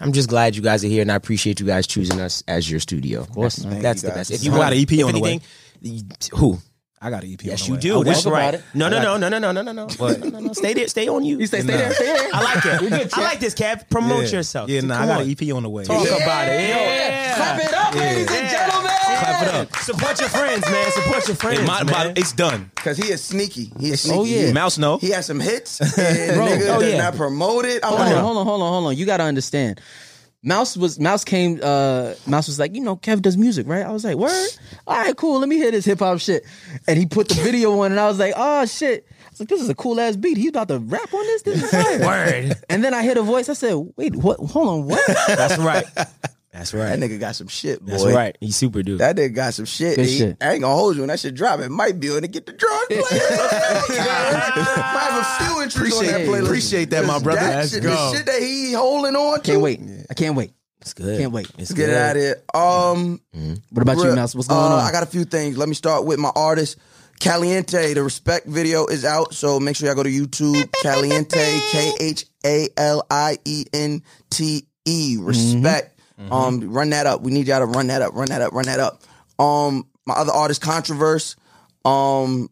I'm just glad you guys are here, and I appreciate you guys choosing us as your studio. Of course, that's, that's the best. If you I got want an EP if on the way. anything, y- Who? I got an EP. Yes, on the you way. Oh, do. I wish- That's right. No, no, no, no, no, no, no, no, no. What? No, no, no. Stay there. Stay on you. You [LAUGHS] stay there stay there I like it. I like this, Kev. Promote Yeah. yourself. Yeah, Come nah, I got on. an EP on the way. Talk Yeah. about it. Clap it up, ladies and gentlemen. Clap it up. Support your friends, man. Support your friends. It- my- my- man. it's done. Because he is sneaky. He is sneaky. Oh, yeah. Mouse no. He has some hits. And Bro. nigga Oh, did yeah. not promote it. I'm Hold like, "Oh, on, Oh, hold on, hold on, hold on. You gotta understand. Mouse was Mouse came. Uh, Mouse was like, you know, Kev does music, right? I was like, word. All right, cool. Let me hear this hip hop shit. And he put the video on, and I was like, oh shit. I was like, this is a cool ass beat. He's about to rap on this. This is [LAUGHS] fire. word. And then I heard a voice. I said, wait, what? Hold on, what? That's [LAUGHS] right. That's that right. nigga got some shit, boy. That's right. You super dude. That nigga got some shit. Good He- shit. I ain't gonna hold you when that shit drop. It might be on to get the drugs played. I have a few entries Appreciate- on that playlist. appreciate that, my brother. That Let's shit, go. The shit that he holding on to. Can't wait. I can't wait. It's good. Can't wait. It's Let's get it out of here. Um, What about you, Bruh, Mouse? What's going uh, on? I got a few things. Let me start with my artist, Caliente. The respect video is out, so make sure y'all go to YouTube. Caliente, K H A L I E N T E. Respect. Mm-hmm. Um, run that up. We need y'all to run that up. Run that up. Run that up. Um, my other artist, Controverse. Um,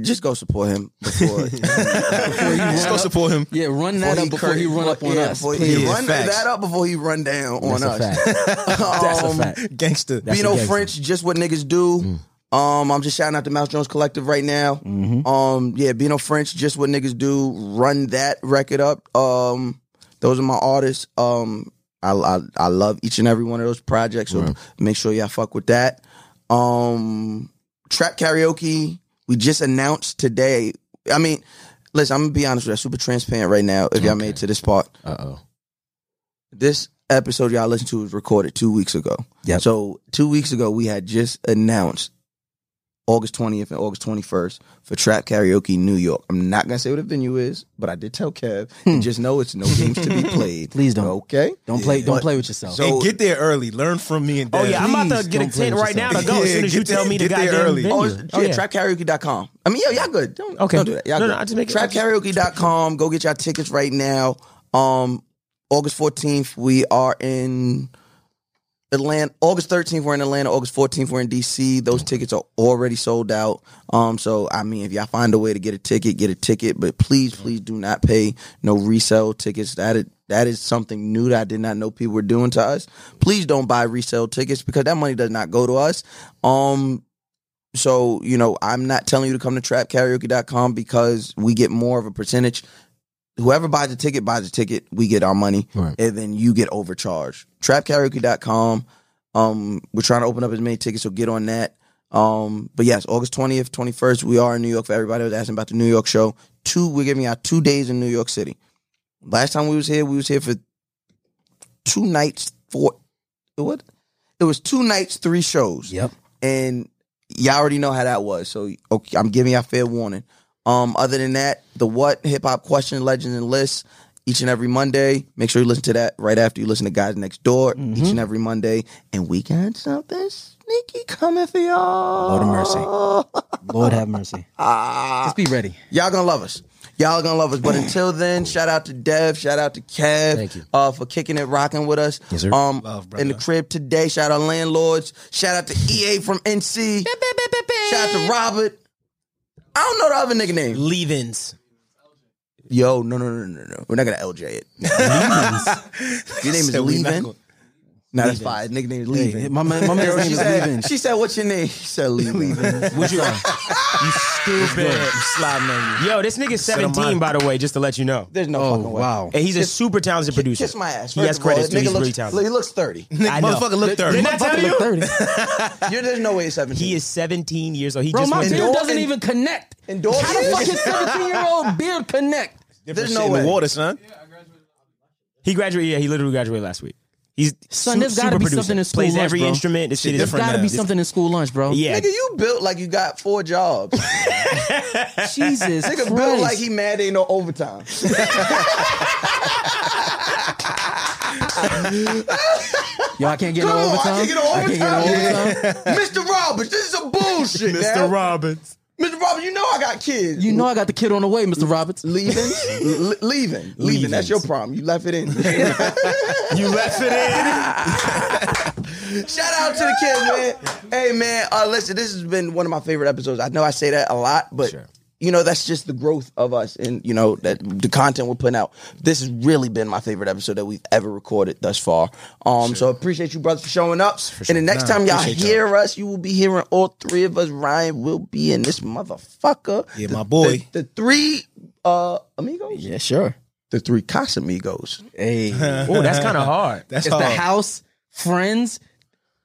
just go support him [LAUGHS] before. [LAUGHS] Let's go support him. yeah, run that up before cra- he run up on yeah, us. Before please. he run Facts. that up before he run down on That's a us. [LAUGHS] fact. That's a Um, fact. Gangster. That's Bino the gangster. French, just what niggas do. Um, I'm just shouting out the Mouse Jones Collective right now. Um, yeah, Bino French, just what niggas do. Run that record up. Um, those are my artists. Um, I, I I love each and every one of those projects. So make sure y'all fuck with that. Um, trap karaoke. We just announced today. I mean, listen, I'm gonna be honest with you. Super transparent right now. If y'all made it to this part, Uh oh. this episode y'all listened to was recorded two weeks ago. Yeah. Yep. So two weeks ago we had just announced August 20th and August 21st for Trap Karaoke New York. I'm not gonna say what the venue is, but I did tell Kev. And just know it's no games to be played. Please don't. Okay. Hmm. [LAUGHS] Don't play. Don't But- play with yourself. So- and get there early. Learn from me and Oh Dad. yeah, I'm about to Please get a don't play tent with right now to yourself. go as soon Yeah, as you get tell there- me the get there goddamn early. venue. Oh, it's- Oh, yeah, yeah. trapkaraoke.com. I mean, yo, y'all good. Don't, Okay. don't do that. Y'all No, good. no, I just make it- I just- trapkaraoke.com. Go get y'all tickets right now. Um, August 14th, we are in Atlanta. August 13th, we're in Atlanta. August 14th, we're in DC. Those tickets are already sold out. Um, so I mean, if y'all find a way to get a ticket, get a ticket. But please, please do not pay no resale tickets. That is, that is something new that I did not know people were doing to us. Please don't buy resale tickets because that money does not go to us. Um, so, you know, I'm not telling you to come to trapkaraoke.com because we get more of a percentage. Whoever buys a ticket buys a ticket, we get our money, Right. and then you get overcharged. Trapkaraoke.com. Um, we're trying to open up as many tickets, so get on that. Um, but yes, August 20th, 21st, we are in New York for everybody that was asking about the New York show. Two, we're giving out two days in New York City. Last time we was here, we was here for two nights, four what? It was two nights, three shows. Yep. And y'all already know how that was. So okay, I'm giving y'all fair warning. Um, other than that, the what hip hop question, legends and lists each and every Monday. Make sure you listen to that right after you listen to Guys Next Door each and every Monday. And we got something sneaky coming for y'all. Ah. Lord [LAUGHS] have Lord have mercy. Just be ready. Y'all gonna love us. Y'all gonna love [CLEARS THROAT] us. But until then, shout out to Dev, shout out to Kev Thank you. Uh, for kicking it, rocking with us. Yes, sir. Um, Love, in the brother. crib today. Shout out landlords. Shout out to EA from NC. Shout out to Robert. I don't know the other nigga name. Leave-ins. Yo, no, no, no, no, no. We're not gonna LJ [LAUGHS] it. Your name [LAUGHS] is Said we not Leavin. gonna- Nah, that's fine. Nigga name is Leavin. Hey, my man- my man's name [LAUGHS] she is said, Leavin. She said, "What's your name?" She said, "Leavin." Would you? you stupid. You sliding on you. Yo, this nigga's on 17, by the way, just to let you know. There's no Oh fucking way. wow. And he's a super talented producer. Kiss my ass. He First has of all, credits, that too. He's nigga really looks, talented. He [LAUGHS] looks thirty. I know. Motherfucker look thirty. Didn't I tell Fucking you? look thirty. You're, there's no way he's seventeen. He is 17 years old. He Bro, just my went team beard Endorse- doesn't even connect. Endorse How the it? fuck is seventeen year old beard connect? There's no no in way. the water, son. He graduated. Yeah, he literally graduated last week. He's Son, there's gotta super be producer. something in school Plays lunch, every bro. instrument. This shit is There's different got to now. be something in school lunch, bro. Yeah, Nigga, you built like you got [LAUGHS] four jobs. Jesus Nigga built Christ. like he mad ain't no overtime. Yo, I can't get no Come on, I overtime. can't get no I can't get no overtime. overtime. Mr. Roberts, this is some bullshit, man. Robbins. Mr. Roberts, you know I got kids. You know I got the kid on the way, Mr. Roberts. [LAUGHS] leaving, L- leaving, leaving. That's your problem. You left it in. [LAUGHS] You left it in. Shout out to the kid, man. Hey, man. Uh, listen, this has been one of my favorite episodes. I know I say that a lot, but you know that's just the growth of us, and you know that the content we're putting out. This has really been my favorite episode that we've ever recorded thus far. Um, so appreciate you, brothers, for showing up. And the next Nah, time y'all appreciate hear us, you will be hearing all three of us. Ryan will be in this motherfucker. Yeah, The- my boy. The, the three uh amigos. Yeah, sure. The three Casamigos. [LAUGHS] Hey, Oh, that's kind of hard. [LAUGHS] That's it's the hard. house, friends.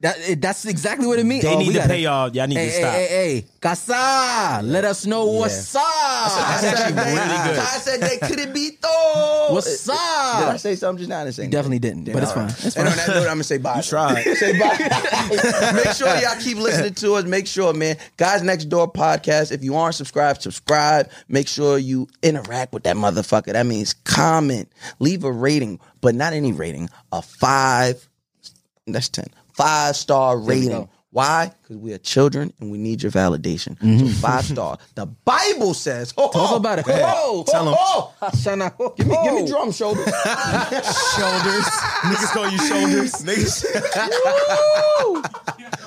That it- that's exactly what it means. They Oh, we need to gotta- pay y'all. Y'all need Hey, to hey, stop. hey, hey, casa, let us know what's up. That's actually really good. [LAUGHS] I said they could be though. What's Did I Ah. up? say something just now? I didn't say You nothing. definitely didn't, but it's fine. It's And fine. on that note, I'm gonna say bye. You tried. [LAUGHS] say bye. [LAUGHS] Make sure y'all keep listening to us. Make sure, man. Guys Next Door podcast. If you aren't subscribed, subscribe. Make sure you interact with that motherfucker. That means comment, leave a rating, but not any rating. A five. That's ten. Five star rating. go. Why? Because we are children and we need your validation. So five star. The Bible says. Oh, Talk about it. Oh, Tell 'em. oh, oh. Shana, Give me, give me drum shoulder. [LAUGHS] Shoulders. Niggas call you shoulders. Niggas. Woo!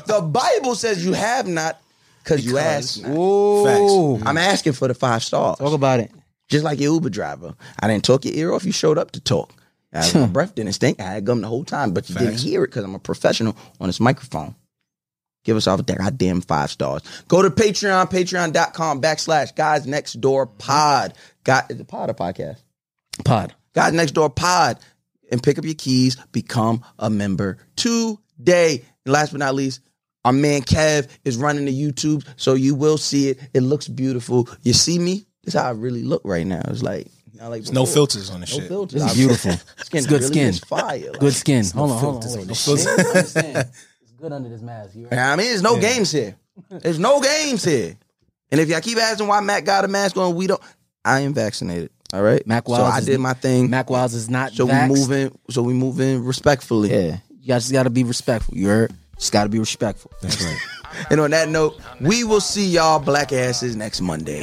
the Bible says you have not because you ask not. Whoa, I'm asking for the five stars. talk about it. Just like your Uber driver. I didn't talk your ear off. You showed up to talk. I, my breath didn't stink. I had gum the whole time, but you didn't hear it because I'm a professional on this microphone. Give us all that goddamn five stars. Go to Patreon, patreon.com backslash guys next door pod. God, is it pod or podcast? Pod. Guys Next Door Pod. and pick up your keys. Become a member today. And last but not least, our man Kev is running the YouTube, so you will see it. It looks beautiful. You see me? This is how I really look right now. It's like not like No before. filters on this No shit. filters. This is I- beautiful. [LAUGHS] Skin It's good really skin. is fire. Like, Good skin. Hold on, hold on. filters Wait, on the this shit shit. I understand. [LAUGHS] It's good under this mask. You right? I mean, there's no games here. There's no games here. And if y'all keep asking why Mac got a mask on, we don't. I am vaccinated. All right, Mac So Wiles I is- did my thing. Mac Wiles is not. so vaxxed. we moving. So we moving respectfully. Yeah, you guys just got to be respectful. You heard? Just got to be respectful. That's right. And on that note, we will see y'all black asses next Monday.